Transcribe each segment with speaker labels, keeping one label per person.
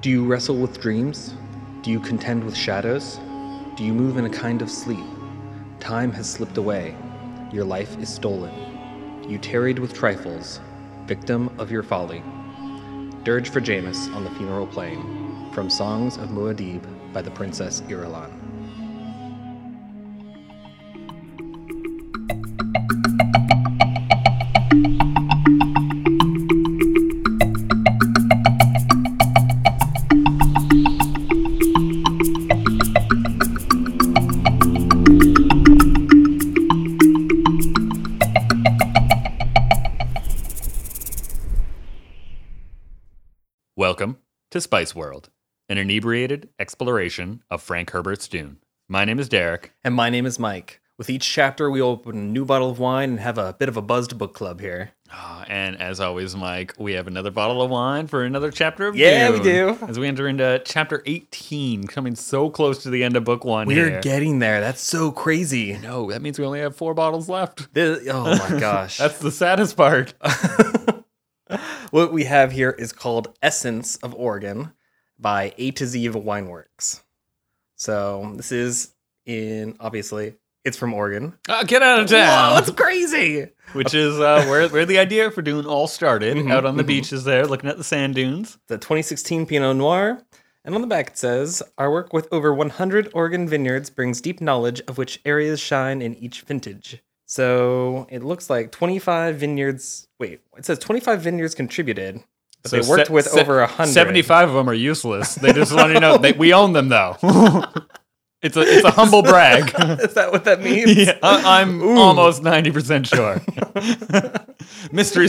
Speaker 1: Do you wrestle with dreams? Do you contend with shadows? Do you move in a kind of sleep? Time has slipped away. Your life is stolen. You tarried with trifles, victim of your folly. Dirge for Jamis on the funeral plain, from Songs of Muad'Dib by the Princess Irulan.
Speaker 2: Welcome to Spice World, an inebriated exploration of Frank Herbert's Dune. My name is Derek.
Speaker 1: And my name is Mike. With each chapter, we open a new bottle of wine and have a bit of a buzzed book club here.
Speaker 2: Ah, And as always, Mike, we have another bottle of wine for another chapter of
Speaker 1: Yeah, we
Speaker 2: Dune.
Speaker 1: do.
Speaker 2: As we enter into chapter 18, coming so close to the end of book one
Speaker 1: We're
Speaker 2: here.
Speaker 1: getting there. That's so crazy.
Speaker 2: no, that means we only have four bottles left.
Speaker 1: This, oh my gosh.
Speaker 2: That's the saddest part.
Speaker 1: what we have here is called Essence of Oregon by A to Z of Wineworks. So this is in, obviously, it's from Oregon.
Speaker 2: Ah, get out of
Speaker 1: Whoa,
Speaker 2: town.
Speaker 1: it's crazy.
Speaker 2: Which is uh, where, where the idea for Dune all started,
Speaker 1: Mhm,
Speaker 2: out on the
Speaker 1: mhm.
Speaker 2: beaches there, looking at the sand dunes.
Speaker 1: the 2016 Pinot Noir. And on the back it says, Our work with over 100 Oregon vineyards brings deep knowledge of which areas shine in each vintage. So it looks like 25 vineyards. Wait, it says 25 vineyards contributed, but they worked
Speaker 2: se-
Speaker 1: with
Speaker 2: se-
Speaker 1: over 100.
Speaker 2: 75 of them are useless. They just want to know they, we own them though. it's a it's a humble brag.
Speaker 1: Is that what that means?
Speaker 2: Yeah, I, am almost 90% sure. Mystery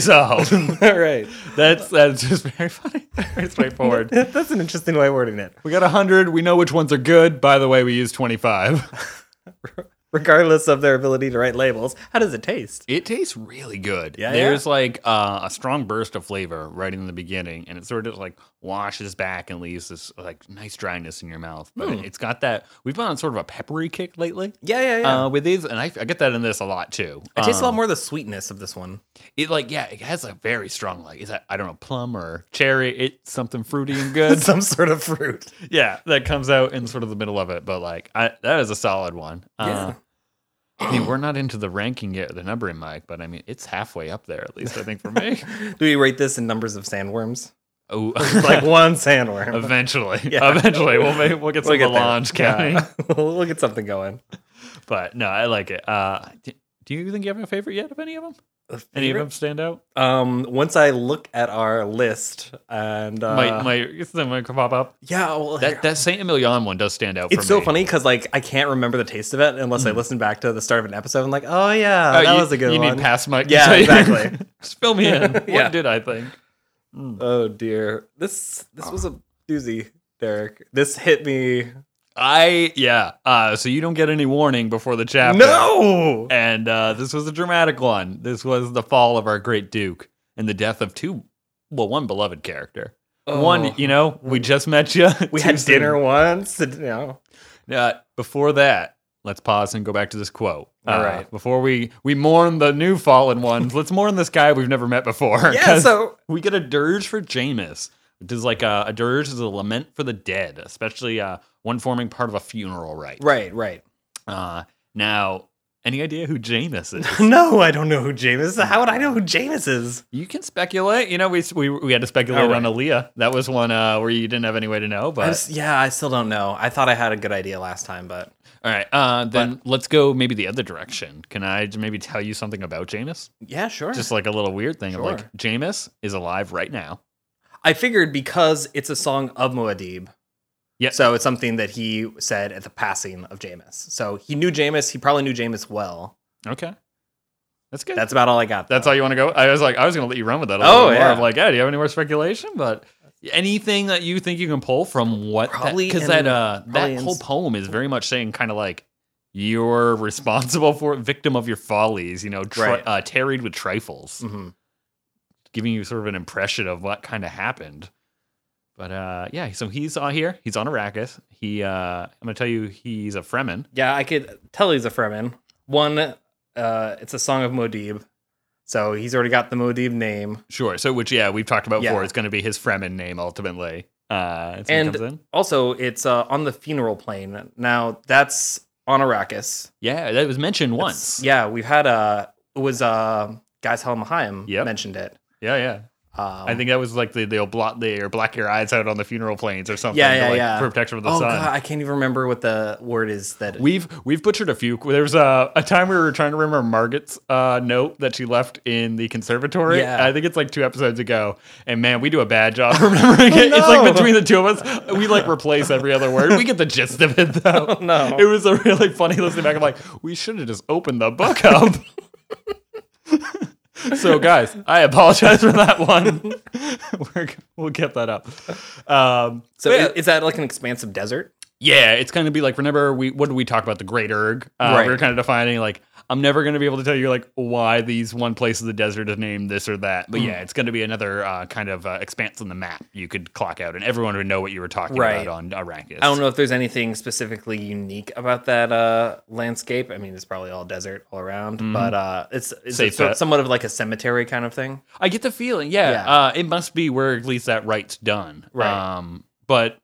Speaker 2: solved.
Speaker 1: All right.
Speaker 2: That's that's just very funny. Very straightforward.
Speaker 1: That's an interesting way of wording it.
Speaker 2: We got 100. We know which ones are good. By the way, we use 25.
Speaker 1: Regardless of their ability to write labels, how does it taste?
Speaker 2: It tastes really good.
Speaker 1: Yeah,
Speaker 2: There's like uh, a strong burst of flavor right in the beginning, and it sort of like washes back and leaves this like nice dryness in your mouth. But it, has got that. We've been on sort of a peppery kick lately.
Speaker 1: Yeah, yeah, yeah.
Speaker 2: Uh, with these, and I, I get that in this a lot too. Uh,
Speaker 1: it tastes a lot more the sweetness of this one.
Speaker 2: It like yeah, it has a very strong like is that I don't know plum or cherry. It's something fruity and good.
Speaker 1: Some sort of fruit.
Speaker 2: yeah, that comes out in sort of the middle of it. But like I, that is a solid one. Uh, I mean, we're not into the ranking yet, the numbering, Mike, but I mean, it's halfway up there, at least I think for me.
Speaker 1: Do we rate this in numbers of sandworms?
Speaker 2: oh,
Speaker 1: like one sandworm.
Speaker 2: eventually,
Speaker 1: Yeah.
Speaker 2: eventually, we'll make, we'll get some
Speaker 1: We'll get there.
Speaker 2: Melange counting.
Speaker 1: we'll we'll get something going.
Speaker 2: But no, I like it. Uh, d- do you think you have a favorite yet of any of them? Any of them stand out?
Speaker 1: Um, once I look at our list and uh,
Speaker 2: might might something might pop up.
Speaker 1: yeah, well,
Speaker 2: That that Saint Emilion one does stand out.
Speaker 1: it's
Speaker 2: for
Speaker 1: so
Speaker 2: me. Hmm.
Speaker 1: funny because like I can't remember the taste of it unless I listen back to the start of an episode. I'm like, oh yeah,
Speaker 2: Oh,
Speaker 1: that
Speaker 2: you,
Speaker 1: was a good
Speaker 2: you
Speaker 1: one.
Speaker 2: need past Mike. to
Speaker 1: Yeah,
Speaker 2: tell you.
Speaker 1: exactly.
Speaker 2: Just fill me in. What
Speaker 1: Yeah.
Speaker 2: did I think?
Speaker 1: oh dear, this this was a doozy, Derek. This hit me.
Speaker 2: I yeah. Uh, so you don't get any warning before the chapter.
Speaker 1: No,
Speaker 2: And uh, this was a dramatic one. This was the fall of our great duke and the death of two, well, one beloved character. One,
Speaker 1: Oh.
Speaker 2: you know, we just met you.
Speaker 1: we had dinner once. and, You know,
Speaker 2: Uh, before that, let's pause and go back to this quote.
Speaker 1: All
Speaker 2: Uh,
Speaker 1: right.
Speaker 2: Before we we mourn the new fallen ones, let's mourn this guy we've never met before.
Speaker 1: yeah.
Speaker 2: 'cause
Speaker 1: So
Speaker 2: we get a dirge for Jameis. It is like a, a dirge is a lament for the dead, especially uh, one forming part of a funeral rite.
Speaker 1: right, right.
Speaker 2: Uh, now, any idea who Jameis is?
Speaker 1: No, I don't know who James. is. How would I know who James is?
Speaker 2: you can speculate. You know, we we, we had to speculate
Speaker 1: All Oh, right.
Speaker 2: on Aaliyah. That was one uh, where you didn't have any way to know. But
Speaker 1: I'm s- yeah, I still don't know. I thought I had a good idea last time, but
Speaker 2: all right, uh, then let's go maybe the other direction. Can I j- maybe tell you something about Jameis?
Speaker 1: yeah, sure.
Speaker 2: Just like a little weird thing. of
Speaker 1: Sure.
Speaker 2: Like Jameis is alive right now.
Speaker 1: I figured because it's a song of Muad'Dib.
Speaker 2: Yeah.
Speaker 1: So it's something that he said at the passing of Jameis. So he knew Jameis. He probably knew Jameis well.
Speaker 2: Okay, that's good.
Speaker 1: That's about all I got.
Speaker 2: That's all you want to go? I was like, I was going to let you run with that. A
Speaker 1: Oh,
Speaker 2: little bit more.
Speaker 1: yeah.
Speaker 2: I'm like, yeah, do you have any more speculation? But anything that you think you can pull from what?
Speaker 1: Probably
Speaker 2: Because
Speaker 1: in-
Speaker 2: that, uh,
Speaker 1: probably
Speaker 2: that
Speaker 1: in-
Speaker 2: whole poem is very much saying kind of like, you're responsible for victim of your follies, you know, tri-
Speaker 1: Right.
Speaker 2: uh, tarried with trifles,
Speaker 1: Mhm.
Speaker 2: giving you sort of an impression of what kind of happened. But uh, yeah, so he's on here. He's on Arrakis. He, uh, I'm going to tell you, he's a Fremen.
Speaker 1: Yeah, I could tell he's a Fremen. One, uh, it's a song of Muad'Dib. So he's already got the Muad'Dib name.
Speaker 2: Sure. So, which, yeah, we've talked about
Speaker 1: Yeah.
Speaker 2: before. It's going to be his Fremen name ultimately. Uh, it's when it comes
Speaker 1: and
Speaker 2: in.
Speaker 1: also, it's uh, on the funeral plane. Now, that's on Arrakis.
Speaker 2: Yeah, that was mentioned
Speaker 1: That's-
Speaker 2: once.
Speaker 1: Yeah, we've had uh It was uh, Guys Halmahaim
Speaker 2: Yep.
Speaker 1: mentioned it.
Speaker 2: Yeah, yeah.
Speaker 1: Um,
Speaker 2: I think that was like the, they'll block they or black your eyes out on the funeral planes or something.
Speaker 1: Yeah,
Speaker 2: to,
Speaker 1: yeah,
Speaker 2: like,
Speaker 1: yeah.
Speaker 2: For protection from the
Speaker 1: Oh,
Speaker 2: sun.
Speaker 1: God, I can't even remember what the word is that.
Speaker 2: We've we've butchered a few. There was a, a time we were trying to remember Margaret's uh, note that she left in the conservatory.
Speaker 1: Yeah.
Speaker 2: I think it's like two episodes ago. And man, we do a bad job remembering it. It's
Speaker 1: Oh, no.
Speaker 2: like between the two of us, we like replace every other word. We get the gist of it though.
Speaker 1: Oh, no.
Speaker 2: It was a really funny listening back. I'm like, we should have just opened the book up. so guys, I apologize for that one. we're, we'll get that up. Um,
Speaker 1: so,
Speaker 2: but
Speaker 1: i- is that like an expansive desert?
Speaker 2: yeah, it's going to be like remember we what did we talk about the Great Erg? Uh,
Speaker 1: Right.
Speaker 2: We were kind of defining like I'm never going to be able to tell you like why these one place of the desert is named this or that.
Speaker 1: Hmm.
Speaker 2: But yeah, it's going to be another uh, kind of uh, expanse on the map you could clock out, and everyone would know what you were talking
Speaker 1: Right.
Speaker 2: about on Arrakis.
Speaker 1: I don't know if there's anything specifically unique about that uh, landscape. I mean, it's probably all desert all around, but uh, it's, it's
Speaker 2: Mm-hmm. Safe
Speaker 1: a sort-
Speaker 2: bet.
Speaker 1: somewhat of like a cemetery kind of thing.
Speaker 2: I get the feeling, yeah,
Speaker 1: Yeah.
Speaker 2: Uh, it must be where at least that rite's done.
Speaker 1: Right.
Speaker 2: Um, but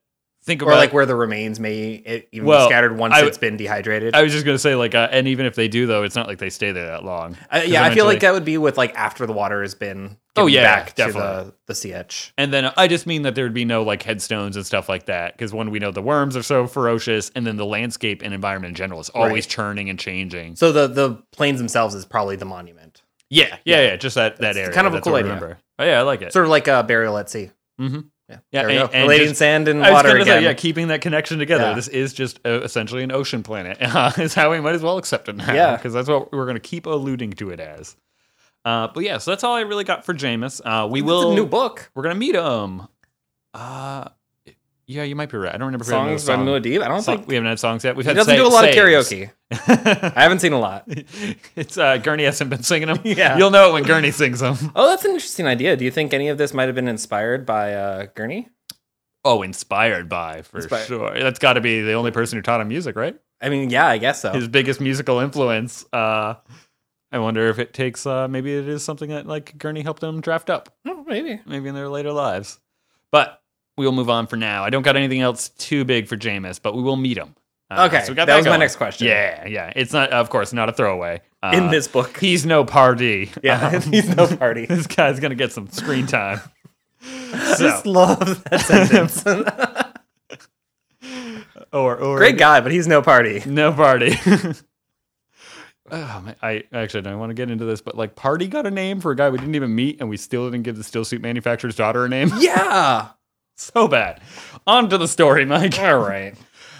Speaker 2: think
Speaker 1: Or
Speaker 2: about
Speaker 1: like where the remains may e- even be
Speaker 2: Well,
Speaker 1: scattered once
Speaker 2: I-
Speaker 1: it's been dehydrated.
Speaker 2: I was just going to say like, uh, and even if they do though, it's not like they stay there that long.
Speaker 1: I-
Speaker 2: 'Cause
Speaker 1: yeah, I feel
Speaker 2: eventually-
Speaker 1: like that would be with like after the water has been
Speaker 2: Oh,
Speaker 1: given
Speaker 2: yeah,
Speaker 1: back
Speaker 2: definitely.
Speaker 1: to the, the CH.
Speaker 2: And then I just mean that there would be no like headstones and stuff like that because one, we know the worms are so ferocious, and then the landscape and environment in general is always
Speaker 1: Right.
Speaker 2: churning and changing.
Speaker 1: So the the plains themselves is probably the monument,
Speaker 2: Yeah, yeah, yeah. Just that that
Speaker 1: That's
Speaker 2: area.
Speaker 1: kind of a
Speaker 2: That's
Speaker 1: cool
Speaker 2: what I
Speaker 1: idea.
Speaker 2: Remember. Oh, yeah, I like it.
Speaker 1: sort of like a burial at sea.
Speaker 2: mm-hmm.
Speaker 1: Yeah,
Speaker 2: Yeah,
Speaker 1: there we
Speaker 2: and-
Speaker 1: go.
Speaker 2: and
Speaker 1: Relating
Speaker 2: just-
Speaker 1: sand and
Speaker 2: I was
Speaker 1: water
Speaker 2: gonna
Speaker 1: again.
Speaker 2: say, yeah, keeping that connection together.
Speaker 1: Yeah.
Speaker 2: This is just uh, essentially an ocean planet. uh, is how we might as well accept it now.
Speaker 1: Yeah.
Speaker 2: because that's what we're gonna keep alluding to it as. Uh, but yeah, so that's all I really got for Jameis. Uh, we
Speaker 1: it's
Speaker 2: will
Speaker 1: a new book.
Speaker 2: We're gonna meet him. Uh, yeah, you might be right. I don't remember. if we had another
Speaker 1: Songs by
Speaker 2: song.
Speaker 1: Muad'Dib. I don't
Speaker 2: Song-
Speaker 1: think
Speaker 2: we haven't had songs yet. We've
Speaker 1: he
Speaker 2: had
Speaker 1: doesn't
Speaker 2: say-
Speaker 1: do a lot of
Speaker 2: sayings.
Speaker 1: karaoke. I haven't seen a lot.
Speaker 2: it's uh, Gurney hasn't been singing them.
Speaker 1: Yeah.
Speaker 2: you'll know it when Gurney sings them.
Speaker 1: Oh, that's an interesting idea. Do you think any of this might have been inspired by uh, Gurney?
Speaker 2: Oh, inspired by for
Speaker 1: Inspired.
Speaker 2: sure. That's got to be the only person who taught him music, right?
Speaker 1: I mean, yeah, I guess so.
Speaker 2: His biggest musical influence. Uh, I wonder if it takes. Uh, maybe it is something that like Gurney helped him draft up.
Speaker 1: Oh, maybe.
Speaker 2: maybe in their later lives. But we will move on for now. I don't got anything else too big for Jameis, but we will meet him. Uh,
Speaker 1: Okay,
Speaker 2: so we
Speaker 1: that,
Speaker 2: got
Speaker 1: was my
Speaker 2: going.
Speaker 1: next question.
Speaker 2: Yeah, yeah. It's not, of course, not a throwaway. Uh,
Speaker 1: in this book,
Speaker 2: he's no party.
Speaker 1: yeah,
Speaker 2: Um,
Speaker 1: he's no party.
Speaker 2: this guy's gonna get some screen time.
Speaker 1: I
Speaker 2: so,
Speaker 1: just love that sentence.
Speaker 2: or, or
Speaker 1: Great guy, but he's no party.
Speaker 2: no party. Oh, man, I actually don't want to get into this, but like, Party got a name for a guy we didn't even meet, and we still didn't give the steel suit manufacturer's daughter a name.
Speaker 1: Yeah.
Speaker 2: so bad. On to the story, Mike.
Speaker 1: All right.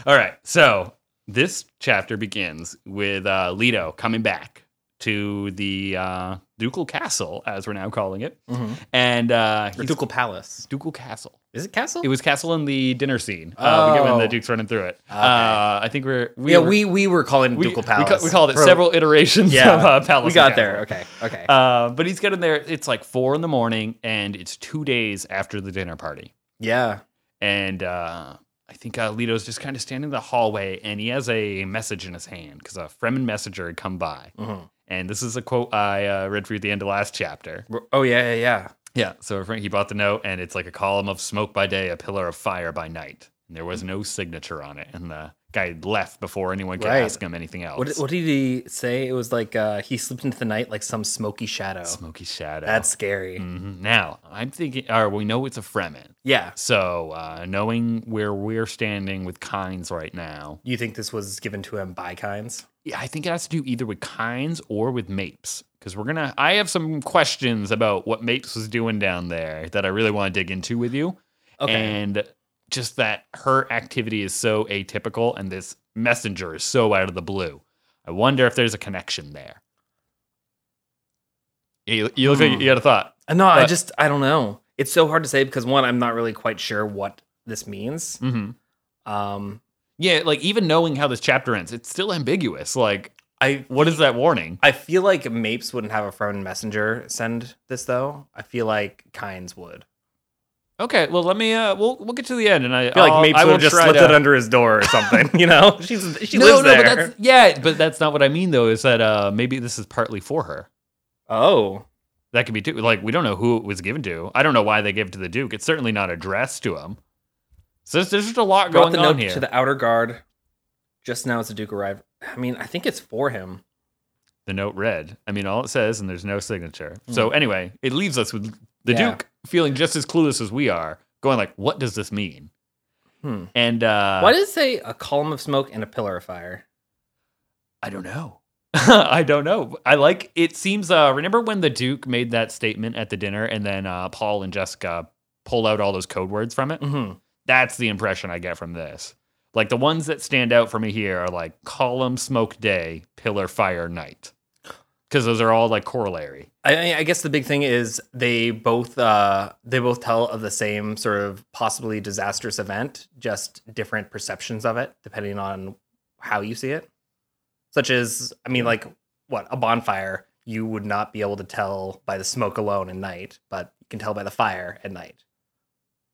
Speaker 2: All right. So this chapter begins with uh, Leto coming back to the uh, Ducal Castle, as we're now calling it,
Speaker 1: Mm-hmm.
Speaker 2: and uh,
Speaker 1: Or
Speaker 2: he's-
Speaker 1: Ducal Palace.
Speaker 2: Ducal Castle.
Speaker 1: Is it Castle?
Speaker 2: It was Castle in the dinner scene. Uh, we get when
Speaker 1: Oh.
Speaker 2: the Duke's running through it.
Speaker 1: Okay.
Speaker 2: Uh, I think we're we
Speaker 1: yeah,
Speaker 2: were-
Speaker 1: we we were calling it
Speaker 2: we,
Speaker 1: Ducal
Speaker 2: we ca-
Speaker 1: Palace.
Speaker 2: We, called it
Speaker 1: For-
Speaker 2: several iterations
Speaker 1: Yeah.
Speaker 2: of uh, Palace.
Speaker 1: We got
Speaker 2: and Castle.
Speaker 1: there. Okay. Okay.
Speaker 2: Uh, but he's getting there. It's like four in the morning, and it's two days after the dinner party.
Speaker 1: yeah.
Speaker 2: and uh, I think uh, Leto's just kind of standing in the hallway, and he has a message in his hand because a Fremen messenger had come by.
Speaker 1: Mhm.
Speaker 2: And this is a quote I uh, read for you at the end of last chapter.
Speaker 1: Oh yeah. Yeah. Yeah.
Speaker 2: Yeah. So Frank, he bought the note, and it's like a column of smoke by day, a pillar of fire by night. And there was no signature on it, and the guy had left before anyone could
Speaker 1: Right.
Speaker 2: ask him anything else.
Speaker 1: What, what did he say? It was like uh, he slipped into the night like some smoky shadow.
Speaker 2: Smoky shadow.
Speaker 1: That's scary.
Speaker 2: Mhm. now I'm thinking. Or we know it's a Fremen.
Speaker 1: Yeah.
Speaker 2: So uh, knowing where we're standing with kinds right now,
Speaker 1: You think this was given to him by kinds?
Speaker 2: Yeah, I think it has to do either with kinds or with mapes. Because we're gonna I have some questions about what mapes was doing down there that I really want to dig into with you.
Speaker 1: Okay.
Speaker 2: And just that her activity is so atypical and this messenger is so out of the blue. I wonder if there's a connection there. You, you look like you had a thought.
Speaker 1: Uh, no, I
Speaker 2: Uh,
Speaker 1: just I don't know. It's so hard to say because one, I'm not really quite sure what this means.
Speaker 2: Mm-hmm.
Speaker 1: Um,
Speaker 2: Yeah, like even knowing how this chapter ends, it's still ambiguous. Like,
Speaker 1: I
Speaker 2: what is that warning?
Speaker 1: I feel like Mapes wouldn't have a friend messenger send this though. I feel like Kynes would.
Speaker 2: Okay, well let me. Uh, we'll we'll get to the end, and I,
Speaker 1: I feel
Speaker 2: I'll-
Speaker 1: like Mapes
Speaker 2: Oh, I
Speaker 1: would
Speaker 2: will
Speaker 1: have just
Speaker 2: try
Speaker 1: slipped
Speaker 2: to-
Speaker 1: it under his door or something. you know, she's she lives
Speaker 2: But
Speaker 1: there.
Speaker 2: that's, yeah, but that's not what I mean though. Is that uh, maybe this is partly for her?
Speaker 1: oh,
Speaker 2: That could be too. Like we don't know who it was given to. I don't know why they gave it to the Duke. It's certainly not addressed to him. So there's, there's just a lot
Speaker 1: Brought
Speaker 2: going
Speaker 1: the
Speaker 2: on
Speaker 1: note
Speaker 2: here.
Speaker 1: to the outer guard. Just now as the Duke arrived. I mean, I think it's for him.
Speaker 2: the note read. I mean, all it says, and there's no signature. So anyway, it leaves us with the
Speaker 1: Hmm. Yeah.
Speaker 2: Duke feeling just as clueless as we are, going like, "What does this mean?"
Speaker 1: Hmm.
Speaker 2: And uh,
Speaker 1: Why did it say a column of smoke and a pillar of fire?
Speaker 2: I don't know. I don't know. I like. It seems. Uh, remember when the Duke made that statement at the dinner, and then uh, Paul and Jessica pulled out all those code words from it.
Speaker 1: hmm
Speaker 2: That's the impression I get from this. Like the ones that stand out for me here are like column smoke day, pillar fire night, because those are all like corollary.
Speaker 1: I, I guess the big thing is they both uh, they both tell of the same sort of possibly disastrous event, just different perceptions of it depending on how you see it. Such as, I
Speaker 2: Mm-hmm.
Speaker 1: mean, like what a bonfire you would not be able to tell by the smoke alone at night, but you can tell by the fire at night.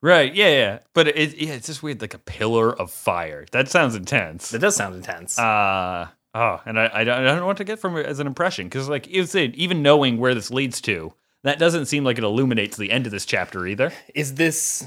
Speaker 2: Right. Yeah. Yeah. But it, yeah, it's just weird. Like a pillar of fire. That sounds intense.
Speaker 1: That does sound intense.
Speaker 2: Uh oh, and I, I don't I don't know what to get from it as an impression because like you said, even knowing where this leads to, that doesn't seem like it illuminates the end of this chapter either.
Speaker 1: is this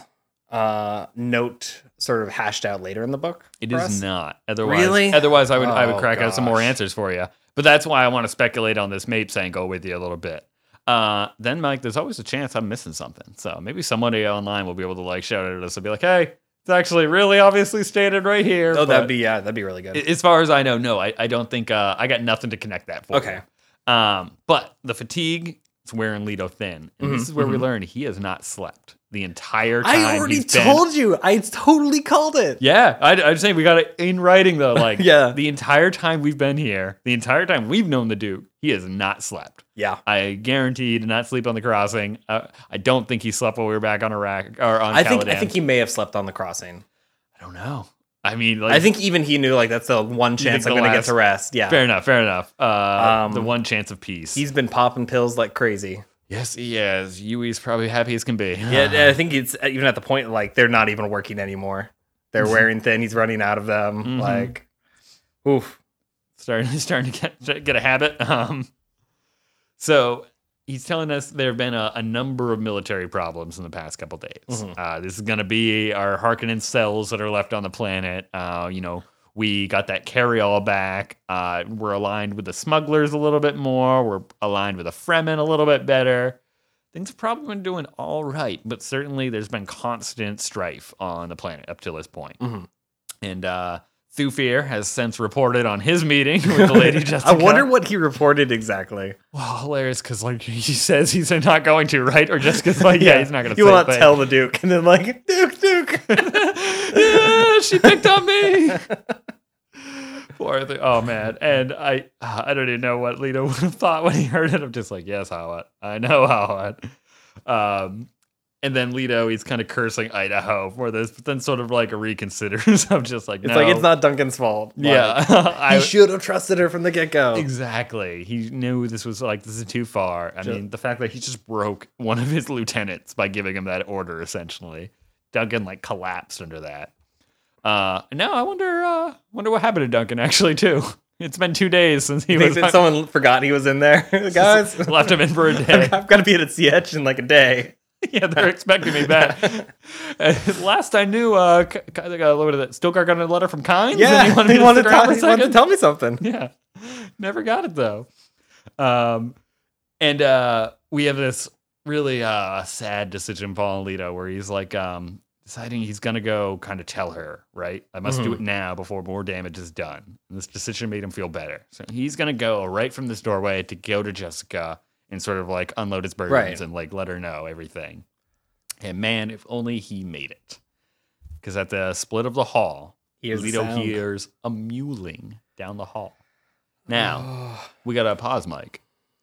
Speaker 1: uh, note sort of hashed out later in the book?
Speaker 2: It
Speaker 1: for
Speaker 2: is
Speaker 1: us?
Speaker 2: not. Otherwise,
Speaker 1: Really?
Speaker 2: otherwise I would I would
Speaker 1: Oh,
Speaker 2: crack out some more
Speaker 1: gosh.
Speaker 2: answers for you. But that's why I want to speculate on this Mapes angle with you a little bit. Uh, then Mike, there's always a chance I'm missing something. So maybe somebody online will be able to like shout at us and be like, "Hey, it's actually really obviously stated right here."
Speaker 1: Oh,
Speaker 2: but-
Speaker 1: that'd be yeah, that'd be really good.
Speaker 2: A- As far as I know, no, I, I don't think uh, I got nothing to connect that for.
Speaker 1: Okay.
Speaker 2: you. Um, but the fatigue it's wearing Leto thin, and
Speaker 1: Mhm,
Speaker 2: this is where we learned he has not slept the entire time.
Speaker 1: I already
Speaker 2: he's been-
Speaker 1: told you. I totally called it.
Speaker 2: Yeah, I, I'm saying we got it in writing though. Like,
Speaker 1: Yeah.
Speaker 2: the entire time we've been here, the entire time we've known the Duke, he has not slept.
Speaker 1: Yeah.
Speaker 2: I guarantee he did not sleep on the crossing. Uh, I don't think he slept while we were back on Iraq or on.
Speaker 1: I think I
Speaker 2: Caladan.
Speaker 1: think he may have slept on the crossing.
Speaker 2: I don't know. I mean, like,
Speaker 1: I think even he knew like that's the one chance
Speaker 2: the
Speaker 1: I'm gonna get
Speaker 2: last-
Speaker 1: to rest. Yeah.
Speaker 2: fair enough. Fair enough. Uh,
Speaker 1: Um,
Speaker 2: the one chance of peace.
Speaker 1: He's been popping pills like crazy.
Speaker 2: Yes, he is. Yui's probably happy as can be.
Speaker 1: Yeah, and I think it's even at the point like they're not even working anymore. They're wearing thin. He's running out of them.
Speaker 2: Mhm.
Speaker 1: Like, oof.
Speaker 2: starting starting to get to get a habit. Um, so he's telling us there have been a, a number of military problems in the past couple days.
Speaker 1: Mhm.
Speaker 2: Uh, this is going to be our Harkonnen cells that are left on the planet. Uh, you know, we got that carryall back. Uh, we're aligned with the smugglers a little bit more. We're aligned with the Fremen a little bit better. Things have probably been doing all right, but certainly there's been constant strife on the planet up till this point.
Speaker 1: Mhm.
Speaker 2: And uh, Thufir has since reported on his meeting with the lady Jessica.
Speaker 1: I wonder what he reported exactly.
Speaker 2: Well, hilarious because like he says he's not going to, right? Or Jessica's like, yeah, he's not going to.
Speaker 1: You
Speaker 2: say
Speaker 1: will not
Speaker 2: it, but-
Speaker 1: tell the Duke, and then like Duke, Duke.
Speaker 2: yeah, she picked on me. Poor thing. Oh man, and I uh, I don't even know what Lito would have thought when he heard it. I'm just like, yes, Howard, I know Howard. Um, and then Lito, he's kind of cursing Idaho for this, but then sort of like reconsiders. I'm just like,
Speaker 1: It's
Speaker 2: no.
Speaker 1: like it's not Duncan's fault. Like,
Speaker 2: Yeah,
Speaker 1: he
Speaker 2: I,
Speaker 1: should have trusted her from the get go.
Speaker 2: exactly. He knew this was like this is too far. I
Speaker 1: Ju-
Speaker 2: mean, the fact that he just broke one of his lieutenants by giving him that order essentially, Duncan like collapsed under that. Uh, now I wonder, uh, wonder what happened to Duncan actually too. It's been two days since he
Speaker 1: You think
Speaker 2: was
Speaker 1: that someone forgot he was in there, guys?
Speaker 2: left him in for a day.
Speaker 1: I've, I've got to be at a CH in like a day.
Speaker 2: yeah, they're expecting me back. Uh, Last I knew, uh, K- K- uh, what is it? Stilgar got a letter from Kynes.
Speaker 1: Yeah,
Speaker 2: and he wanted
Speaker 1: he
Speaker 2: to
Speaker 1: wanted
Speaker 2: sit
Speaker 1: to, tell,
Speaker 2: around for a
Speaker 1: he wanted to
Speaker 2: second?
Speaker 1: tell me something.
Speaker 2: yeah never got it though um and uh we have this really uh sad decision paul and Lito where he's like um deciding he's gonna go kind of tell her right i must do
Speaker 1: Mhm.
Speaker 2: it now before more damage is done and this decision made him feel better so he's gonna go right from this doorway to go to jessica and sort of like unload his burdens
Speaker 1: Right.
Speaker 2: and like let her know everything and man if only he made it because at the split of the hall
Speaker 1: Here's the
Speaker 2: Lito
Speaker 1: sound.
Speaker 2: hears a mewling down the hall. Now, we got to pause, Mike.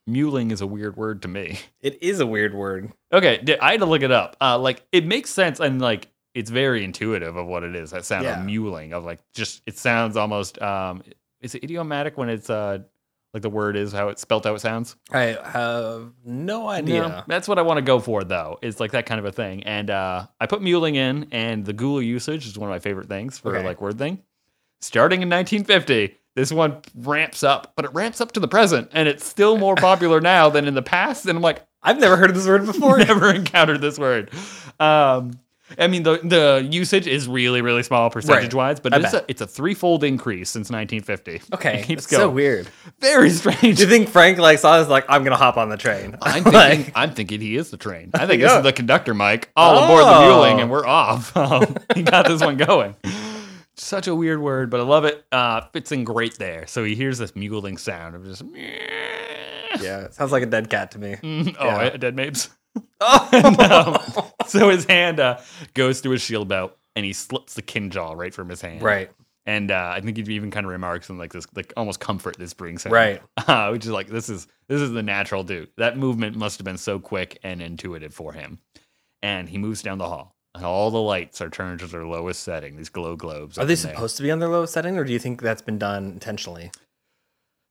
Speaker 2: Mewling is a weird word to me.
Speaker 1: it is a weird word.
Speaker 2: Okay, d- I had to look it up. Uh, like, it makes sense and, like, it's very intuitive of what it is. That sound
Speaker 1: Yeah.
Speaker 2: of mewling, of like, just, it sounds almost, um, is it idiomatic when it's, uh, like the word is how it's spelt out sounds?
Speaker 1: I have no
Speaker 2: No, that's what I want to go for though. It's like that kind of a thing. And uh, I put muling in, and the Gula usage is one of my favorite things for
Speaker 1: Okay.
Speaker 2: like word thing. Starting in 1950, this one ramps up, but it ramps up to the present, and it's still more popular now than in the past. And I'm like,
Speaker 1: I've never heard this word before.
Speaker 2: never encountered this word. Um, I mean, the the usage is really really small percentage wise, but
Speaker 1: I
Speaker 2: it's
Speaker 1: bet. Oh.
Speaker 2: a it's a threefold increase since 1950.
Speaker 1: Okay,
Speaker 2: it keeps
Speaker 1: that's
Speaker 2: going.
Speaker 1: so weird.
Speaker 2: Very strange.
Speaker 1: Do you think Frank like saw this? Like, I'm gonna hop on the train.
Speaker 2: I'm
Speaker 1: Like,
Speaker 2: thinking, I'm thinking he is the train. I think this
Speaker 1: Yeah.
Speaker 2: is the conductor, Mike. All aboard the
Speaker 1: Oh.
Speaker 2: Muling, and we're off. Um, he got this one going. Such a weird word, but I love it. Uh, fits in great there. So he hears this Muling sound of just.
Speaker 1: yeah, it sounds like a dead cat to me.
Speaker 2: Oh,
Speaker 1: Yeah.
Speaker 2: I- dead mapes.
Speaker 1: Oh,
Speaker 2: Um, so his hand uh, goes through his shield belt, and he slips the kinjaal right from his hand.
Speaker 1: right,
Speaker 2: And uh, I think he even kind of remarks on like this, like almost comfort this brings him.
Speaker 1: right.
Speaker 2: Uh, which is like this is this is the natural dude. That movement must have been so quick and intuitive for him. And he moves down the hall, and all the lights are turned to their lowest setting. These glow globes.
Speaker 1: Are
Speaker 2: up
Speaker 1: they
Speaker 2: in there.
Speaker 1: supposed to be on their lowest setting, or do you think that's been done intentionally?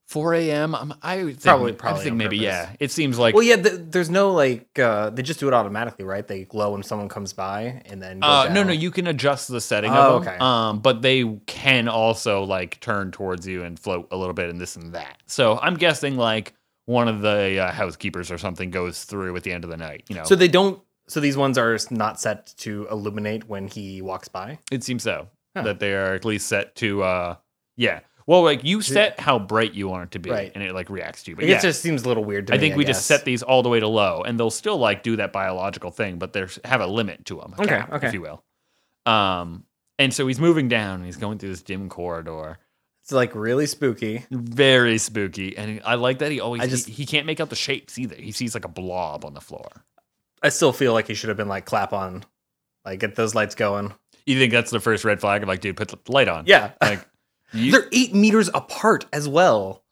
Speaker 2: 4 a.m. I'm- I would think,
Speaker 1: Probably-
Speaker 2: I would
Speaker 1: probably
Speaker 2: think
Speaker 1: on
Speaker 2: maybe
Speaker 1: purpose.
Speaker 2: yeah. It seems like
Speaker 1: Well, yeah. Th- there's no like uh, they just do it automatically, right? They glow when someone comes by, and then go
Speaker 2: Uh, no,
Speaker 1: down.
Speaker 2: no, you can adjust the setting
Speaker 1: Oh,
Speaker 2: of them.
Speaker 1: okay.
Speaker 2: Um, but they can also like turn towards you and float a little bit and this and that. So I'm guessing like one of the uh, housekeepers or something goes through at the end of the night. You know,
Speaker 1: So they don't. So these ones are not set to illuminate when he walks by.
Speaker 2: it seems so
Speaker 1: Huh.
Speaker 2: that they are at least set to. uh Yeah, well, like you set how bright you want it to be,
Speaker 1: Right.
Speaker 2: and it like reacts to you. But
Speaker 1: Like,
Speaker 2: yeah,
Speaker 1: It just seems a little weird to
Speaker 2: I
Speaker 1: me.
Speaker 2: think we just
Speaker 1: guess.
Speaker 2: set these all the way to low, and they'll still like do that biological thing, but they have a limit to them,
Speaker 1: Okay, okay.
Speaker 2: if you will. Um, and so he's moving down, and he's going through this dim corridor,
Speaker 1: It's like really spooky.
Speaker 2: very spooky. And I like that he always
Speaker 1: I
Speaker 2: he-
Speaker 1: just-
Speaker 2: he, can't make out the shapes either. He sees like a blob on the floor.
Speaker 1: I still feel like he should have been like clap on, like get those lights going.
Speaker 2: You think that's the first red flag of like, dude, put the light on.
Speaker 1: Yeah,
Speaker 2: like you,
Speaker 1: they're eight meters apart as well.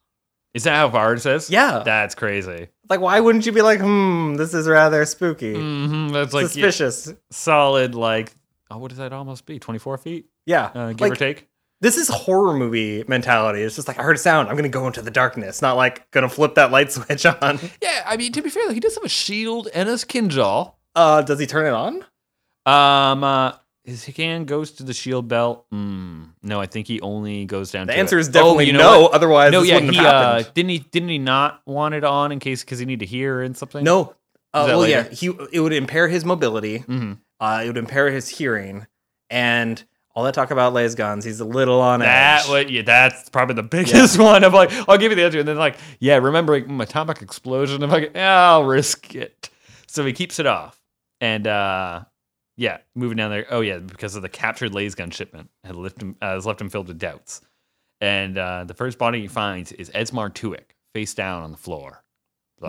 Speaker 2: is that how far it says?
Speaker 1: Yeah,
Speaker 2: that's crazy.
Speaker 1: like why wouldn't you be like, hmm, this is rather spooky,
Speaker 2: hmm that's like yeah,
Speaker 1: suspicious?
Speaker 2: solid like. Oh, what does that almost be? Twenty four feet,
Speaker 1: Yeah,
Speaker 2: uh, give
Speaker 1: like
Speaker 2: or take.
Speaker 1: this is horror movie mentality. It's just like I heard a sound. I'm gonna go into the darkness. Not like gonna flip that light switch on.
Speaker 2: Yeah, I mean to be fair, though, he does have a shield and his kinjal.
Speaker 1: Uh, does he turn it on?
Speaker 2: Um, uh, his hand goes to the shield belt. Mm, no, I think he only goes down.
Speaker 1: The
Speaker 2: to
Speaker 1: answer
Speaker 2: it.
Speaker 1: is
Speaker 2: Oh,
Speaker 1: definitely
Speaker 2: you know
Speaker 1: no.
Speaker 2: what?
Speaker 1: Otherwise,
Speaker 2: no,
Speaker 1: this
Speaker 2: yeah,
Speaker 1: wouldn't
Speaker 2: he
Speaker 1: have happened.
Speaker 2: uh, didn't he didn't he not want it on in case because he need to hear and something.
Speaker 1: No. Uh,
Speaker 2: Is that
Speaker 1: well,
Speaker 2: later?
Speaker 1: yeah, he it would impair his mobility.
Speaker 2: Mhm.
Speaker 1: Uh, it would impair his hearing, and all that talk about lays guns. He's a little on
Speaker 2: that
Speaker 1: edge.
Speaker 2: would yeah, that's probably the biggest one. I'm like, I'll give you the answer, and then like, yeah, remembering mm, atomic explosion. I'm like, yeah, I'll risk it. So he keeps it off, and uh, yeah, moving down there. Oh yeah, because of the captured lays gun shipment had left him uh, has left him filled with doubts, and uh, the first body he finds is Esmar Tuick face down on the floor.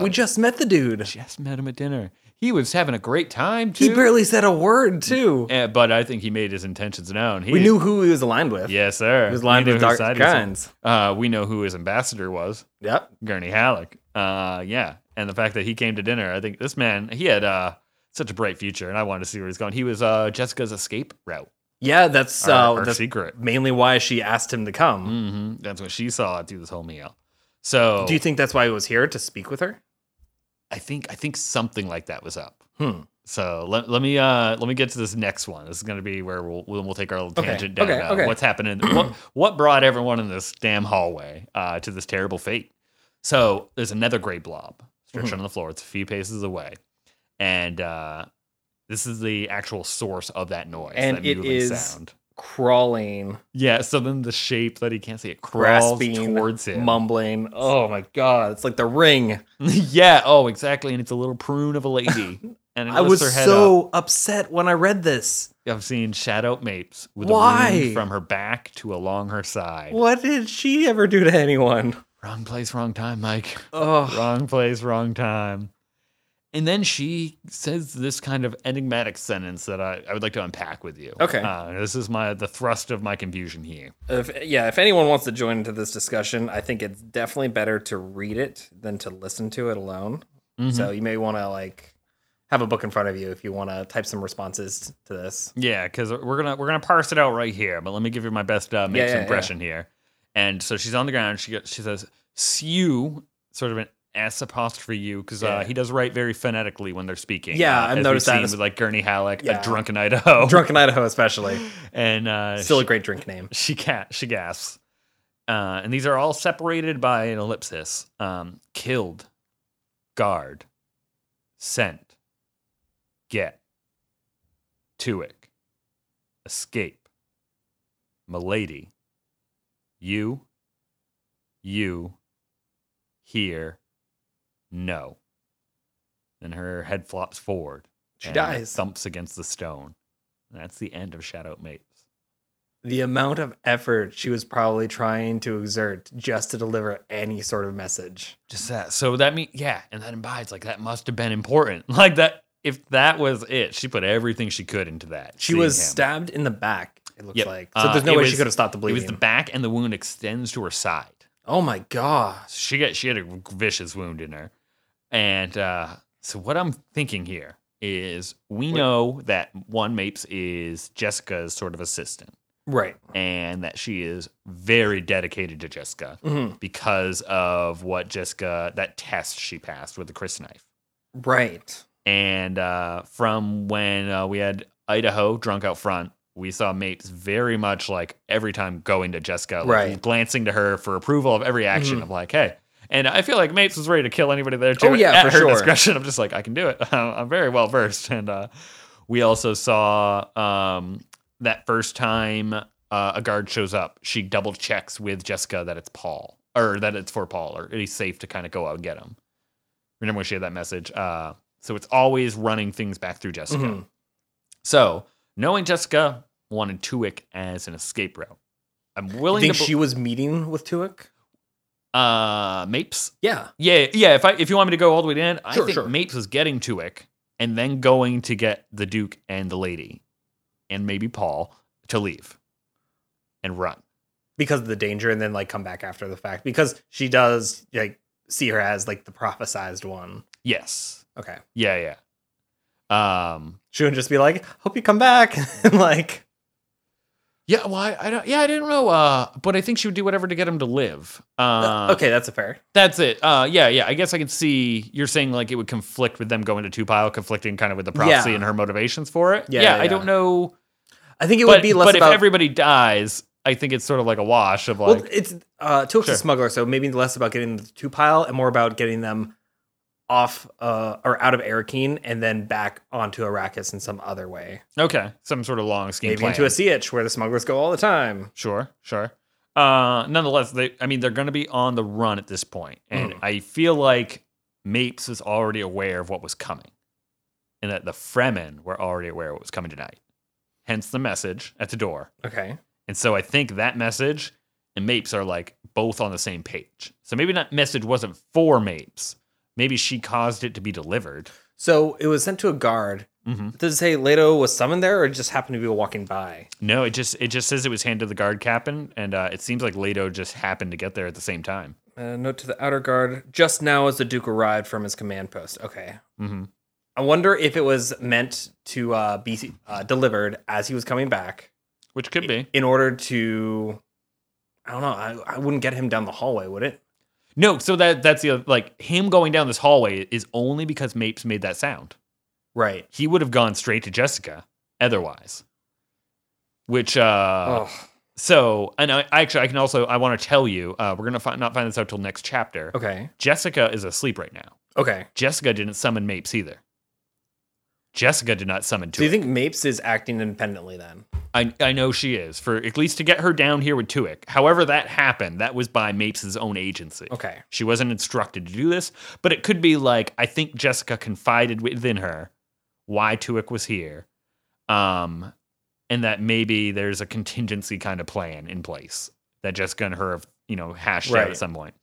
Speaker 1: we just met the dude.
Speaker 2: just met him at dinner. He was having a great time too.
Speaker 1: He barely said a word too.
Speaker 2: Yeah, Eh, but I think he made his intentions known. He,
Speaker 1: We knew who he was aligned with.
Speaker 2: yes, sir.
Speaker 1: he was aligned
Speaker 2: We
Speaker 1: with
Speaker 2: knew
Speaker 1: Dark
Speaker 2: whose side he was on.
Speaker 1: Guns.
Speaker 2: Uh, we know who his ambassador was,
Speaker 1: Yep.
Speaker 2: Gurney Halleck. Uh, yeah, and the fact that he came to dinner, I think this man he had uh, such a bright future, and I wanted to see where he's going. He was uh, Jessica's escape route,
Speaker 1: Yeah, that's
Speaker 2: so
Speaker 1: uh,
Speaker 2: our,
Speaker 1: that's
Speaker 2: secret.
Speaker 1: mainly why she asked him to come.
Speaker 2: hmm That's what she saw through this whole meal. So
Speaker 1: Do you think that's why he was here to speak with her?
Speaker 2: I think I think something like that was up.
Speaker 1: Hmm.
Speaker 2: So let, let me uh let me get to this next one. This is gonna be where we'll we'll, we'll take our little
Speaker 1: Okay,
Speaker 2: tangent down.
Speaker 1: okay,
Speaker 2: about
Speaker 1: okay.
Speaker 2: What's happening? what what brought everyone in this damn hallway uh, to this terrible fate? So there's another gray blob stretched
Speaker 1: Mhm.
Speaker 2: on the floor. It's a few paces away, and uh, this is the actual source of that noise.
Speaker 1: And
Speaker 2: that
Speaker 1: it
Speaker 2: moving
Speaker 1: is
Speaker 2: sound.
Speaker 1: Crawling,
Speaker 2: yeah. So then the shape that he can't see it crawls
Speaker 1: Grasping,
Speaker 2: towards him.
Speaker 1: mumbling. Oh my god, it's like the ring.
Speaker 2: yeah. Oh, exactly. And it's a little prune of a lady. And it
Speaker 1: I was
Speaker 2: lifts her head up.
Speaker 1: so upset when I read this.
Speaker 2: I've seen shadow mapes with a
Speaker 1: Why?
Speaker 2: wound from her back to along her side.
Speaker 1: What did she ever do to anyone?
Speaker 2: Wrong place, wrong time, Mike.
Speaker 1: Oh,
Speaker 2: wrong place, wrong time. And then she says this kind of enigmatic sentence that I, I would like to unpack with you.
Speaker 1: Okay.
Speaker 2: Uh, this is my the thrust of my confusion here.
Speaker 1: if, yeah. If anyone wants to join into this discussion, I think it's definitely better to read it than to listen to it alone.
Speaker 2: Mhm.
Speaker 1: So you may want to like have a book in front of you if you want to type some responses to this.
Speaker 2: Yeah, because we're gonna we're gonna parse it out right here. But let me give you my best uh,
Speaker 1: Yeah,
Speaker 2: mix
Speaker 1: yeah, yeah.
Speaker 2: impression here. And so she's on the ground. She gets, she says "sew," sort of an S apostrophe U, because
Speaker 1: Yeah.
Speaker 2: uh, he does write very phonetically when they're speaking.
Speaker 1: Yeah,
Speaker 2: uh,
Speaker 1: I've
Speaker 2: as we've
Speaker 1: noticed that.
Speaker 2: seen with like Gurney Halleck,
Speaker 1: Yeah.
Speaker 2: a drunken Idaho,
Speaker 1: Drunken Idaho, especially,
Speaker 2: and uh,
Speaker 1: still a
Speaker 2: she,
Speaker 1: great drink name.
Speaker 2: she ca- she gasps. Uh, and these are all separated by an ellipsis. Um, killed, guard, sent, get, Tuic, Escape, Milady, You, You, Here, No. Then her head flops forward.
Speaker 1: She
Speaker 2: and it
Speaker 1: dies.
Speaker 2: Thumps against the stone. And that's the end of Shadow Mates.
Speaker 1: The amount of effort she was probably trying to exert just to deliver any sort of message.
Speaker 2: Just that. So that mean yeah, and that implies like that must have been important. Like that if that was it, she put everything she could into that.
Speaker 1: She
Speaker 2: seeing
Speaker 1: was
Speaker 2: him.
Speaker 1: stabbed in the back, it looks
Speaker 2: Yep.
Speaker 1: like. So
Speaker 2: Uh,
Speaker 1: there's no
Speaker 2: it
Speaker 1: way she
Speaker 2: was-
Speaker 1: could have stopped the
Speaker 2: It
Speaker 1: bleeding.
Speaker 2: was the back, and the wound extends to her side.
Speaker 1: oh my gosh.
Speaker 2: She got she had a vicious wound in her, and uh, so what I'm thinking here is we know that one Mapes is Jessica's sort of assistant,
Speaker 1: Right.
Speaker 2: and that she is very dedicated to Jessica
Speaker 1: Mhm.
Speaker 2: because of what Jessica that test she passed with the Chris knife,
Speaker 1: Right.
Speaker 2: and uh, from when uh, we had Idaho drunk out front. We saw Mapes very much like every time going to Jessica, like,
Speaker 1: Right. Mm-hmm.
Speaker 2: glancing to her for approval of every action of like, hey. And I feel like Mapes was ready to kill anybody there too.
Speaker 1: Oh, yeah,
Speaker 2: at
Speaker 1: for
Speaker 2: her
Speaker 1: sure.
Speaker 2: discretion. I'm just like, I can do it. I'm very well versed. And uh, we also saw um, that first time uh, a guard shows up, she double checks with Jessica that it's Paul or that it's for Paul or he's safe to kind of go out and get him. Remember when she had that message? Uh, so it's always running things back through Jessica.
Speaker 1: Mhm.
Speaker 2: So knowing Jessica wanted Tuick as an escape route, I'm
Speaker 1: You
Speaker 2: willing
Speaker 1: think
Speaker 2: to bel-
Speaker 1: she was meeting with Tuic?
Speaker 2: uh Mapes.
Speaker 1: Yeah.
Speaker 2: Yeah, yeah. If I if you want me to go all the way to the end, I
Speaker 1: Sure,
Speaker 2: think
Speaker 1: sure.
Speaker 2: Mapes was getting Tuick and then going to get the Duke and the lady, and maybe Paul to leave and run.
Speaker 1: Because of the danger and then like come back after the fact. Because she does like see her as like the prophesized one.
Speaker 2: Yes.
Speaker 1: Okay.
Speaker 2: Yeah. Yeah. Um.
Speaker 1: She would just be like, hope you come back. and like,
Speaker 2: Yeah. Well, I, I don't. Yeah, I didn't know. Uh. But I think she would do whatever to get him to live. Uh,
Speaker 1: okay, that's a fair.
Speaker 2: That's it. Uh, yeah, yeah. I guess I can see you're saying like it would conflict with them going to two pile, conflicting kind of with the prophecy
Speaker 1: Yeah.
Speaker 2: and her motivations for it.
Speaker 1: Yeah,
Speaker 2: yeah,
Speaker 1: yeah,
Speaker 2: I
Speaker 1: yeah.
Speaker 2: don't know.
Speaker 1: I think it
Speaker 2: but
Speaker 1: would be less
Speaker 2: but
Speaker 1: about
Speaker 2: if everybody dies, I think it's sort of like a wash of
Speaker 1: well,
Speaker 2: like
Speaker 1: it's uh, Tuic's
Speaker 2: Sure.
Speaker 1: a smuggler, so maybe less about getting the two pile and more about getting them off uh, or out of Arakeen and then back onto Arrakis in some other way.
Speaker 2: okay, some sort of long scheme
Speaker 1: Maybe
Speaker 2: plan.
Speaker 1: into a CH where the smugglers go all the time.
Speaker 2: Sure, sure. Uh, nonetheless, they I mean they're going to be on the run at this point, and I feel like Mapes is already aware of what was coming, and that the Fremen were already aware of what was coming tonight. Hence the message at the door.
Speaker 1: Okay.
Speaker 2: And so I think that message and Mapes are like both on the same page. So maybe that message wasn't for Mapes. Maybe she caused it to be delivered.
Speaker 1: So it was sent to a guard.
Speaker 2: Mm-hmm.
Speaker 1: Does it say Leto was summoned there or just happened to be walking by?
Speaker 2: No, it just it just says it was handed to the guard captain, and uh, it seems like Leto just happened to get there at the same time.
Speaker 1: Uh, note to the outer guard just now as the Duke arrived from his command post. Okay.
Speaker 2: hmm
Speaker 1: I wonder if it was meant to uh, be uh, delivered as he was coming back
Speaker 2: Which could be.
Speaker 1: in order to. I don't know. I, I wouldn't get him down the hallway, would it?
Speaker 2: No, so that that's the other- like him going down this hallway is only because Mapes made that sound.
Speaker 1: Right.
Speaker 2: He would have gone straight to Jessica otherwise. Which uh
Speaker 1: oh,
Speaker 2: So, and I actually, I can also, I want to tell you, uh, we're gonna fi- not find this out till next chapter.
Speaker 1: okay.
Speaker 2: Jessica is asleep right now.
Speaker 1: Okay.
Speaker 2: Jessica didn't summon Mapes either. Jessica did not summon
Speaker 1: Do you
Speaker 2: Tuic.
Speaker 1: think Mapes is acting independently then?
Speaker 2: I, I know she is for at least to get her down here with Tuic. However, that happened. That was by Mapes' own agency.
Speaker 1: Okay.
Speaker 2: She wasn't instructed to do this, but it could be like I think Jessica confided within her why Tuic was here, um, and that maybe there's a contingency kind of plan in place that Jessica and her have you know hashed out
Speaker 1: Right.
Speaker 2: at some point.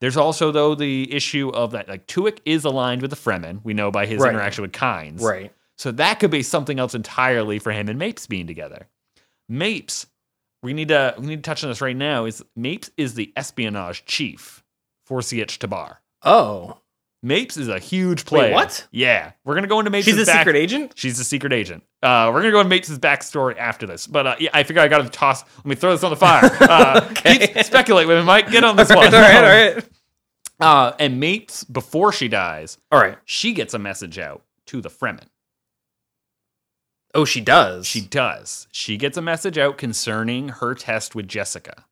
Speaker 2: There's also though the issue of that like Tuic is aligned with the Fremen. We know by his
Speaker 1: Right.
Speaker 2: interaction with Kynes,
Speaker 1: Right.
Speaker 2: so that could be something else entirely for him and Mapes being together. Mapes, we need to we need to touch on this right now. Is Mapes is the espionage chief for CH Tabar.
Speaker 1: Oh.
Speaker 2: Mapes is a huge player.
Speaker 1: what?
Speaker 2: Yeah, we're gonna go into Mapes.
Speaker 1: She's a
Speaker 2: back-
Speaker 1: secret agent?
Speaker 2: She's a secret agent. Uh, we're gonna go into Mapes' backstory after this, but uh, yeah, I figure I gotta toss. Let me throw this on the fire. Uh,
Speaker 1: Okay.
Speaker 2: keep- speculate with me, Mike. Get on this
Speaker 1: all
Speaker 2: one.
Speaker 1: right, all right, all right.
Speaker 2: Uh, and Mapes, before she dies,
Speaker 1: All right.
Speaker 2: she gets a message out to the Fremen.
Speaker 1: Oh, she does.
Speaker 2: She does. She gets a message out concerning her test with Jessica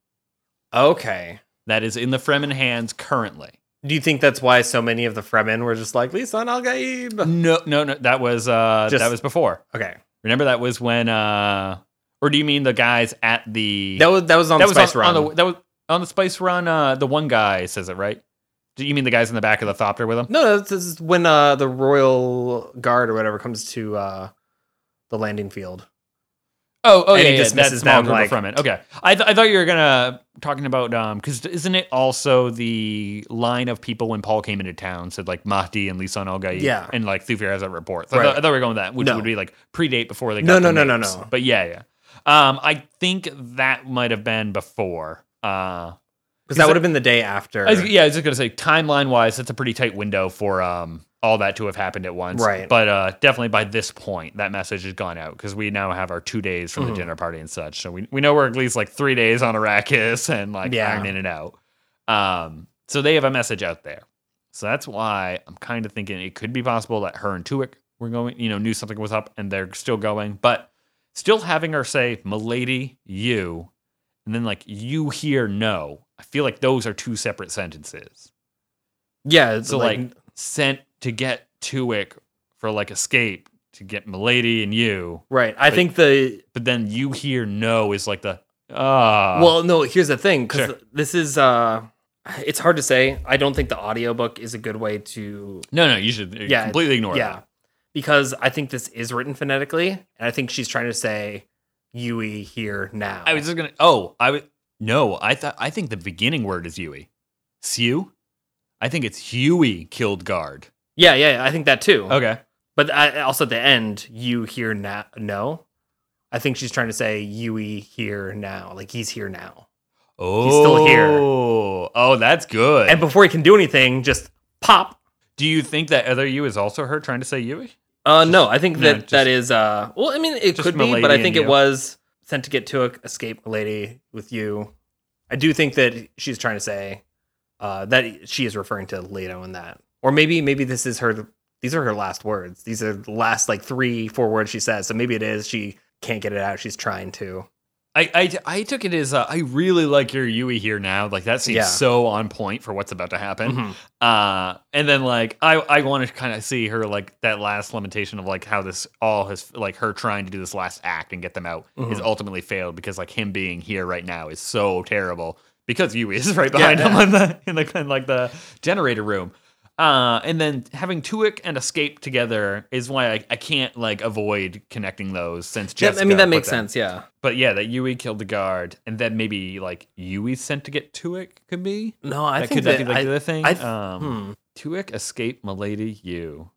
Speaker 1: Okay.
Speaker 2: that is in the Fremen hands currently.
Speaker 1: Do you think that's why so many of the Fremen were just like Lisan Al Gaib?
Speaker 2: No, no, no. That was uh,
Speaker 1: Just-
Speaker 2: that was before.
Speaker 1: Okay.
Speaker 2: Remember that was when, uh, or do you mean the guys at the
Speaker 1: That was that was on
Speaker 2: that
Speaker 1: the Spice
Speaker 2: on,
Speaker 1: Run.
Speaker 2: on the that was on the Spice Run? Uh, the one guy says it right. Do you mean the guys in the back of the Thopter with him?
Speaker 1: no, no, this is when uh, the Royal Guard or whatever comes to uh, the landing field.
Speaker 2: Oh, oh
Speaker 1: And
Speaker 2: yeah,
Speaker 1: he
Speaker 2: yeah, that
Speaker 1: dismisses
Speaker 2: small
Speaker 1: them,
Speaker 2: group
Speaker 1: like-
Speaker 2: from it. Okay, I, th- I thought you were gonna talking about um because isn't it also the line of people when Paul came into town said like Mahdi and Lisan Al Gaib
Speaker 1: Yeah.
Speaker 2: and like Thufir has that report. So I,
Speaker 1: Right.
Speaker 2: thought, I thought we were going with that, which
Speaker 1: No.
Speaker 2: would be like predate before they got
Speaker 1: No,
Speaker 2: the
Speaker 1: no, no, no,
Speaker 2: names.
Speaker 1: no.
Speaker 2: But yeah, yeah. Um, I think that might have been before. Uh,
Speaker 1: Because that
Speaker 2: it-
Speaker 1: would have been the day after.
Speaker 2: I was- yeah, I was just gonna say timeline wise, that's a pretty tight window for um all that to have happened at once.
Speaker 1: Right.
Speaker 2: But uh, definitely by this point, that message has gone out because we now have our two days from
Speaker 1: Mhm.
Speaker 2: the dinner party and such. So we we know we're at least like three days on Arrakis and like
Speaker 1: Yeah.
Speaker 2: iron in and out. Um, so they have a message out there. So that's why I'm kind of thinking it could be possible that her and Tuick were going, you know, knew something was up and they're still going, but still having her say, "Milady, you," and then like you here, no. I feel like those are two separate sentences
Speaker 1: yeah. It's
Speaker 2: So, like, sent to get Tuick for like escape to get Milady and you,
Speaker 1: right. I
Speaker 2: like-
Speaker 1: think the
Speaker 2: but then you here, no is like the ah.
Speaker 1: well, no. Here's the thing, because
Speaker 2: Sure.
Speaker 1: this is uh, it's hard to say. I don't think the audiobook is a good way to
Speaker 2: no, no, you should uh,
Speaker 1: Yeah,
Speaker 2: completely ignore
Speaker 1: yeah
Speaker 2: that.
Speaker 1: because i think this is written phonetically and i think she's trying to say yui here now
Speaker 2: I was just gonna. Oh, I would. No, I thought. I think the beginning word is Huey. Sew. I think it's Huey killed guard.
Speaker 1: yeah yeah i think that too
Speaker 2: Okay.
Speaker 1: but I, also at the end you here now no i think she's trying to say yui here now like he's here now
Speaker 2: Oh,
Speaker 1: still here.
Speaker 2: Oh, that's good.
Speaker 1: and before he can do anything just pop
Speaker 2: Do you think that other you is also her trying to say Huey?
Speaker 1: uh no i think
Speaker 2: no,
Speaker 1: that
Speaker 2: just-
Speaker 1: that is uh well i mean it
Speaker 2: Just
Speaker 1: could be
Speaker 2: Milady
Speaker 1: but i
Speaker 2: and
Speaker 1: think it
Speaker 2: you.
Speaker 1: was sent to get to a, escape lady with you i do think that she's trying to say uh that she is referring to leto in that or maybe maybe this is her these are her last words these are the last like three four words she says so maybe it is she can't get it out she's trying to
Speaker 2: I, I, I took it as uh, I really like your Yui here now. Like that seems
Speaker 1: Yeah.
Speaker 2: so on point for what's about to happen. Uh, and then like I I want to kind of see her like that last limitation of like how this all has like her trying to do this last act and get them out has
Speaker 1: Mhm.
Speaker 2: ultimately failed because like him being here right now is so terrible because Yui is right behind
Speaker 1: yeah.
Speaker 2: him in the in the in like the generator room. Uh, and then having Tuic and Escape together is why I, I can't like avoid connecting those since
Speaker 1: Yeah,
Speaker 2: Jessica
Speaker 1: i mean
Speaker 2: put
Speaker 1: that makes sense yeah
Speaker 2: but yeah, that Yui killed the guard, and then maybe like Yui sent to get Tuic could be.
Speaker 1: no i
Speaker 2: that
Speaker 1: think
Speaker 2: could
Speaker 1: that,
Speaker 2: that be like the
Speaker 1: I,
Speaker 2: other thing.
Speaker 1: I th-
Speaker 2: um,
Speaker 1: hmm.
Speaker 2: Tuic escaped Milady Yu,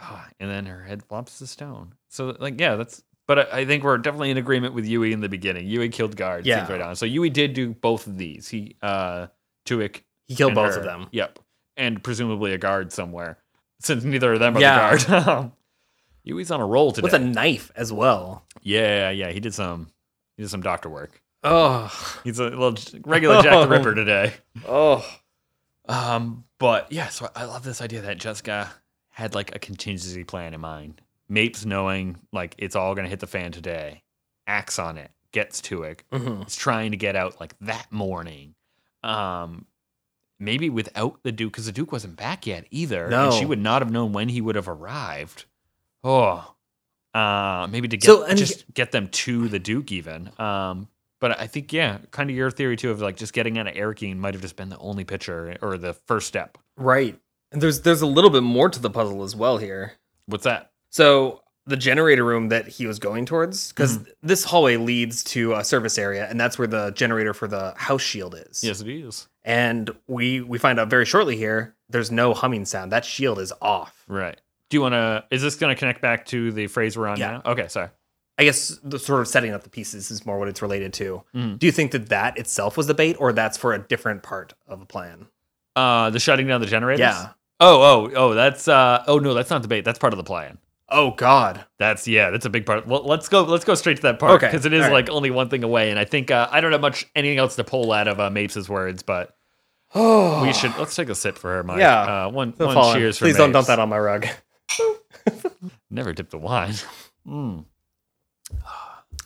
Speaker 2: Ah, and then her head flops to stone. So like yeah, that's. But I, I think we're definitely in agreement with Yui in the beginning. Yui killed guard.
Speaker 1: Yeah.
Speaker 2: seems right on. So Yui did do both of these. He uh Tuic
Speaker 1: he killed
Speaker 2: and
Speaker 1: both
Speaker 2: her.
Speaker 1: of them
Speaker 2: Yep, and presumably a guard somewhere, since neither of them are
Speaker 1: Yeah.
Speaker 2: the guard. Yui's on a roll today.
Speaker 1: with a knife as well
Speaker 2: yeah, yeah, he did some. He did some doctor work.
Speaker 1: oh
Speaker 2: He's a little j- regular Jack the Ripper today.
Speaker 1: oh
Speaker 2: Um, but yeah, so I love this idea that Jessica had like a contingency plan in mind. Mapes knowing like it's all gonna hit the fan today, acts on it, gets to it,
Speaker 1: hmm
Speaker 2: is trying to get out like that morning. Um, maybe without the Duke, because the Duke wasn't back yet either,
Speaker 1: No.
Speaker 2: and she would not have known when he would have arrived. Oh, uh, maybe to get
Speaker 1: So, and-
Speaker 2: just get them to the Duke even. Um, but I think yeah, kind of your theory too of like just getting out of Erikine might have just been the only picture or the first step.
Speaker 1: right and there's there's a little bit more to the puzzle as well here
Speaker 2: What's that?
Speaker 1: So the generator room that he was going towards, because this hallway leads to a service area, and that's where the generator for the house shield is.
Speaker 2: it is
Speaker 1: And we we find out very shortly here. There's no humming sound. That shield is off.
Speaker 2: right. Do you want to? Is this going to connect back to the phrase we're on
Speaker 1: Yeah.
Speaker 2: now? Okay, sorry.
Speaker 1: I guess the sort of setting up the pieces is more what it's related to.
Speaker 2: Mhm.
Speaker 1: Do you think that that itself was the bait, or that's for a different part of the plan?
Speaker 2: Uh, the shutting down the generators.
Speaker 1: Yeah.
Speaker 2: Oh, oh, oh, that's uh oh no, that's not debate. That's part of the plan.
Speaker 1: Oh God.
Speaker 2: That's yeah, that's a big part. Well, let's go let's go straight to that part
Speaker 1: Okay,
Speaker 2: because it is
Speaker 1: all right.
Speaker 2: like only one thing away and I think uh, I don't have much anything else to pull out of uh, Mapes's words, but
Speaker 1: Oh.
Speaker 2: we should let's take a sip for her, Mike.
Speaker 1: Yeah.
Speaker 2: Uh, one
Speaker 1: The
Speaker 2: one
Speaker 1: fallen.
Speaker 2: cheers for
Speaker 1: Please don't dump
Speaker 2: Mapes.
Speaker 1: that on my rug.
Speaker 2: Never dip the wine. Mm.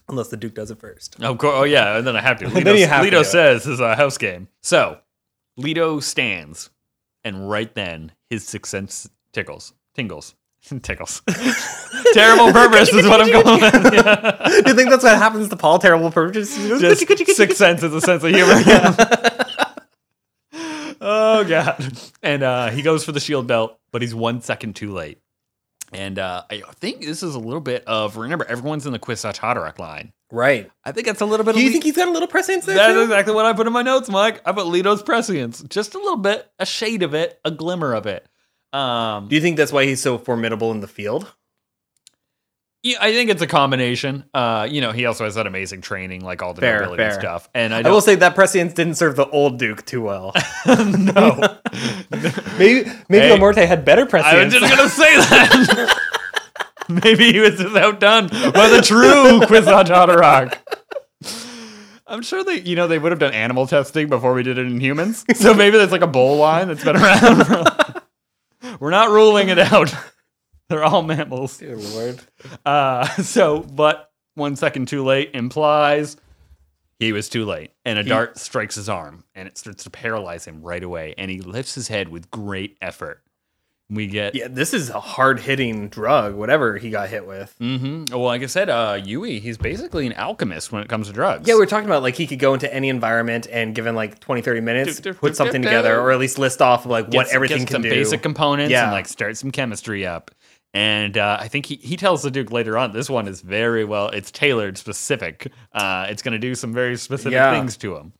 Speaker 1: Unless the Duke does it first.
Speaker 2: Of course. Oh yeah, and then I have to. Lito,
Speaker 1: Then you have to
Speaker 2: Lito
Speaker 1: do it.
Speaker 2: says this is a house game. So, Lito stands and right then his sixth sense tickles. Tingles. Tickles. Terrible purpose is what I'm calling it.
Speaker 1: Do you think that's what happens to Paul? Terrible purpose.
Speaker 2: Just sixth sense is a sense of humor. oh god! And uh, he goes for the shield belt, but he's one second too late. And uh, I think this is a little bit of remember everyone's in the Quisach Hodorok line.
Speaker 1: Right.
Speaker 2: I think that's a little bit.
Speaker 1: Do
Speaker 2: of
Speaker 1: you
Speaker 2: le-
Speaker 1: think he's got a little prescience there?
Speaker 2: That's
Speaker 1: too?
Speaker 2: exactly what I put in my notes, Mike. I put Leto's prescience, just a little bit, a shade of it, a glimmer of it. Um,
Speaker 1: Do you think that's why he's so formidable in the field?
Speaker 2: yeah, I think it's a combination. Uh, you know, he also has that amazing training, like all the
Speaker 1: Fair,
Speaker 2: nobility and
Speaker 1: fair.
Speaker 2: stuff. And I,
Speaker 1: I
Speaker 2: don't,
Speaker 1: will say that prescience didn't serve the old Duke too well.
Speaker 2: no,
Speaker 1: maybe maybe
Speaker 2: Hey.
Speaker 1: Amorte had better
Speaker 2: I was
Speaker 1: prescience.
Speaker 2: just gonna say that. Maybe he was just outdone by the true Quizon Todorok. I'm sure they, you know, they would have done animal testing before we did it in humans. So maybe that's like a bowl line that's been around. for- We're not ruling it out. They're all mammals.
Speaker 1: Dear Lord.
Speaker 2: Uh, so, but one second too late implies he was too late, and a dart strikes his arm, and it starts to paralyze him right away. And he lifts his head with great effort. We get
Speaker 1: Yeah, this is a hard hitting drug, whatever he got hit with.
Speaker 2: hmm Well, like I said, uh, Yui, he's basically an alchemist when it comes to drugs.
Speaker 1: Yeah, we were talking about like he could go into any environment and given like 20, 30 minutes,
Speaker 2: Doop, doop,
Speaker 1: put
Speaker 2: doop,
Speaker 1: something
Speaker 2: doop,
Speaker 1: together,
Speaker 2: doop.
Speaker 1: or at least list off like
Speaker 2: Get
Speaker 1: what
Speaker 2: some-
Speaker 1: everything
Speaker 2: get
Speaker 1: can
Speaker 2: some
Speaker 1: do.
Speaker 2: basic components
Speaker 1: Yeah.
Speaker 2: and like start some chemistry up. And uh, I think he, he tells the Duke later on, this one is very well, it's tailored specific. Uh, it's going to do some very specific
Speaker 1: Yeah.
Speaker 2: things to him.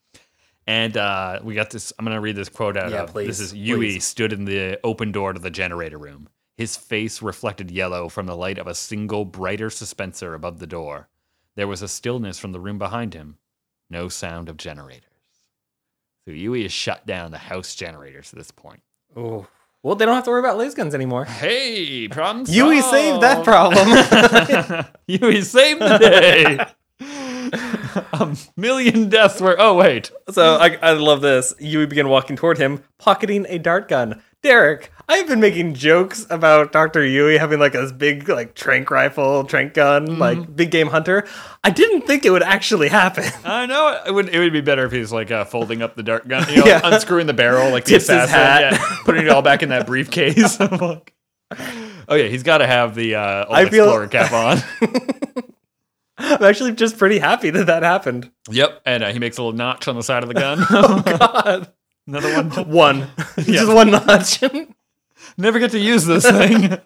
Speaker 2: And uh, we got this. I'm going to read this quote out
Speaker 1: Yeah,
Speaker 2: of.
Speaker 1: please,
Speaker 2: this is Yui
Speaker 1: please.
Speaker 2: stood in the open door to the generator room. His face reflected yellow from the light of a single brighter suspenser above the door. There was a stillness from the room behind him. No sound of generators. So Yui has shut down the house generators at this point.
Speaker 1: Ooh. Well, they don't have to worry about laser guns anymore. Oh.
Speaker 2: Hey, Oh. problem solved.
Speaker 1: Yui saved that problem.
Speaker 2: problem. Yui saved the day. a million deaths were. Oh wait.
Speaker 1: so I, I love this. Yui began walking toward him, pocketing a dart gun. Derek, I've been making jokes about Dr. Yui having like this big like trank rifle, trank gun, like big game hunter. I didn't think it would actually happen.
Speaker 2: I know it would. It would be better if he's like uh, folding up the dart gun, you know,
Speaker 1: Yeah.
Speaker 2: unscrewing the barrel like the
Speaker 1: Tips his
Speaker 2: assassin,
Speaker 1: hat.
Speaker 2: yeah, putting it all back in that briefcase. I'm like- oh yeah, he's got to have the uh, old
Speaker 1: I feel-
Speaker 2: explorer cap on.
Speaker 1: I'm actually just pretty happy that that happened. Oh,
Speaker 2: yep, and uh, he makes a little notch on the side of the gun.
Speaker 1: God.
Speaker 2: Another one.
Speaker 1: One. Just one notch.
Speaker 2: never get to use this thing.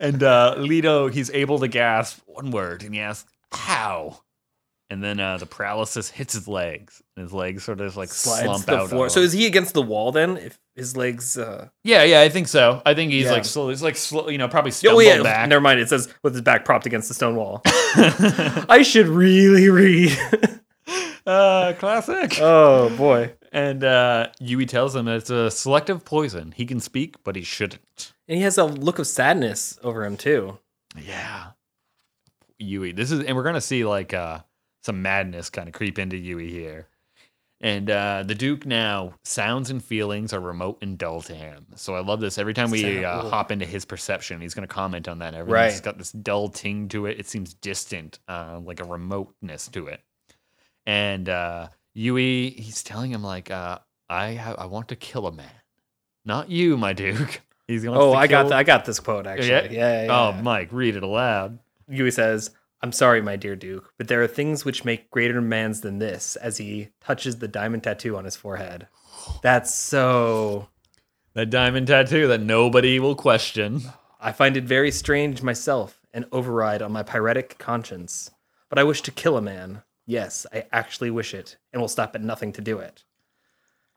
Speaker 2: and uh, Leto, he's able to gasp one word, and he asks, "How?" And then uh, the paralysis hits his legs, and his legs sort of like slump out. on him.
Speaker 1: he against the wall then? If his legs uh
Speaker 2: yeah, yeah, I think so. I think he's
Speaker 1: Yeah.
Speaker 2: like slowly, he's like slow, you know, probably
Speaker 1: Oh
Speaker 2: stumbled
Speaker 1: yeah,
Speaker 2: back.
Speaker 1: never mind. It says with his back propped against the stone wall. I should really read.
Speaker 2: uh, classic.
Speaker 1: oh boy.
Speaker 2: and uh, Yui tells him it's a selective poison. He can speak, but he shouldn't.
Speaker 1: And he has a look of sadness over him too.
Speaker 2: Yeah. Yui. This is and we're gonna see like uh some madness kind of creep into Yui here. And uh the Duke now, sounds and feelings are remote and dull to him. So I love this. Every time we
Speaker 1: Sound-
Speaker 2: uh,
Speaker 1: ooh.
Speaker 2: hop into his perception, he's gonna comment on that. Everything's
Speaker 1: Right.
Speaker 2: just got this dull ting to it. It seems distant, uh, like a remoteness to it. And uh Yui, he's telling him like, uh, I ha- I want to kill a man. Not you, my Duke. He's going
Speaker 1: Oh, I got th- I got this quote actually.
Speaker 2: Yeah?
Speaker 1: Yeah, yeah, yeah.
Speaker 2: Oh, Mike, read it aloud.
Speaker 1: Yui says, I'm sorry, my dear Duke, but there are things which make greater demands than this as he touches the diamond tattoo on his forehead. That's so.
Speaker 2: That diamond tattoo that nobody will question.
Speaker 1: I find it very strange myself, an override on my pyretic conscience. But I wish to kill a man. Yes, I actually wish it, and will stop at nothing to do it.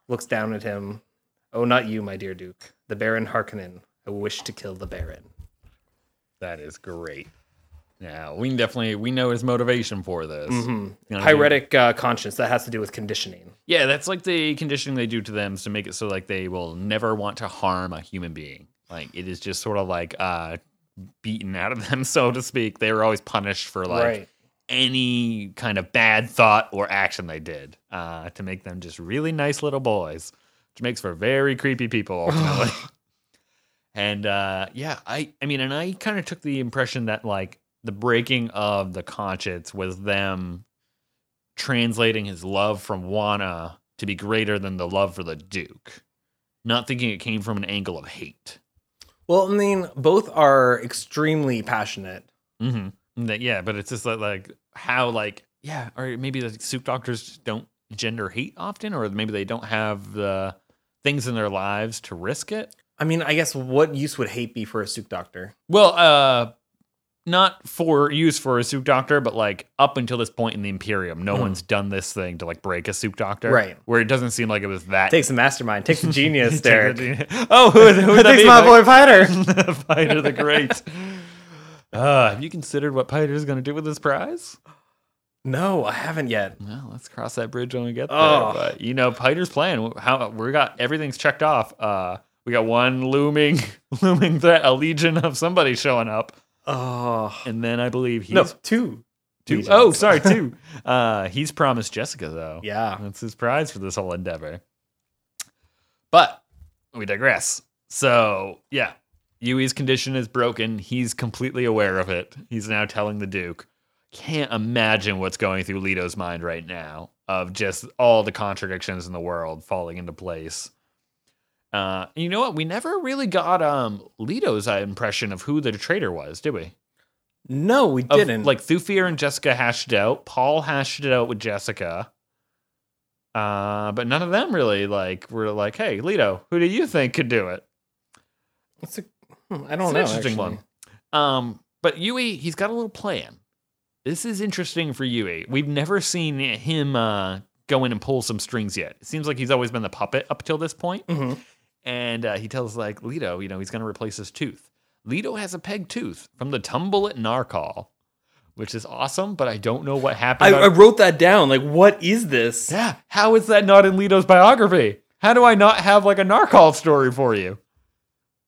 Speaker 1: Looks down at him. Oh, not you, my dear Duke. The Baron Harkonnen. I wish to kill the Baron.
Speaker 2: That is great. Yeah, we can definitely we know his motivation for this. You know what I mean?
Speaker 1: Pyretic uh, conscience, that has to do with conditioning.
Speaker 2: Yeah, that's like the conditioning they do to them is to make it so like they will never want to harm a human being. Like it is just sort of like uh beaten out of them, so to speak. They were always punished for like
Speaker 1: right.
Speaker 2: any kind of bad thought or action they did uh, to make them just really nice little boys, which makes for very creepy people ultimately. and uh, yeah, I I mean, and I kind of took the impression that like the breaking of the conscience was them translating his love from Wana to be greater than the love for the Duke, not thinking it came from an angle of hate.
Speaker 1: Well, I mean, both are extremely passionate.
Speaker 2: Mm-hmm. That, yeah, but it's just like, like how like yeah, or maybe the soup doctors don't gender hate often, or maybe they don't have the things in their lives to risk it.
Speaker 1: I mean, I guess what use would hate be for a soup doctor?
Speaker 2: Well, uh, not for use for a soup doctor, but like up until this point in the Imperium, no
Speaker 1: Hmm.
Speaker 2: one's done this thing to like break a soup doctor,
Speaker 1: Right.
Speaker 2: Where it doesn't seem like it was that.
Speaker 1: Takes a mastermind, takes a genius, Derek.
Speaker 2: oh, who, who would that
Speaker 1: takes
Speaker 2: be?
Speaker 1: my boy Fighter.
Speaker 2: Fighter the Great. Uh, have you considered what Piter is going to do with this prize?
Speaker 1: No, I haven't yet.
Speaker 2: Well, let's cross that bridge when we get there.
Speaker 1: Oh.
Speaker 2: But you know, Piter's plan. How we got everything's checked off. Uh, we got one looming, looming threat, a legion of somebody showing up,
Speaker 1: Oh
Speaker 2: and then I believe he's
Speaker 1: no, two,
Speaker 2: two
Speaker 1: legions.
Speaker 2: oh, sorry, two. uh, he's promised Jessica though.
Speaker 1: yeah.
Speaker 2: That's his prize for this whole endeavor. But we digress. So, yeah, Yui's condition is broken. He's completely aware of it. He's now telling the Duke. Can't imagine what's going through Leto's mind right now of just all the contradictions in the world falling into place. Uh, and you know what? We never really got um Leto's impression of who the traitor was, did we?
Speaker 1: No, we
Speaker 2: Of,
Speaker 1: didn't.
Speaker 2: Like Thufir and Jessica hashed it out. Paul hashed it out with Jessica. Uh, but none of them really like were like, "Hey, Leto, who do you think could do it?"
Speaker 1: it's a, hmm, I don't
Speaker 2: it's
Speaker 1: know.
Speaker 2: an interesting
Speaker 1: actually.
Speaker 2: one. Um, but Yui, he's got a little plan. This is interesting for Yui. We've never seen him uh, go in and pull some strings yet. It seems like he's always been the puppet up till this point.
Speaker 1: Mhm.
Speaker 2: And uh, he tells like Leto, you know, he's going to replace his tooth. Leto has a peg tooth from the tumble at Narcal, which is awesome. But I don't know what happened.
Speaker 1: I,
Speaker 2: on-
Speaker 1: I wrote that down. Like, what is this?
Speaker 2: yeah, how is that not in Leto's biography? How do I not have like a Narcal story for you?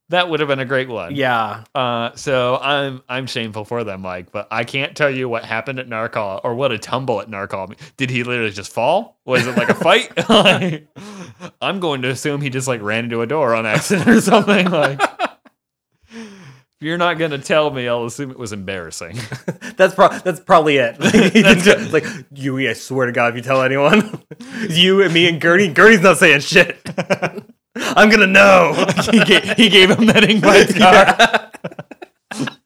Speaker 2: That would have been a great one.
Speaker 1: Yeah.
Speaker 2: Uh, so I'm I'm shameful for them, Mike, but I can't tell you what happened at Narcol or what a tumble at Narcol. mean- Did he literally just fall? Was it like a fight? Like, I'm going to assume he just like ran into a door on accident or something. Like, if you're not gonna tell me, I'll assume it was embarrassing.
Speaker 1: That's pro- that's probably it. Like, he
Speaker 2: That's
Speaker 1: just- like Yui, I swear to God, if you tell anyone, you and me and Gertie, Gertie's not saying shit. I'm gonna know.
Speaker 2: he, gave, he gave him that invite card.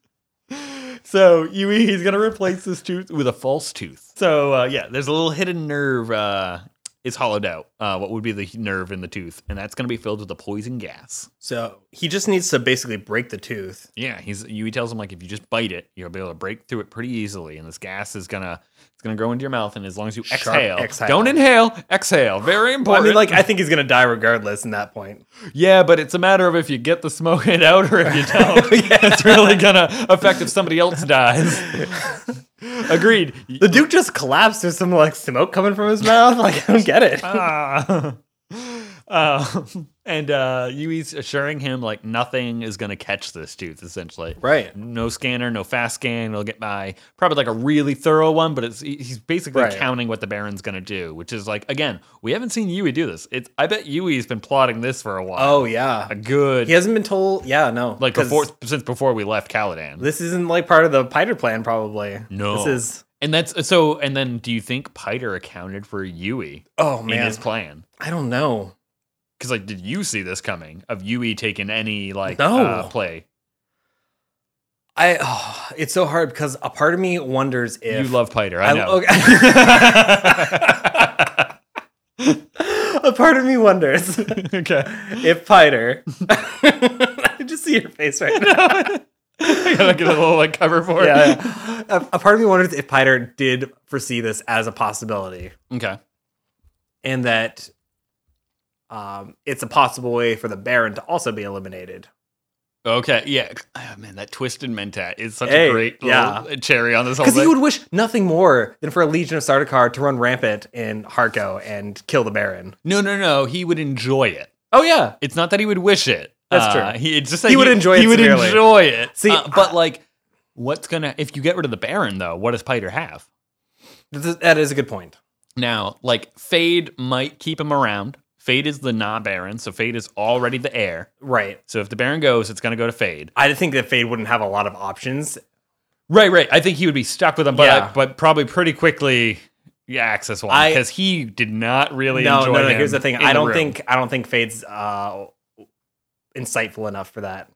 Speaker 2: so Yui, he's gonna replace this tooth with a false tooth. So uh, yeah, there's a little hidden nerve. Uh, is hollowed out. Uh, what would be the nerve in the tooth, and that's gonna be filled with a poison gas.
Speaker 1: So he just needs to basically break the tooth.
Speaker 2: Yeah, he's Yui tells him like if you just bite it, you'll be able to break through it pretty easily, and this gas is gonna it's gonna go into your mouth, and as long as you
Speaker 1: Sharp
Speaker 2: exhale,
Speaker 1: exhale.
Speaker 2: don't inhale, exhale. Very
Speaker 1: Well,
Speaker 2: important.
Speaker 1: I mean, like I think he's gonna die regardless. In that point,
Speaker 2: Yeah, but it's a matter of if you get the smoke it out or if you don't. It's really gonna affect if somebody else dies. Agreed.
Speaker 1: the Duke just collapsed. There's some like smoke coming from his mouth. Like I don't get it.
Speaker 2: Ah. Uh, and uh, Yui's assuring him like nothing is gonna catch this tooth. Essentially,
Speaker 1: Right.
Speaker 2: No scanner, no fast scan. It'll get by. Probably like a really thorough one, but it's he- he's basically
Speaker 1: Right.
Speaker 2: counting what the Baron's gonna do, which is like again, we haven't seen Yui do this. It's I bet Yui's been plotting this for a while.
Speaker 1: Oh yeah.
Speaker 2: a good
Speaker 1: He hasn't been told. Yeah, no.
Speaker 2: like
Speaker 1: 'cause
Speaker 2: before since before we left Caladan.
Speaker 1: This isn't like part of the Piter plan, probably.
Speaker 2: No.
Speaker 1: This is.
Speaker 2: And that's so. And then, do you think Piter accounted for Yui
Speaker 1: Oh
Speaker 2: in
Speaker 1: man,
Speaker 2: his plan?
Speaker 1: I don't know.
Speaker 2: Because, like, did you see this coming of Yui taking any like
Speaker 1: No.
Speaker 2: uh, play?
Speaker 1: I. Oh, it's so hard because a part of me wonders if
Speaker 2: you love Piter, I,
Speaker 1: I-
Speaker 2: know.
Speaker 1: a part of me wonders
Speaker 2: okay.
Speaker 1: if Piter. I just see your face right now.
Speaker 2: I gotta get a little like cover for
Speaker 1: Yeah,
Speaker 2: it.
Speaker 1: yeah. A, a part of me wonders if Piter did foresee this as a possibility,
Speaker 2: Okay.
Speaker 1: and that um, it's a possible way for the Baron to also be eliminated.
Speaker 2: Okay. Yeah. Oh, man, that twisted mentat is such
Speaker 1: Hey,
Speaker 2: a great
Speaker 1: yeah.
Speaker 2: little cherry on this whole
Speaker 1: Because he
Speaker 2: thing.
Speaker 1: would wish nothing more than for a legion of Sardaukar to run rampant in Harko and kill the Baron.
Speaker 2: no, no, no. He would enjoy it.
Speaker 1: Oh yeah,
Speaker 2: It's not that he would wish it.
Speaker 1: That's
Speaker 2: Uh,
Speaker 1: true.
Speaker 2: He it's just that
Speaker 1: He would enjoy
Speaker 2: He
Speaker 1: it
Speaker 2: would
Speaker 1: severely.
Speaker 2: enjoy it.
Speaker 1: See,
Speaker 2: Uh, but like, what's gonna if you get rid of the Baron though? What does Piter have
Speaker 1: Th- th- that is a good point.
Speaker 2: now? Like, Fade might keep him around. Fade is the not Baron, so Fade is already the heir.
Speaker 1: Right.
Speaker 2: So if the Baron goes, it's gonna go to Fade.
Speaker 1: I think that Fade wouldn't have a lot of options.
Speaker 2: Right, right. I think he would be stuck with him, but
Speaker 1: Yeah.
Speaker 2: but probably pretty quickly. Yeah, access one
Speaker 1: I-
Speaker 2: because he did not really
Speaker 1: no,
Speaker 2: enjoy
Speaker 1: no, no.
Speaker 2: him
Speaker 1: Here's the thing.
Speaker 2: in
Speaker 1: I don't
Speaker 2: room.
Speaker 1: think I don't think Fade's uh, insightful enough for that.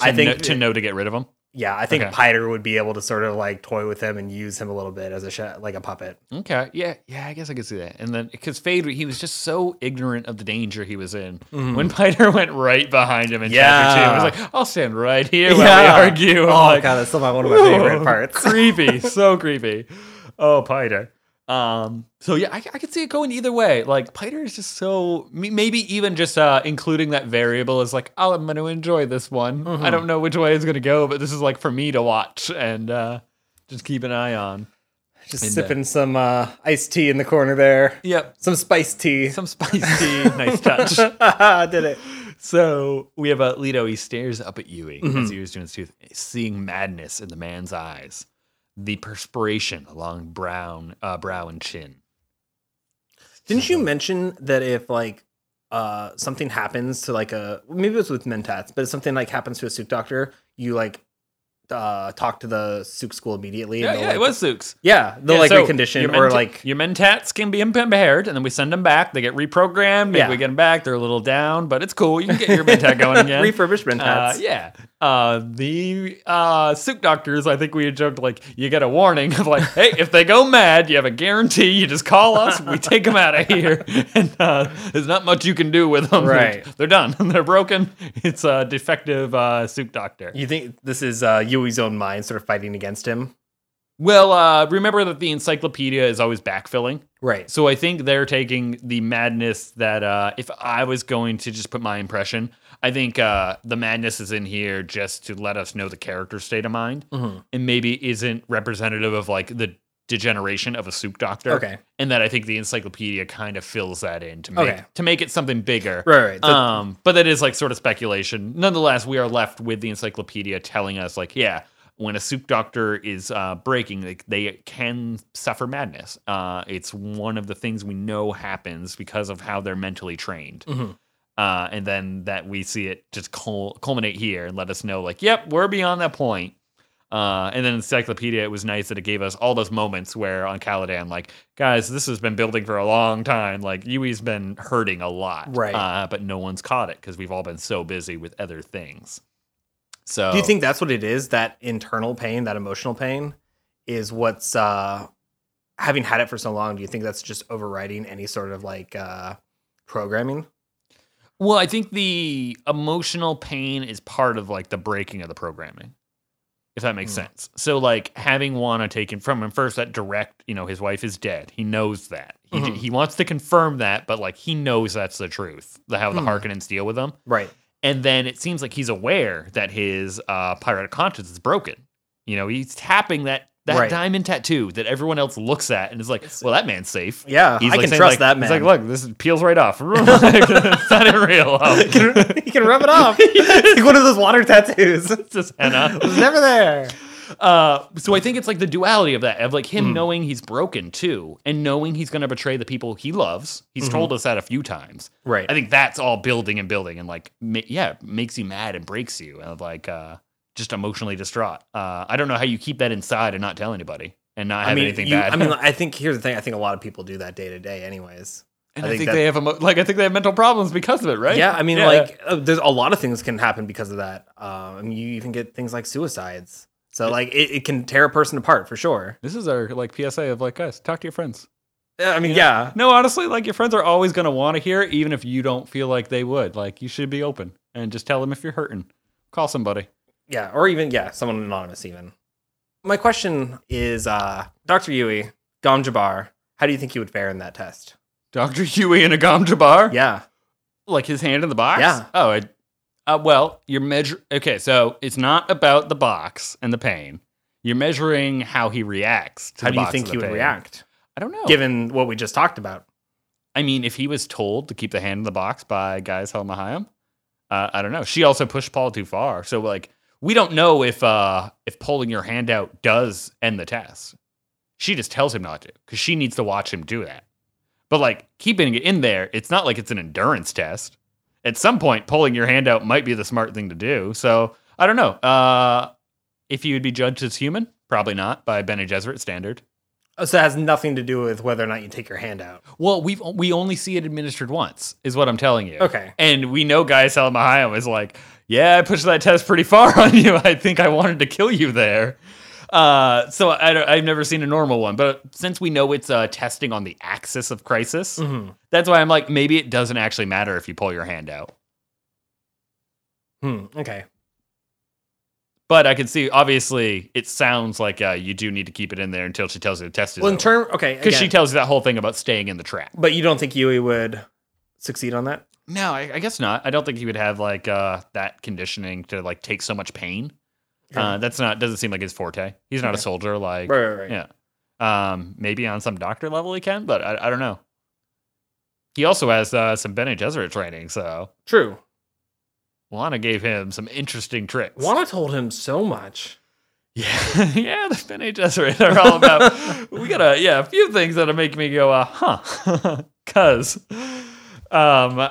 Speaker 2: I think
Speaker 1: think-
Speaker 2: to know to get rid of them.
Speaker 1: Yeah, I think
Speaker 2: Okay.
Speaker 1: Piter would be able to sort of like toy with him and use him a little bit as a sha- like a puppet.
Speaker 2: Okay. Yeah. Yeah. I guess I could see that. And then because Fade, he was just so ignorant of the danger he was in. When Piter went right behind him in chapter two, I
Speaker 1: Mm-hmm. Yeah.
Speaker 2: was like, I'll stand right here while we argue. I'm
Speaker 1: Oh
Speaker 2: like,
Speaker 1: god, that's still my- one of my favorite
Speaker 2: "Whoa,
Speaker 1: parts.
Speaker 2: creepy. So creepy. Oh, Piter. Um. So yeah, I, I could see it going either way. Like Piter is just so m- maybe even just uh including that variable is like, oh, I'm going to enjoy this one.
Speaker 1: Mm-hmm.
Speaker 2: I don't know which way it's going to go, but this is like for me to watch and uh just keep an eye on.
Speaker 1: Just
Speaker 2: In the-
Speaker 1: sipping some uh, iced tea in the corner there.
Speaker 2: Yep.
Speaker 1: Some spiced tea.
Speaker 2: Some spicy, nice touch.
Speaker 1: Did it.
Speaker 2: So we have uh, Leto. He stares up at Yui as he was doing his tooth, seeing madness in the man's eyes, the perspiration along brown uh, brow and chin.
Speaker 1: Didn't you mention that if like uh something happens to like a maybe it was with Mentats, but if something like happens to a Sook doctor, you like uh talk to the Sook school immediately. and they'll, like-
Speaker 2: Zooks.
Speaker 1: Yeah, they'll
Speaker 2: Yeah,
Speaker 1: like
Speaker 2: so your
Speaker 1: recondition
Speaker 2: men-
Speaker 1: or like
Speaker 2: your mentats can be impaired, and then we send them back. They get reprogrammed. Maybe
Speaker 1: Yeah.
Speaker 2: we get them back. They're a little down, but it's cool. You can get your mentat going again.
Speaker 1: refurbished
Speaker 2: Uh,
Speaker 1: Mentats.
Speaker 2: yeah. Uh, the uh, soup doctors, I think we had joked, like, you get a warning of, like, hey, if they go mad, you have a guarantee. You just call us, we take them out of here. And uh, there's not much you can do with them.
Speaker 1: Right.
Speaker 2: They're, they're done. They're broken. It's a defective uh, soup doctor.
Speaker 1: You think this is uh Yui's own mind sort of fighting against him?
Speaker 2: Well, uh, remember that the encyclopedia is always backfilling.
Speaker 1: Right.
Speaker 2: So I think they're taking the madness that uh, if I was going to just put my impression, I think uh, the madness is in here just to let us know the character state of mind,
Speaker 1: Mm-hmm.
Speaker 2: and maybe isn't representative of like the degeneration of a soup doctor.
Speaker 1: Okay.
Speaker 2: and that I think the encyclopedia kind of fills that in to make
Speaker 1: Okay.
Speaker 2: to make it something bigger.
Speaker 1: Right, right. So-
Speaker 2: um, but that is like sort of speculation. Nonetheless, we are left with the encyclopedia telling us like, yeah. When a soup doctor is uh, breaking, like they can suffer madness. Uh, it's one of the things we know happens because of how they're mentally trained uh, and then that we see it just cul- culminate here and let us know like yep we're beyond that point uh, and then encyclopedia it was nice that it gave us all those moments where on caladan like guys this has been building for a long time like yui's been hurting a lot
Speaker 1: Right.
Speaker 2: uh, but no one's caught it because we've all been so busy with other things so
Speaker 1: Do you think that's what it is? That internal pain, that emotional pain, is what's uh having had it for so long. Do you think that's just overriding any sort of like uh programming?
Speaker 2: well i think the emotional pain is part of like the breaking of the programming if that makes
Speaker 1: Hmm.
Speaker 2: sense. So like having Wana taken from him first, that direct, you know, his wife is dead. He knows that. He,
Speaker 1: Mhm.
Speaker 2: he wants to confirm that, but like he knows that's the truth. The how the
Speaker 1: Hmm.
Speaker 2: Harkonnens deal with them,
Speaker 1: Right.
Speaker 2: and then it seems like he's aware that his uh, pirate conscience is broken. You know, he's tapping that that
Speaker 1: Right.
Speaker 2: diamond tattoo that everyone else looks at and is like, well, that man's safe.
Speaker 1: Yeah,
Speaker 2: He's
Speaker 1: I
Speaker 2: like
Speaker 1: can
Speaker 2: saying,
Speaker 1: trust
Speaker 2: like-
Speaker 1: that man.
Speaker 2: He's like, look, this is- peels right off. it's not even real.
Speaker 1: you can rub it off. it's like one of those water tattoos. It
Speaker 2: it's just henna.
Speaker 1: was never there.
Speaker 2: Uh, so I think it's like the duality of that, of like him knowing he's broken too, and knowing he's going to betray the people he loves. He's told us that a few times.
Speaker 1: Right.
Speaker 2: I think that's all building and building, and like, ma- yeah, makes you mad and breaks you, and like, uh, just emotionally distraught. Uh, I don't know how you keep that inside and not tell anybody and not have
Speaker 1: I mean,
Speaker 2: anything
Speaker 1: you-
Speaker 2: bad.
Speaker 1: I mean, I think here's the thing. I think a lot of people do that day to day, anyways.
Speaker 2: and
Speaker 1: I
Speaker 2: I,
Speaker 1: think
Speaker 2: think,
Speaker 1: that-
Speaker 2: they have emo- like I think they have mental problems because of it, right?
Speaker 1: Yeah, I mean, like, uh, there's a lot of things can happen because of that. Um, I mean, you even get things like suicides. So, like, it, it can tear a person apart for sure.
Speaker 2: this is our like PSA of like, guys, talk to your friends.
Speaker 1: Yeah, I mean, yeah.
Speaker 2: No, honestly, like your friends are always going to want to hear, it, even if you don't feel like they would. Like you should be open and just tell them if you're hurting. Call somebody.
Speaker 1: Yeah, or even yeah, someone anonymous even. My question is uh Dr. Yui, Dom Jabbar, how do you think he would fare in that test?
Speaker 2: Dr. Huey in a Gom Jabbar?
Speaker 1: Yeah.
Speaker 2: Like his hand in the box?
Speaker 1: Yeah.
Speaker 2: Oh, I, uh, well, you're measure. Okay, so it's not about the box and the pain. You're measuring how he reacts. To
Speaker 1: How
Speaker 2: the
Speaker 1: do you
Speaker 2: box
Speaker 1: think
Speaker 2: and
Speaker 1: he
Speaker 2: the
Speaker 1: would
Speaker 2: pain.
Speaker 1: react
Speaker 2: I don't know.
Speaker 1: given what we just talked about?
Speaker 2: I mean, if he was told to keep the hand in the box by guys Hell Mahayam, uh, I don't know. She also pushed Paul too far. So like we don't know if uh if pulling your hand out does end the test. She just tells him not to because she needs to watch him do that. But like keeping it in there, it's not like it's an endurance test. At some point, pulling your hand out might be the smart thing to do. So I don't know. Uh, if you would be judged as human, probably not by Bene Gesserit standard.
Speaker 1: Oh, So it has nothing to do with whether or not you take your hand out.
Speaker 2: Well, we've we only see it administered once, is what I'm telling you.
Speaker 1: Okay.
Speaker 2: And we know Guy Salamahayo is like, yeah, I pushed that test pretty far on you. I think I wanted to kill you there. Uh, so I, don't- I've never seen a normal one, but since we know it's uh, testing on the axis of crisis,
Speaker 1: Mm. Mm-hmm.
Speaker 2: that's why I'm like, maybe it doesn't actually matter if you pull your hand out.
Speaker 1: Hmm. Okay.
Speaker 2: But I can see, obviously, it sounds like uh, you do need to keep it in there until she tells you the test is
Speaker 1: Well, in
Speaker 2: because
Speaker 1: term, okay,
Speaker 2: she
Speaker 1: again,
Speaker 2: tells you that whole thing about staying in the trap.
Speaker 1: but you don't think Yui would succeed on that?
Speaker 2: No, I, I guess not. I don't think he would have like uh, that conditioning to like take so much pain. Uh, that's not doesn't seem like his forte. He's not
Speaker 1: Okay.
Speaker 2: a soldier. Like
Speaker 1: Right, right, right.
Speaker 2: yeah, um, maybe on some doctor level he can, but I, I don't know. He also has uh, some Bene Gesserit training, so
Speaker 1: True.
Speaker 2: Lana gave him some interesting tricks.
Speaker 1: Juana told him so much.
Speaker 2: Yeah, yeah, the Bene Gesserit are all about. we got a yeah, a few things that'll make me go, uh, huh, cause. Um,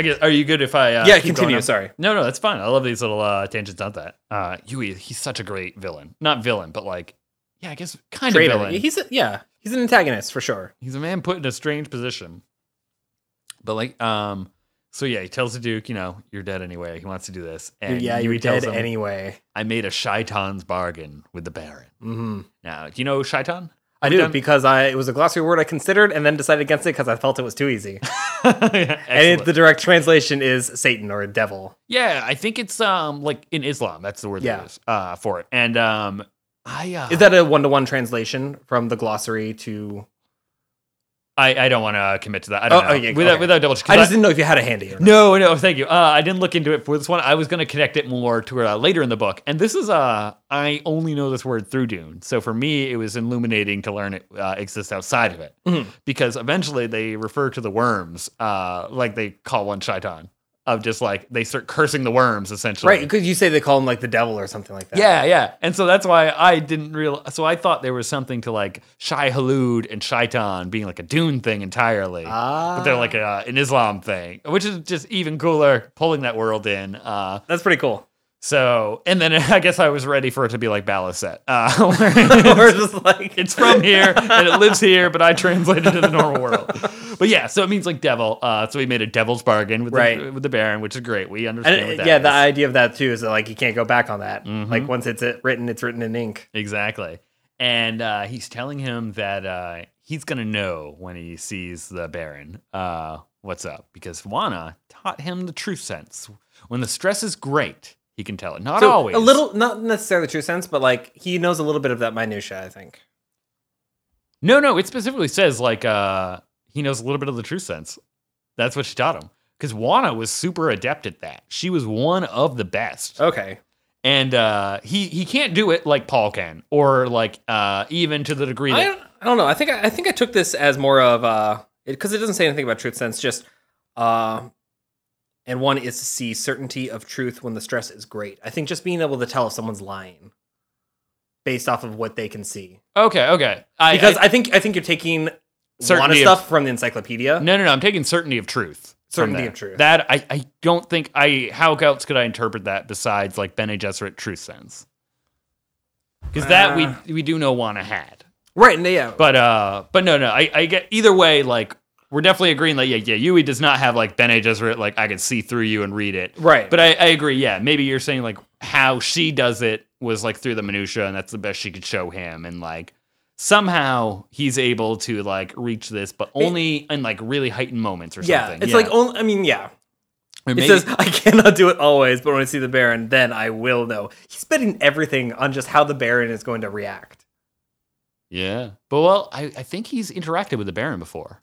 Speaker 2: I guess are you good if I uh,
Speaker 1: yeah,
Speaker 2: keep going
Speaker 1: continue.
Speaker 2: on?
Speaker 1: Sorry.
Speaker 2: No, no, that's fine. I love these little uh, tangents on that. Uh, Yui, he's such a great villain. Not villain, but like, yeah, I guess kind
Speaker 1: Traitor.
Speaker 2: of villain.
Speaker 1: He's a, yeah, he's an antagonist for sure.
Speaker 2: He's a man put in a strange position. But like, um, so yeah, he tells the Duke, you know, you're dead anyway. He wants to do this, and
Speaker 1: yeah,
Speaker 2: Yui
Speaker 1: you're
Speaker 2: tells
Speaker 1: dead
Speaker 2: him,
Speaker 1: anyway.
Speaker 2: I made a Shaitan's bargain with the Baron.
Speaker 1: hmm
Speaker 2: Now, do you know Shaitan?
Speaker 1: I do
Speaker 2: done-
Speaker 1: because I it was a glossary word I considered and then decided against it because I felt it was too easy. and it, the direct translation is Satan or devil.
Speaker 2: yeah, I think it's um like in Islam, that's the word
Speaker 1: Yeah.
Speaker 2: they use uh, for it. And um, I uh,
Speaker 1: Is that a one to one translation from the glossary to?
Speaker 2: I, I don't want to commit to that. I don't
Speaker 1: Oh,
Speaker 2: know.
Speaker 1: oh, yeah,
Speaker 2: without
Speaker 1: okay.
Speaker 2: without double checking.
Speaker 1: I just didn't know if you had a handy. Or not.
Speaker 2: No, no, thank you. Uh, I didn't look into it for this one. I was going to connect it more to uh, later in the book. And this is, uh, I only know this word through Dune. So for me, it was illuminating to learn it uh, exists outside of it.
Speaker 1: Mhm.
Speaker 2: Because eventually they refer to the worms, uh, like they call one Shaitan, of just like they start cursing the worms essentially.
Speaker 1: Right, because you say they call him like the devil or something like that.
Speaker 2: Yeah, yeah. And so that's why I didn't real. So I thought there was something to like Shai Halud and Shaitan being like a Dune thing entirely
Speaker 1: Ah,
Speaker 2: but they're like a, an Islam thing, which is just even cooler, pulling that world in. Uh,
Speaker 1: that's pretty cool.
Speaker 2: so, and then I guess I was ready for it to be like Balasset. Uh, where
Speaker 1: We're
Speaker 2: it's-
Speaker 1: just like
Speaker 2: it's from here and it lives here, but I translated to the normal world. But yeah, so it means like devil. Uh, so we made a devil's bargain with the,
Speaker 1: Right.
Speaker 2: with the Baron, which is great. We understand.
Speaker 1: and, uh,
Speaker 2: what that
Speaker 1: yeah, the
Speaker 2: is.
Speaker 1: idea of that too is that like you can't go back on that.
Speaker 2: Mhm.
Speaker 1: Like once it's it, written, it's written in ink.
Speaker 2: Exactly. And uh, he's telling him that uh, he's going to know when he sees the Baron uh, what's up because Juana taught him the true sense. When the stress is great, he can tell it. Not
Speaker 1: So,
Speaker 2: always.
Speaker 1: a little, not necessarily true sense, but like he knows a little bit of that minutia. I think.
Speaker 2: No, no. It specifically says like uh, he knows a little bit of the true sense. That's what she taught him. Because Juana was super adept at that. She was one of the best.
Speaker 1: Okay.
Speaker 2: And uh, he he can't do it like Paul can, or like uh, even to the degree
Speaker 1: I
Speaker 2: that
Speaker 1: don't, I don't know. I think I, I think I took this as more of uh because it, doesn't say anything about truth sense. Just uh, and one is to see certainty of truth when the stress is great. I think just being able to tell if someone's lying based off of what they can see.
Speaker 2: Okay, okay. I,
Speaker 1: Because I, think I think you're taking lot of
Speaker 2: Certainty of-
Speaker 1: stuff from the encyclopedia.
Speaker 2: No, no, no. I'm taking certainty of truth. from
Speaker 1: Certainty
Speaker 2: that.
Speaker 1: of truth.
Speaker 2: That I, I don't think I. How else could I interpret that besides like Bene Gesserit truth sense? Because that
Speaker 1: Uh.
Speaker 2: we we do know Wana had,
Speaker 1: Right. and Yeah.
Speaker 2: but uh, but no, no. I, I get either way. Like we're definitely agreeing. Like yeah, yeah. Yui does not have like Bene Gesserit. Like I could see through you and read it.
Speaker 1: right.
Speaker 2: But I, I agree. Yeah, maybe you're saying like how she does it was like through the minutia, and that's the best she could show him, and like somehow he's able to like reach this, but only in like really heightened moments or
Speaker 1: yeah,
Speaker 2: something.
Speaker 1: it's like only. I mean, yeah.
Speaker 2: Or
Speaker 1: It
Speaker 2: maybe-
Speaker 1: says I cannot do it always, but when I see the Baron, then I will know. He's betting everything on just how the Baron is going to react.
Speaker 2: yeah. But well, I, I think he's interacted with the Baron before.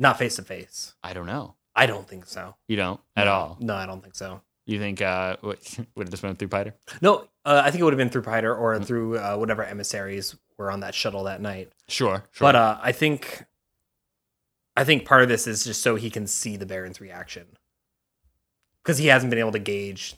Speaker 1: Not face to face.
Speaker 2: I don't know.
Speaker 1: I don't think so.
Speaker 2: You don't at all.
Speaker 1: No, I don't think so.
Speaker 2: You think uh would have just went through Piter?
Speaker 1: No, uh, I think it would have been through Piter
Speaker 2: Mm.
Speaker 1: or through uh, whatever emissaries were on that shuttle that night.
Speaker 2: Sure, sure.
Speaker 1: But uh, I think, I think part of this is just so he can see the Baron's reaction, because he hasn't been able to gauge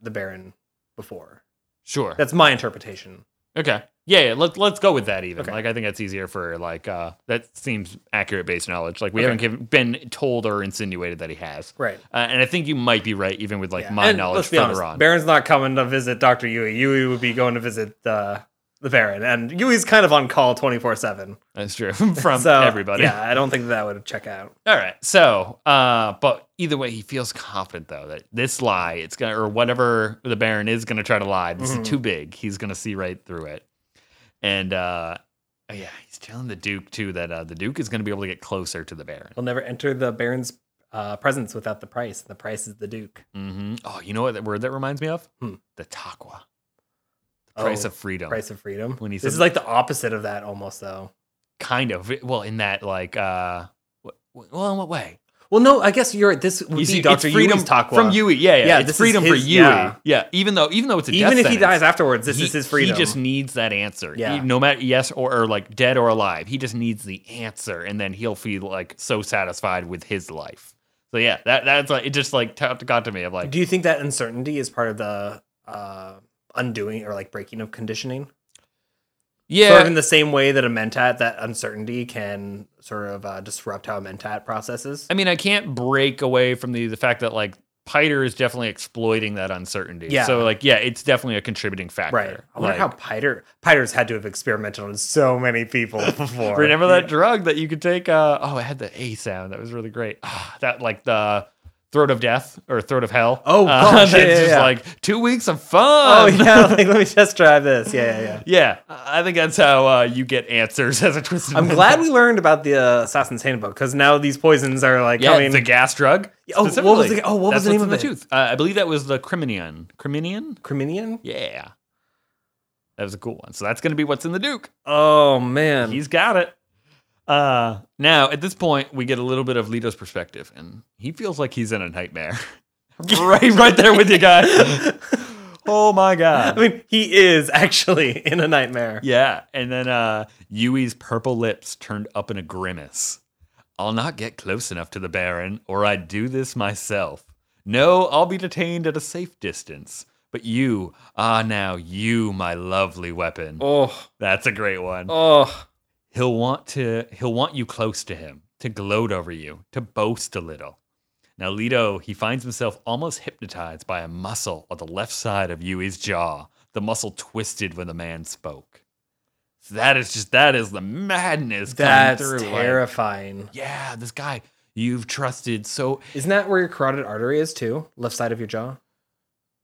Speaker 1: the Baron before.
Speaker 2: sure.
Speaker 1: That's my interpretation.
Speaker 2: Okay. Yeah, yeah let, let's go with that even.
Speaker 1: Okay.
Speaker 2: Like I think that's easier for like uh that seems accurate based knowledge. Like we
Speaker 1: Okay.
Speaker 2: haven't given, been told or insinuated that he has.
Speaker 1: Right.
Speaker 2: Uh, and I think you might be right even with like
Speaker 1: Yeah.
Speaker 2: my
Speaker 1: And
Speaker 2: knowledge
Speaker 1: let's be
Speaker 2: further
Speaker 1: honest,
Speaker 2: on.
Speaker 1: Baron's not coming to visit Doctor Yui. Yui would be going to visit uh, the Baron, and Yui's kind of on call twenty four seven.
Speaker 2: That's true. From
Speaker 1: So
Speaker 2: everybody.
Speaker 1: yeah, I don't think that would check out.
Speaker 2: All right. So, uh, but either way, he feels confident though that this lie, it's gonna or whatever the Baron is gonna try to lie. This
Speaker 1: Mhm.
Speaker 2: is too big. He's gonna see right through it. And uh, oh yeah, he's telling the Duke too that uh, the Duke is gonna be able to get closer to the Baron.
Speaker 1: He'll never enter the Baron's uh, presence without the price. The price is the Duke.
Speaker 2: hmm Oh, you know what that word that reminds me of?
Speaker 1: Hmm.
Speaker 2: The taqwa, the price
Speaker 1: Oh,
Speaker 2: of freedom.
Speaker 1: Price of freedom.
Speaker 2: When he
Speaker 1: this
Speaker 2: said-
Speaker 1: is like the opposite of that almost though.
Speaker 2: Kind of. Well, in that like, uh, wh- wh- well, in what way?
Speaker 1: Well, no, I guess you're this would
Speaker 2: You
Speaker 1: be
Speaker 2: see,
Speaker 1: Doctor
Speaker 2: it's freedom
Speaker 1: Yui's Takwa.
Speaker 2: from Yui. Yeah, yeah.
Speaker 1: Yeah,
Speaker 2: it's
Speaker 1: this is
Speaker 2: freedom for
Speaker 1: his-
Speaker 2: Yui. Yeah.
Speaker 1: yeah.
Speaker 2: even though even though it's a
Speaker 1: Even if
Speaker 2: death
Speaker 1: he
Speaker 2: sentence,
Speaker 1: dies afterwards, this
Speaker 2: he-
Speaker 1: is his freedom.
Speaker 2: He just needs that answer.
Speaker 1: Yeah.
Speaker 2: He- no matter yes or, or like dead or alive, he just needs the answer, and then he'll feel like so satisfied with his life. So yeah, that that's like it just like t- got to me of like
Speaker 1: Do you think that uncertainty is part of the uh, undoing or like breaking of conditioning? Sort of
Speaker 2: yeah
Speaker 1: in the same way that a mentat, that uncertainty can sort of uh, disrupt how a mentat processes.
Speaker 2: I mean, I can't break away from the the fact that like Piter is definitely exploiting that uncertainty.
Speaker 1: Yeah.
Speaker 2: So like, yeah, it's definitely a contributing factor.
Speaker 1: Right. I wonder
Speaker 2: Like,
Speaker 1: how Piter Piter's had to have experimented on so many people before.
Speaker 2: remember that drug that you could take? Uh, oh, it had the A sound. That was really great. Ah, that like the throat of death or throat of hell.
Speaker 1: Oh,
Speaker 2: Uh,
Speaker 1: gosh,
Speaker 2: that's
Speaker 1: yeah, yeah,
Speaker 2: just
Speaker 1: yeah.
Speaker 2: like two weeks of
Speaker 1: Oh
Speaker 2: fun.
Speaker 1: yeah, like let me test drive this. Yeah, yeah, yeah.
Speaker 2: Yeah, I think that's how uh, you get answers as a twisted.
Speaker 1: I'm glad we learned about the uh, Assassin's Handbook because now these poisons are like
Speaker 2: Yeah,
Speaker 1: coming.
Speaker 2: the gas drug.
Speaker 1: Oh, what was
Speaker 2: specifically.
Speaker 1: the- oh, what was
Speaker 2: That's
Speaker 1: the name
Speaker 2: what's in
Speaker 1: of it?
Speaker 2: tooth. Uh, I believe that was the criminion. Criminion.
Speaker 1: Criminian?
Speaker 2: Yeah. That was a cool one. So that's going to be what's in the Duke.
Speaker 1: Oh man.
Speaker 2: He's got it. Uh, now, at this point, we get a little bit of Lito's perspective, and he feels like he's in a nightmare. right, right there with you guys. oh my
Speaker 1: I
Speaker 2: god.
Speaker 1: mean, he is actually in a nightmare.
Speaker 2: Yeah, and then uh, Yui's purple lips turned up in a grimace. I'll not get close enough to the Baron, or I'd do this myself. No, I'll be detained at a safe distance. But you, ah, now you, my lovely weapon.
Speaker 1: Oh,
Speaker 2: That's a great one.
Speaker 1: oh.
Speaker 2: he'll want to he'll want you close to him to gloat over you to boast a little now Leto, he finds himself almost hypnotized by a muscle on the left side of yui's jaw the muscle twisted when the man spoke so that is just that is the madness coming
Speaker 1: That's
Speaker 2: through, like,
Speaker 1: terrifying.
Speaker 2: yeah this guy you've trusted so
Speaker 1: Isn't that where your carotid artery is too? Left side of your jaw?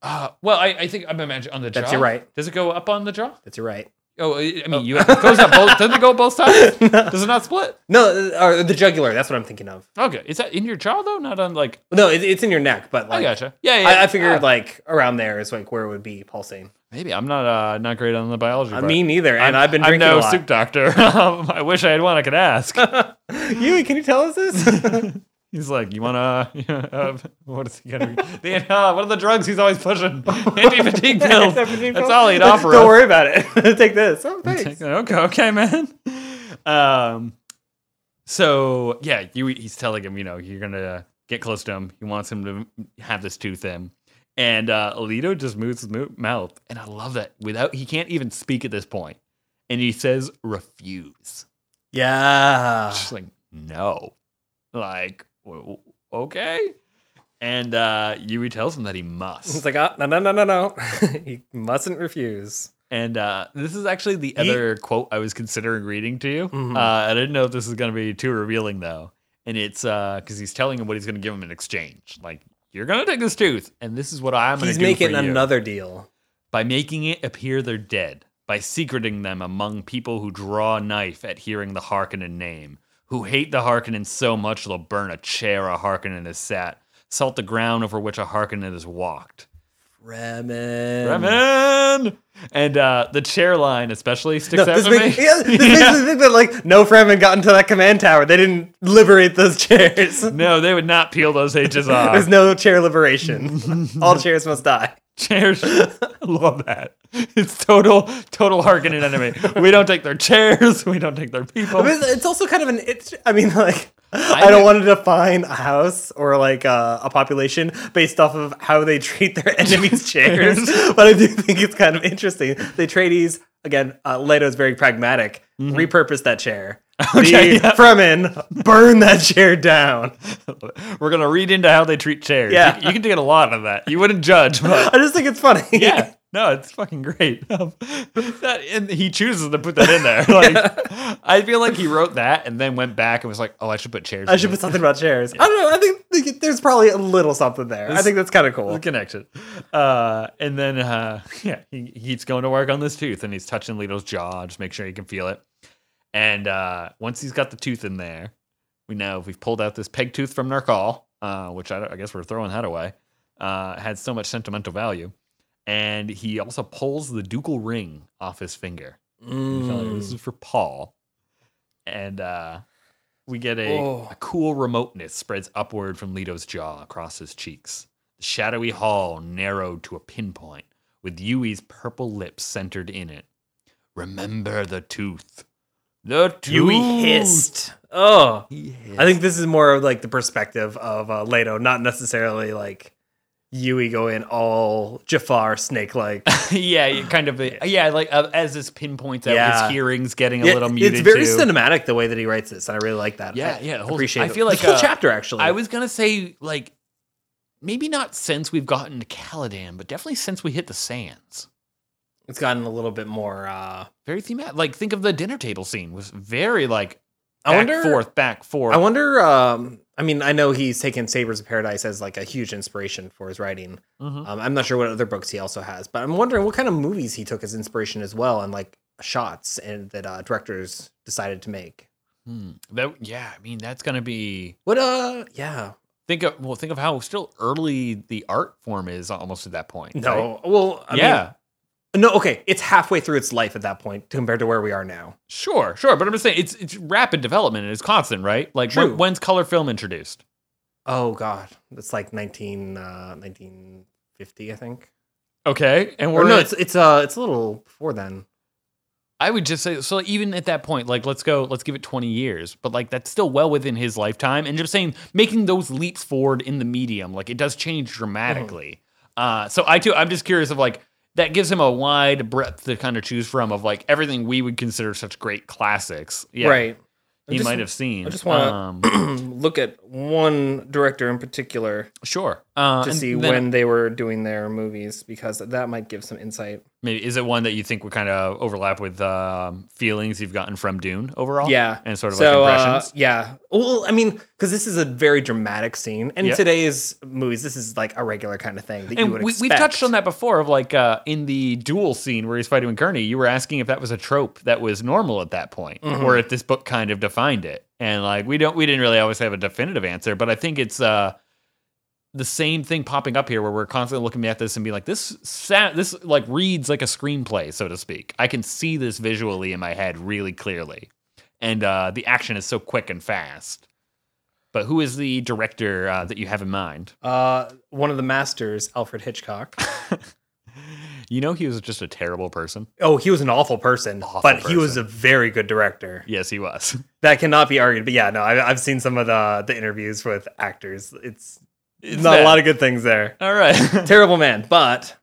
Speaker 2: uh well i, I think i'm imagining on the
Speaker 1: That's
Speaker 2: jaw
Speaker 1: your right.
Speaker 2: does it go up on the jaw
Speaker 1: That's your right.
Speaker 2: oh i I mean you have, it goes up both doesn't it go both sides does it not split
Speaker 1: No, uh, or the jugular. That's what I'm thinking of.
Speaker 2: okay is that in your jaw though not on like
Speaker 1: No, it, it's in your neck, but like
Speaker 2: I gotcha. Yeah, yeah.
Speaker 1: I, I figured
Speaker 2: Ah,
Speaker 1: like around there is like where it would be pulsing.
Speaker 2: maybe I'm not uh not great on the biology.
Speaker 1: Uh,
Speaker 2: part.
Speaker 1: me neither, and i have been
Speaker 2: I'm
Speaker 1: drinking
Speaker 2: no
Speaker 1: a lot.
Speaker 2: soup doctor. Um, I wish I had one I could ask.
Speaker 1: Yui, can you tell us this?
Speaker 2: He's like, you wanna? Uh, what is he gonna? The, uh, what are the drugs he's always pushing? Anti fatigue pills. That's all he'd offer
Speaker 1: Don't
Speaker 2: us.
Speaker 1: worry about it. Take this. Oh, thanks.
Speaker 2: Okay, okay, man. Um, so yeah, you, he's telling him, you know, you're gonna get close to him. He wants him to have this tooth in, and uh, Alito just moves his mo- mouth, and I love that. Without he can't even speak at this point, and he says refuse.
Speaker 1: Yeah.
Speaker 2: Just like no, like w- w- okay, and uh, Yui tells him that he must.
Speaker 1: It's like, ah, no, no, no, no, no. you mustn't refuse.
Speaker 2: And uh, this is actually the
Speaker 1: He-
Speaker 2: other quote I was considering reading to you.
Speaker 1: Mhm.
Speaker 2: Uh, I didn't know if this is going to be too revealing though, and it's because he's telling him what he's going to give him in exchange. Like you're going to take this tooth, and this is what I'm going to
Speaker 1: He's
Speaker 2: do
Speaker 1: making
Speaker 2: for you."
Speaker 1: another deal.
Speaker 2: by making it appear they're dead, by secreting them among people who draw a knife at hearing the Harkonnen name, who hate the Harkonnen so much they'll burn a chair a Harkonnen has sat, salt the ground over which a Harkonnen has walked.
Speaker 1: Fremen.
Speaker 2: Fremen! And uh, the chair line especially
Speaker 1: No,
Speaker 2: sticks out
Speaker 1: this
Speaker 2: for
Speaker 1: makes,
Speaker 2: me.
Speaker 1: yeah, this
Speaker 2: Yeah.
Speaker 1: makes me think that like no Fremen got into that command tower. They didn't liberate those chairs.
Speaker 2: no, they would not peel those H's off.
Speaker 1: There's no chair liberation. All chairs must die.
Speaker 2: chairs. I love that. It's total, total Harkonnen enemy. We don't take their chairs. We don't take their people.
Speaker 1: But it's- it's also kind of an itch. I mean, like, I,
Speaker 2: knew-
Speaker 1: don't want to define a house or like uh, a population based off of how they treat their enemies' chairs, but I do think it's kind of interesting. The Atreides, again, uh, Leto is very pragmatic, repurpose that chair.
Speaker 2: Mm-hmm. Okay,
Speaker 1: the
Speaker 2: yeah.
Speaker 1: Fremen, burn that chair down.
Speaker 2: We're gonna read into how they treat chairs.
Speaker 1: Yeah.
Speaker 2: you, you can get a lot of that. You wouldn't judge, but
Speaker 1: I just think it's funny.
Speaker 2: yeah, No, it's fucking great. Um, that, and he chooses to put that in there. Like, I feel like he wrote that and then went back and was like, "Oh, I should put chairs."
Speaker 1: I
Speaker 2: in
Speaker 1: should
Speaker 2: it."
Speaker 1: put something about chairs. I don't know. I think- think there's probably a little something there. I think that's kind of cool.
Speaker 2: It's connected. Uh, and then, uh, yeah, he, he's going to work on this tooth and he's touching Leto's jaw, just make sure he can feel it. And uh, once he's got the tooth in there, we know we've pulled out this peg tooth from Narcal, uh, which I, don't- I guess we're throwing that away. Uh, it had so much sentimental value. And he also pulls the ducal ring off his finger. And he's like,
Speaker 1: Mm.
Speaker 2: This is for Paul. And uh, we get a,
Speaker 1: Oh.
Speaker 2: a cool remoteness spreads upward from Leto's jaw across his cheeks. The shadowy hall narrowed to a pinpoint, with Yui's purple lips centered in it. Remember the tooth. The tooth.
Speaker 1: Yui hissed. Oh,
Speaker 2: He hissed.
Speaker 1: I think this is more of like the perspective of uh, Leto, not necessarily like Yui going all Jafar snake like.
Speaker 2: yeah, you kind of. Yeah, like uh, as this pinpoints out,
Speaker 1: Yeah.
Speaker 2: his hearing's getting a little muted.
Speaker 1: it's very
Speaker 2: too.
Speaker 1: cinematic the way that he writes this, and I really like that.
Speaker 2: Yeah,
Speaker 1: I
Speaker 2: yeah, the whole-
Speaker 1: appreciate.
Speaker 2: I
Speaker 1: it.
Speaker 2: feel like,
Speaker 1: this whole
Speaker 2: uh,
Speaker 1: chapter actually.
Speaker 2: I was gonna say like maybe not since we've gotten to Caladan, but definitely since we hit the sands.
Speaker 1: it's gotten a little bit more. Uh,
Speaker 2: Very thematic. Like think of the dinner table scene was very like
Speaker 1: I
Speaker 2: back
Speaker 1: wonder.
Speaker 2: forth, back forth.
Speaker 1: I wonder. Um, I mean, I know he's taken Sabers of Paradise as like a huge inspiration for his writing.
Speaker 2: Mhm.
Speaker 1: Um, I'm not sure what other books he also has, but I'm wondering what kind of movies he took as inspiration as well, and like shots and that uh, directors decided to make.
Speaker 2: Hmm. That, yeah, I mean that's gonna be
Speaker 1: What? Uh, yeah.
Speaker 2: think of well think of how still early the art form is almost at that point. right?
Speaker 1: No. Well, I
Speaker 2: yeah,
Speaker 1: Mean, no. Okay, it's halfway through its life at that point compared to where we are now.
Speaker 2: sure, sure. But I'm just saying it's it's rapid development and it's constant, right? Like
Speaker 1: True.
Speaker 2: when, when's color film introduced?
Speaker 1: Oh God, that's like 19, uh, 1950, I think.
Speaker 2: Okay, and
Speaker 1: Or
Speaker 2: we're
Speaker 1: no,
Speaker 2: at-
Speaker 1: it's it's uh it's a little before then.
Speaker 2: I would just say so. Even at that point, like let's go, let's give it twenty years, but like that's still well within his lifetime. And just saying, making those leaps forward in the medium, like it does change dramatically.
Speaker 1: Mm-hmm.
Speaker 2: Uh, so I too, I'm just curious of like that gives him a wide breadth to kind of choose from of like everything we would consider such great classics. Yeah,
Speaker 1: Right.
Speaker 2: He might have seen.
Speaker 1: I just wanna-
Speaker 2: um,
Speaker 1: look at one director in particular
Speaker 2: sure uh,
Speaker 1: to
Speaker 2: and
Speaker 1: see
Speaker 2: then
Speaker 1: when they were doing their movies because that might give some insight.
Speaker 2: Maybe is it one that you think would kind of overlap with um, feelings you've gotten from Dune overall?
Speaker 1: Yeah.
Speaker 2: and sort of
Speaker 1: So
Speaker 2: like
Speaker 1: uh,
Speaker 2: impressions.
Speaker 1: yeah, well, I mean, because this is a very dramatic scene, and in
Speaker 2: Yeah.
Speaker 1: today's movies, this is like a regular kind of thing that you would
Speaker 2: and we,
Speaker 1: expect.
Speaker 2: we've touched on that before of like uh, in the duel scene where he's fighting with Kearney, you were asking if that was a trope that was normal at that point or if this book kind of defined it. And like we don't we didn't really always have a definitive answer, but I think it's uh the same thing popping up here where we're constantly looking at this and being like this sound this like reads like a screenplay so to speak. I can see this visually in my head really clearly. And uh the action is so quick and fast. But who is the director uh, that you have in mind?
Speaker 1: Uh, one of the masters, Alfred Hitchcock.
Speaker 2: You know he was just a terrible person.
Speaker 1: Oh, he was an awful person,
Speaker 2: Awful
Speaker 1: but he was
Speaker 2: person.
Speaker 1: a very good director.
Speaker 2: Yes, he was.
Speaker 1: That cannot be argued. But yeah, no, I, I've seen some of the the interviews with actors. It's,
Speaker 2: It's
Speaker 1: not
Speaker 2: bad.
Speaker 1: a lot of good things there.
Speaker 2: All right.
Speaker 1: Terrible man, but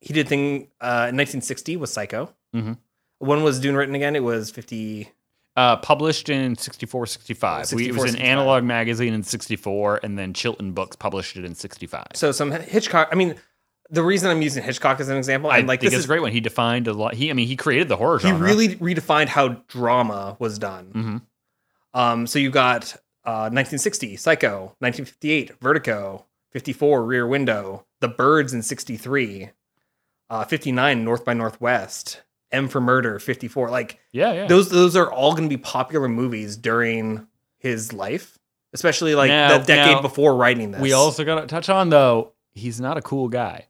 Speaker 1: he did thing uh, in 1960 was Psycho.
Speaker 2: Mhm.
Speaker 1: When was Dune written again? It was 50.
Speaker 2: uh, published in 64, 65. we, it
Speaker 1: 64,
Speaker 2: was an
Speaker 1: 65.
Speaker 2: analog magazine in 64, and then Chilton Books published it in 65.
Speaker 1: So some Hitchcock. I mean, the reason I'm using Hitchcock as an example,
Speaker 2: I
Speaker 1: I'm like
Speaker 2: think
Speaker 1: this
Speaker 2: it's
Speaker 1: is
Speaker 2: a great one. He defined a lot. He, I mean, he created the horror
Speaker 1: he
Speaker 2: genre.
Speaker 1: really redefined how drama was done.
Speaker 2: Mhm.
Speaker 1: Um, so you got uh, 1960, Psycho, 1958, Vertigo, 54, Rear Window, The Birds in 63, uh, 59, North by Northwest, M for Murder, 54. Like
Speaker 2: Yeah, yeah.
Speaker 1: those, those are all going to be popular movies during his life, especially like
Speaker 2: Now-
Speaker 1: the decade
Speaker 2: now-
Speaker 1: before writing this.
Speaker 2: we also got to touch on, though, he's not a cool guy.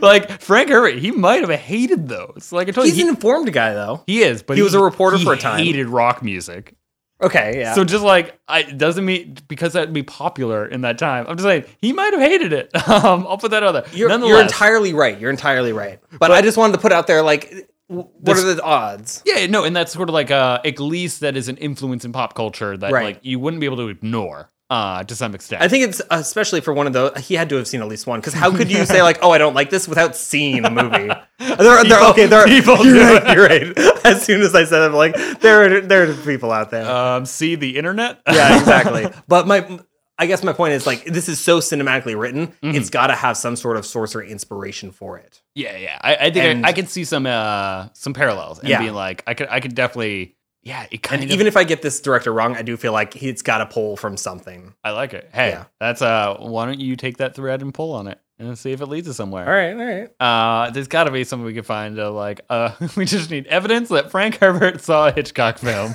Speaker 2: like, Frank Herbert, he might have hated those. Like, I told
Speaker 1: he's
Speaker 2: you,
Speaker 1: an
Speaker 2: he,
Speaker 1: informed guy though.
Speaker 2: he is, but
Speaker 1: he was a reporter for a time.
Speaker 2: He hated rock music.
Speaker 1: Okay, yeah.
Speaker 2: So just like I it doesn't mean because that'd be popular in that time. I'm just saying he might have hated it. Um, I'll put that out there.
Speaker 1: You're, you're
Speaker 2: Nonetheless,
Speaker 1: entirely right. You're entirely right. But, I just wanted to put out there, like, w- what
Speaker 2: This-
Speaker 1: are the odds?
Speaker 2: yeah, no, and that's sort of like uh, at least that is an influence in pop culture that
Speaker 1: Right.
Speaker 2: like you wouldn't be able to ignore uh, to some extent.
Speaker 1: I think it's especially for one of those. He had to have seen at least one, because how could you say like, "Oh, I don't like this" without seeing a movie? There, there-
Speaker 2: People-
Speaker 1: okay, there.
Speaker 2: people
Speaker 1: you're
Speaker 2: do
Speaker 1: right, you're right. As soon as I said, it, I'm Uh, like, there are there are people out there.
Speaker 2: um, see the internet.
Speaker 1: yeah, exactly. But my I guess my point is like this is so cinematically written, it's got to have some sort of source or inspiration for it.
Speaker 2: Yeah, yeah. I, I think
Speaker 1: And-
Speaker 2: I, I can see some uh some parallels and
Speaker 1: Yeah.
Speaker 2: being like, I could I could definitely yeah, it kind
Speaker 1: And
Speaker 2: of
Speaker 1: even if I get this director wrong, I do feel like he's got to pull from something.
Speaker 2: I like it. Hey,
Speaker 1: Yeah.
Speaker 2: that's uh why don't you take that thread and pull on it and see if it leads us somewhere.
Speaker 1: right, all right.
Speaker 2: Uh there's gotta be something we can find uh, like uh we just need evidence that Frank Herbert saw a Hitchcock film.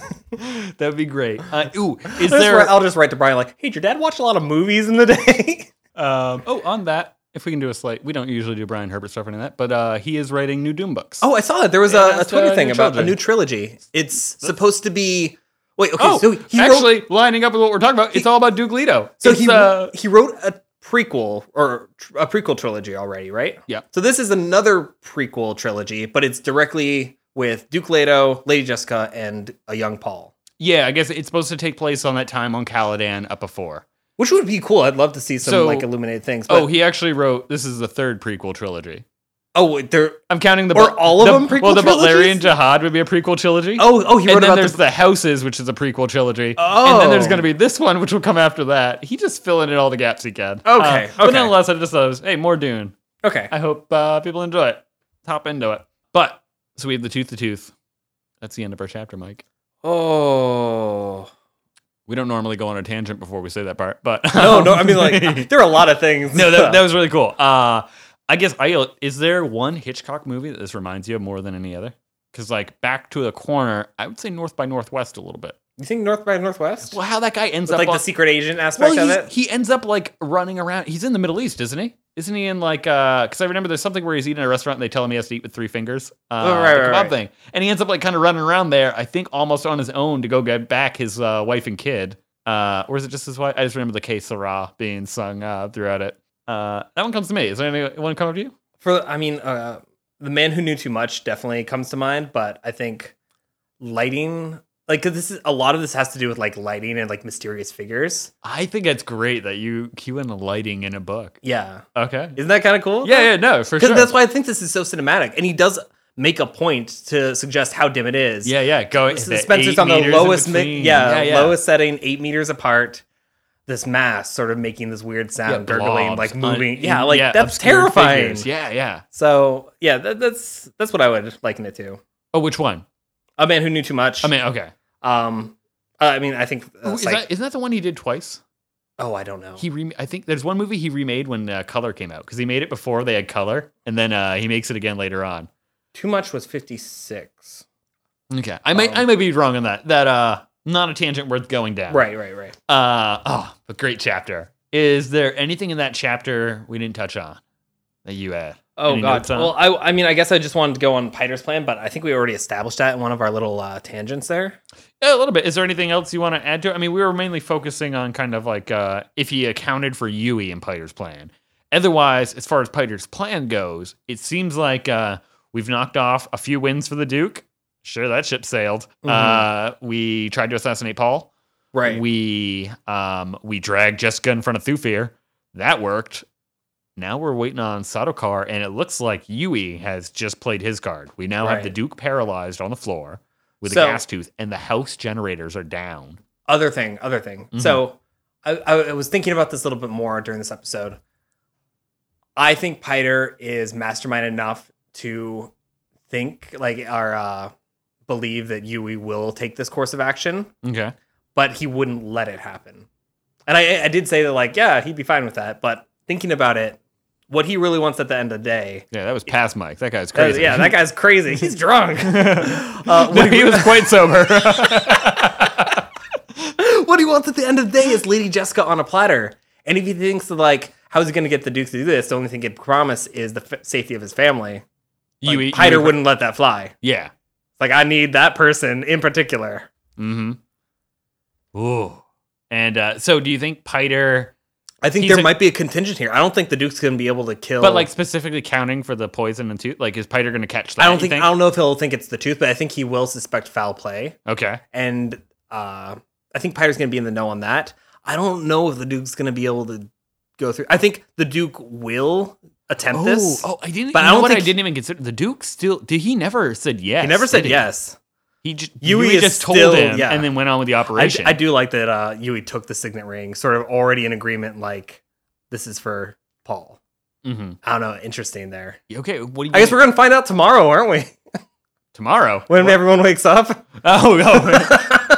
Speaker 2: That'd be great. Uh ooh, is
Speaker 1: That's
Speaker 2: there
Speaker 1: where I'll just write to Brian like, "Hey, did your dad watch a lot of movies in the day?"
Speaker 2: um oh on that, if we can do a slight we don't usually do Brian Herbert stuff or anything like that, but uh he is writing new Doom books.
Speaker 1: oh, I saw that there was
Speaker 2: Yeah,
Speaker 1: a, a
Speaker 2: that's,
Speaker 1: Twitter
Speaker 2: uh,
Speaker 1: thing
Speaker 2: new
Speaker 1: about a
Speaker 2: trilogy.
Speaker 1: new trilogy. It's supposed to be wait, okay,
Speaker 2: Oh,
Speaker 1: so he wrote-
Speaker 2: actually, lining up with what we're talking about, it's all about Duke Leto.
Speaker 1: So
Speaker 2: It's,
Speaker 1: he
Speaker 2: uh,
Speaker 1: he wrote a prequel or tr- a prequel trilogy already, right?
Speaker 2: Yeah.
Speaker 1: So this is another prequel trilogy, but it's directly with Duke Leto, Lady Jessica, and a young Paul,
Speaker 2: Yeah, I guess it's supposed to take place on that time on Caladan up before.
Speaker 1: which would be cool. I'd love to see some
Speaker 2: So-
Speaker 1: like illuminated things. But,
Speaker 2: Oh,
Speaker 1: oh,
Speaker 2: he actually wrote this is the third prequel trilogy.
Speaker 1: oh, wait, there.
Speaker 2: I'm counting the
Speaker 1: Are all of
Speaker 2: the-
Speaker 1: them prequel
Speaker 2: Well, the Butlerian
Speaker 1: trilogies?
Speaker 2: Jihad would be a prequel trilogy.
Speaker 1: Oh, oh, he wrote
Speaker 2: and then
Speaker 1: about
Speaker 2: there's
Speaker 1: the.
Speaker 2: the, Houses, which is a prequel trilogy. and then
Speaker 1: Oh.
Speaker 2: there's going to be this one, which will come after that. He just filling in all the gaps he can. Uh,
Speaker 1: Okay,
Speaker 2: but
Speaker 1: okay.
Speaker 2: nonetheless, I just thought, it was, hey, more Dune.
Speaker 1: Okay.
Speaker 2: I hope uh, people enjoy it. Hop into it. But so we have the tooth to tooth. That's the end of our chapter, Mike.
Speaker 1: Oh.
Speaker 2: We don't normally go on a tangent before we say that part, but
Speaker 1: No, no. I mean, like there are a lot of things.
Speaker 2: no, that, that was really cool. Uh, I guess I is there one Hitchcock movie that this reminds you of more than any other? Because like Back to the Corner, I would say North by Northwest a little bit.
Speaker 1: you think North by Northwest?
Speaker 2: Well, how that guy ends
Speaker 1: With,
Speaker 2: up
Speaker 1: like
Speaker 2: on-
Speaker 1: the secret agent aspect
Speaker 2: well,
Speaker 1: of
Speaker 2: he's-
Speaker 1: it.
Speaker 2: he ends up like running around. He's in the Middle East, isn't he? Isn't he in like uh? Because I remember there's something where he's eating at a restaurant and they tell him he has to eat with three fingers. Uh,
Speaker 1: Oh, right,
Speaker 2: the
Speaker 1: right,
Speaker 2: kebab
Speaker 1: right.
Speaker 2: thing, and he ends up like kind of running around there. I think almost on his own to go get back his uh, wife and kid. Uh, or is it just his wife? I just remember the K Sarah being sung uh, throughout it. Uh, that one comes to me. Is there anyone come up to you?
Speaker 1: for I mean, uh, the man who knew too much definitely comes to mind, but I think lighting, like, 'cause this is a lot of this has to do with like lighting and like mysterious figures.
Speaker 2: I think it's great that you cue in the lighting in a book.
Speaker 1: Yeah,
Speaker 2: Okay.
Speaker 1: isn't that kind of cool?
Speaker 2: Yeah, yeah, no, for
Speaker 1: because
Speaker 2: sure.
Speaker 1: that's why I think this is so cinematic, and he does make a point to suggest how dim it is.
Speaker 2: yeah, yeah. Go.
Speaker 1: S- Spencer's on the lowest, mi- yeah, lowest setting, eight meters apart. This mass sort of making this weird sound, gurgling, like
Speaker 2: Uh,
Speaker 1: moving. yeah, like that's terrifying.
Speaker 2: Yeah, yeah.
Speaker 1: So yeah, that, that's that's what I would liken it to.
Speaker 2: Oh, which one?
Speaker 1: A man who knew too much.
Speaker 2: I mean, okay.
Speaker 1: Um, uh, I mean, I think. Uh,
Speaker 2: Ooh, Oh, is
Speaker 1: Psych-
Speaker 2: that, isn't that the one he did twice?
Speaker 1: oh, I don't know.
Speaker 2: He re- I think there's one movie he remade when uh, color came out because he made it before they had color, and then uh, he makes it again later on.
Speaker 1: Too much was fifty six.
Speaker 2: Okay, I might
Speaker 1: Um,
Speaker 2: I might be wrong on that. That uh, not a tangent worth going down.
Speaker 1: Right, right, right.
Speaker 2: Uh, oh, a great chapter. Is there anything in that chapter we didn't touch on that you had?
Speaker 1: Oh
Speaker 2: Any
Speaker 1: God.
Speaker 2: notes on it?
Speaker 1: Well, I, I mean, I guess I just wanted to go on Piter's plan, but I think we already established that in one of our little uh, tangents there.
Speaker 2: Yeah, a little bit. Is there anything else you want to add to it? I mean, we were mainly focusing on kind of like uh, if he accounted for Yui in Piter's plan. Otherwise, as far as Piter's plan goes, it seems like uh, we've knocked off a few wins for the Duke. Sure, that ship sailed. Uh, we tried to assassinate Paul. We um, we dragged Jessica in front of Thufir. That worked. Now we're waiting on Sadokar, and it looks like Yui has just played his card. We now have
Speaker 1: Right.
Speaker 2: the Duke paralyzed on the floor with
Speaker 1: So-
Speaker 2: a gas tooth, and the house generators are down.
Speaker 1: other thing, other thing.
Speaker 2: Mm-hmm.
Speaker 1: So I, I was thinking about this a little bit more during this episode. I think Piter is mastermind enough to think like or uh, believe that Yui will take this course of action.
Speaker 2: Okay.
Speaker 1: but he wouldn't let it happen. And I, I did say that, like, yeah, he'd be fine with that. But thinking about it, what he really wants at the end of the day,
Speaker 2: Yeah, that was past Mike. That guy's
Speaker 1: that-
Speaker 2: crazy.
Speaker 1: yeah, that guy's crazy. He's drunk. uh,
Speaker 2: No,
Speaker 1: what,
Speaker 2: he
Speaker 1: he
Speaker 2: was quite sober.
Speaker 1: what he wants at the end of the day is Lady Jessica on a platter. And if he thinks that, like, how's he going to get the Duke to do this? The only thing he can promise is the f- safety of his family. Like,
Speaker 2: Yui,
Speaker 1: Piter
Speaker 2: Yui-
Speaker 1: wouldn't let that fly.
Speaker 2: Yeah.
Speaker 1: Like, I need that person in particular.
Speaker 2: Mm-hmm. Ooh. And uh, so, do you think Piter?
Speaker 1: I think
Speaker 2: He's
Speaker 1: there
Speaker 2: a-
Speaker 1: might be a contingent here. I don't think the Duke's going to be able to kill.
Speaker 2: But like specifically counting for the poison and tooth, like is Piter going to catch that?
Speaker 1: I don't
Speaker 2: you
Speaker 1: think, I don't know if he'll think it's the truth, but I think he will suspect foul play,
Speaker 2: Okay.
Speaker 1: and uh, I think Piter's going to be in the know on that. I don't know if the Duke's going to be able to go through. I think the Duke will attempt
Speaker 2: Oh,
Speaker 1: this.
Speaker 2: oh, I didn't.
Speaker 1: But
Speaker 2: you
Speaker 1: I
Speaker 2: know
Speaker 1: don't
Speaker 2: what I
Speaker 1: think-
Speaker 2: didn't even consider the Duke. Still, did he never said yes?
Speaker 1: he never said
Speaker 2: did
Speaker 1: yes.
Speaker 2: He just
Speaker 1: Yui
Speaker 2: Yui
Speaker 1: is
Speaker 2: just told
Speaker 1: still-
Speaker 2: him
Speaker 1: yeah.
Speaker 2: and then went on with the
Speaker 1: I,
Speaker 2: operation.
Speaker 1: I do like that uh, Yui took the signet ring, sort of already in agreement, like this is for Paul.
Speaker 2: Mhm.
Speaker 1: I don't know, interesting there.
Speaker 2: Okay, what do you
Speaker 1: I guess we're gonna find out tomorrow, aren't we?
Speaker 2: tomorrow.
Speaker 1: When everyone wakes up.
Speaker 2: Oh, oh.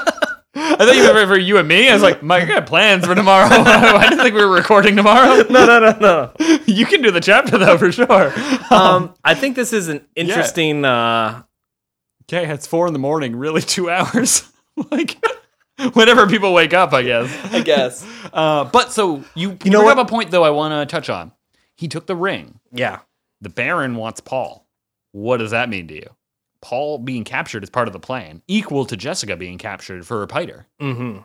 Speaker 2: I thought you were for you and me. I was like, Mike, I got plans for tomorrow. I didn't think we were recording tomorrow.
Speaker 1: no, no, no, no.
Speaker 2: You can do the chapter though for sure.
Speaker 1: Um, I think this is an interesting. Uh,
Speaker 2: okay, it's four in the morning. Really, two hours. like whenever people wake up, I guess.
Speaker 1: I guess.
Speaker 2: Uh, but so you, you,
Speaker 1: know
Speaker 2: bring
Speaker 1: what?
Speaker 2: up a point though. I want to touch on. He took the ring.
Speaker 1: Yeah.
Speaker 2: The Baron wants Paul. What does that mean to you? Paul being captured is part of the plan, equal to Jessica being captured for her piter.
Speaker 1: Mm-hmm.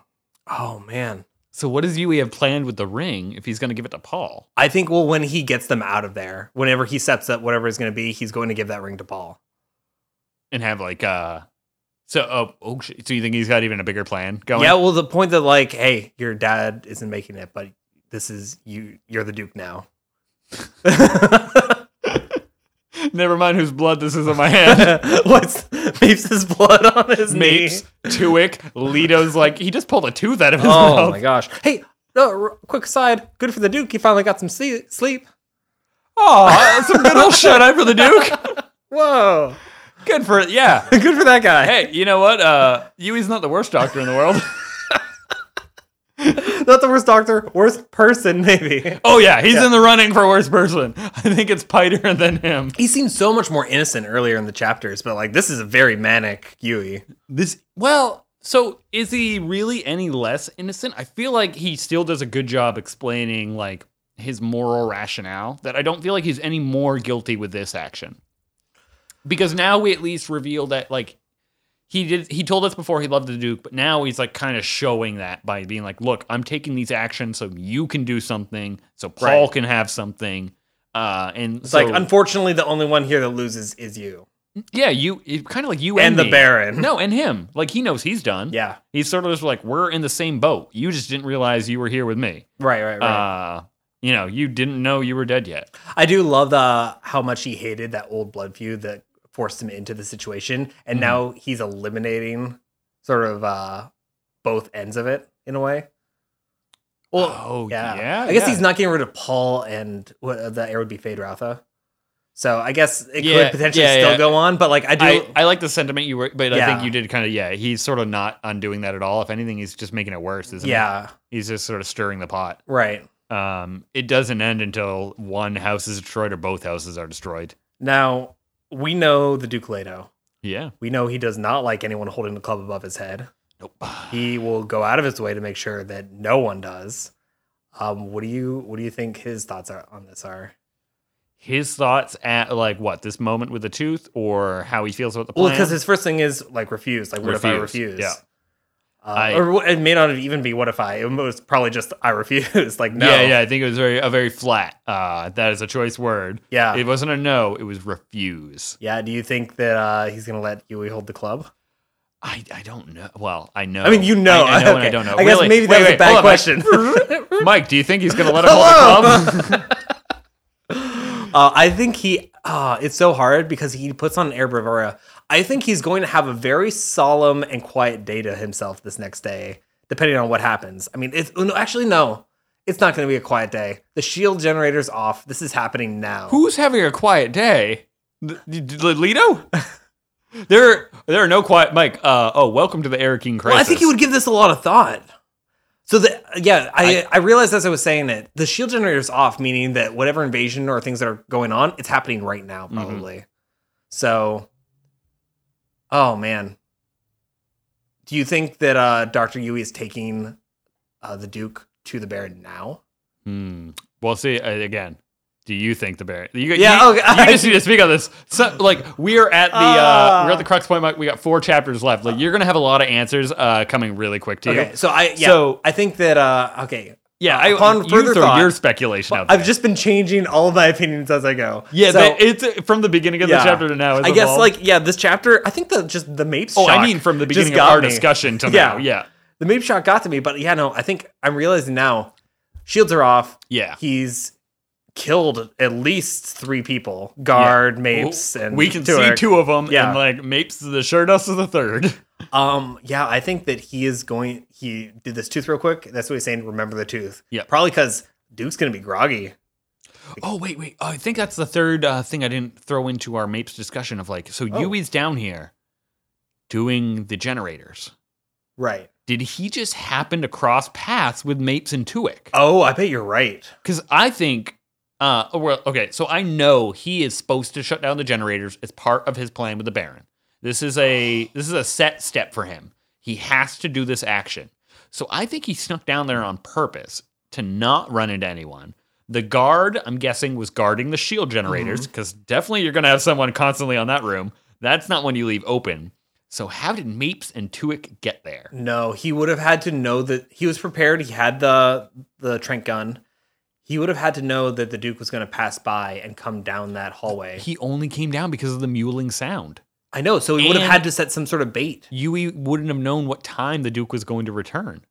Speaker 1: Oh man,
Speaker 2: So what does Yui have planned with the ring if he's going to give it to Paul?
Speaker 1: I think well when he gets them out of there, whenever he sets up whatever it's going to be, he's going to give that ring to Paul.
Speaker 2: and have like uh so oh, oh sh- so you think he's got even a bigger plan going
Speaker 1: Yeah. Well, the point that like, hey, your dad isn't making it, but this is you. You're the Duke now.
Speaker 2: never mind whose blood this is on my hand
Speaker 1: What's Mapes' blood on his
Speaker 2: mapes
Speaker 1: knee?
Speaker 2: tuick leto's like he just pulled a tooth out of his
Speaker 1: Oh
Speaker 2: mouth
Speaker 1: my gosh! Hey, no, r- quick aside. Good for the Duke. He finally got some see- sleep.
Speaker 2: oh that's a good old shut eye for the duke
Speaker 1: Whoa!
Speaker 2: good for it yeah
Speaker 1: Good for that guy.
Speaker 2: hey you know what uh yui's not the worst doctor in the world
Speaker 1: Not the worst doctor, worst person maybe.
Speaker 2: oh yeah he's in the running for worst person i think it's piter than him
Speaker 1: He seemed so much more innocent earlier in the chapters, but like this is a very manic Yui.
Speaker 2: this well so is he really any less innocent i feel like he still does a good job explaining like his moral rationale that i don't feel like he's any more guilty with this action because now we at least reveal that like he did he told us before he loved the duke but now he's like kind of showing that by being like look i'm taking these actions so you can do something so paul
Speaker 1: Right.
Speaker 2: can have something uh and
Speaker 1: It's
Speaker 2: so,
Speaker 1: like unfortunately the only one here that loses is you.
Speaker 2: yeah you it, kind of like you and,
Speaker 1: And the
Speaker 2: me.
Speaker 1: Baron.
Speaker 2: no and him like he knows he's done
Speaker 1: Yeah.
Speaker 2: He's sort of just like, we're in the same boat. You just didn't realize you were here with me.
Speaker 1: Right, right, right.
Speaker 2: Uh, you know, you didn't know you were dead yet.
Speaker 1: I do love the how much he hated that old blood feud that forced him into the situation. And
Speaker 2: Mhm.
Speaker 1: now he's eliminating sort of uh both ends of it in a way.
Speaker 2: oh,
Speaker 1: Yeah.
Speaker 2: yeah.
Speaker 1: I guess
Speaker 2: yeah.
Speaker 1: he's not getting rid of Paul and what uh, the air would be Fade Ratha. So I guess it
Speaker 2: Yeah,
Speaker 1: could potentially
Speaker 2: yeah,
Speaker 1: still
Speaker 2: yeah.
Speaker 1: go on, but like I do
Speaker 2: I, I like the sentiment you were, but I
Speaker 1: Yeah.
Speaker 2: think you did kind of, yeah, he's sort of not undoing that at all. If anything, he's just making it worse, isn't he?
Speaker 1: yeah,
Speaker 2: He's just sort of stirring the pot.
Speaker 1: right.
Speaker 2: Um, it doesn't end until one house is destroyed or both houses are destroyed.
Speaker 1: Now we know the Duke Leto.
Speaker 2: Yeah.
Speaker 1: We know he does not like anyone holding the club above his head.
Speaker 2: Nope.
Speaker 1: He will go out of his way to make sure that no one does. Um, what do you what do you think his thoughts are on this are?
Speaker 2: His thoughts at like what this moment with the tooth or how he feels about the plan.
Speaker 1: Well, because his first thing is like refuse. Like, what if I
Speaker 2: Refuse,
Speaker 1: refuse?
Speaker 2: yeah.
Speaker 1: Uh,
Speaker 2: I-
Speaker 1: or what- it may not have even be what if I. It was probably just I refuse. like no.
Speaker 2: Yeah, yeah. I think it was very a very flat. Uh, that is a choice word.
Speaker 1: Yeah.
Speaker 2: It wasn't a no. It was refuse.
Speaker 1: Yeah, Do you think that uh, he's gonna let Yui hold the club?
Speaker 2: I, I don't know. Well, I know.
Speaker 1: I mean, you know.
Speaker 2: I, I know and
Speaker 1: Okay.
Speaker 2: I don't know.
Speaker 1: I guess
Speaker 2: Wait,
Speaker 1: maybe that
Speaker 2: wait,
Speaker 1: was a
Speaker 2: wait,
Speaker 1: bad
Speaker 2: hold on, Mike.
Speaker 1: question.
Speaker 2: Mike. do you think he's gonna let him hold the club?
Speaker 1: Uh, I think he. Uh, it's so hard because he puts on an air bravura. I think he's going to have a very solemn and quiet day to himself this next day, depending on what happens. I mean, it's oh, no, actually no. It's not going to be a quiet day. The shield generator's off. This is happening now.
Speaker 2: Who's having a quiet day? Th- th- Lito? there there are no quiet Mike. Uh, oh, welcome to the Eric King crisis.
Speaker 1: Well, I think he would give this a lot of thought. So the yeah, I, I realized as I was saying it, the shield generator's off, meaning that whatever invasion or things that are going on, it's happening right now,
Speaker 2: Mm-hmm.
Speaker 1: probably. So oh man. Do you think that uh Dr. Yui is taking uh the Duke to the Baron now?
Speaker 2: Hmm. Well, see uh, again. Do you think the Baron? You,
Speaker 1: Yeah,
Speaker 2: you,
Speaker 1: okay.
Speaker 2: you just need to speak on this. So, like we are at the uh,
Speaker 1: Ah.
Speaker 2: we're at the crux point. Mike. We got four chapters left. Like you're gonna have a lot of answers uh, coming really quick to
Speaker 1: Okay,
Speaker 2: you.
Speaker 1: so I yeah,
Speaker 2: So-
Speaker 1: I think that uh okay.
Speaker 2: Yeah,
Speaker 1: Upon
Speaker 2: you
Speaker 1: further
Speaker 2: throw
Speaker 1: thought-
Speaker 2: your speculation out. There.
Speaker 1: I've just been changing all of my opinions as I go.
Speaker 2: yeah,
Speaker 1: so,
Speaker 2: but it's uh, from the beginning of
Speaker 1: Yeah.
Speaker 2: the chapter to now. it's
Speaker 1: I guess
Speaker 2: evolved.
Speaker 1: like yeah, this chapter, I think the just the Mapes
Speaker 2: oh, I
Speaker 1: shock
Speaker 2: mean from the
Speaker 1: just
Speaker 2: beginning of
Speaker 1: got
Speaker 2: our
Speaker 1: me.
Speaker 2: discussion to
Speaker 1: Yeah.
Speaker 2: now. Yeah,
Speaker 1: the maybe shot got to me, but yeah, no, I think I'm realizing now shields are off.
Speaker 2: yeah.
Speaker 1: He's killed at least three people: guard, Mapes,
Speaker 2: Well,
Speaker 1: and
Speaker 2: we can see
Speaker 1: Turek.
Speaker 2: two of them,
Speaker 1: Yeah.
Speaker 2: and like Mapes is the sure dust of the third.
Speaker 1: Um, yeah, I think that he is going. He did this tooth real quick. That's what he's saying. Remember the tooth.
Speaker 2: Yeah.
Speaker 1: probably because Duke's gonna be groggy.
Speaker 2: Oh wait, wait. Oh, I think that's the third uh, thing I didn't throw into our Mapes discussion of like. So
Speaker 1: Oh.
Speaker 2: Yui's down here, doing the generators.
Speaker 1: Right.
Speaker 2: Did he just happen to cross paths with Mapes and Tuick?
Speaker 1: Oh, I bet you're right.
Speaker 2: Because I think, uh, oh, well, okay, so I know he is supposed to shut down the generators as part of his plan with the Baron. This is a this is a set step for him. He has to do this action. So I think he snuck down there on purpose to not run into anyone. The guard, I'm guessing, was guarding the shield generators because definitely you're going to have someone constantly on that room. That's not one you leave open. So how did Mapes and Tuick get there?
Speaker 1: No, he would have had to know that he was prepared. He had the the Trent gun. He would have had to know that the Duke was gonna pass by and come down that hallway.
Speaker 2: He only came down because of the mewling sound.
Speaker 1: I know. So he would have
Speaker 2: And-
Speaker 1: had to set some sort of bait.
Speaker 2: Yui wouldn't have known what time the Duke was going to return.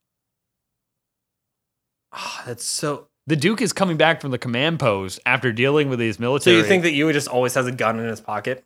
Speaker 1: Ah, that's so.
Speaker 2: The Duke is coming back from the command post after dealing with these
Speaker 1: So
Speaker 2: military.
Speaker 1: you think that Yui just always has a gun in his pocket?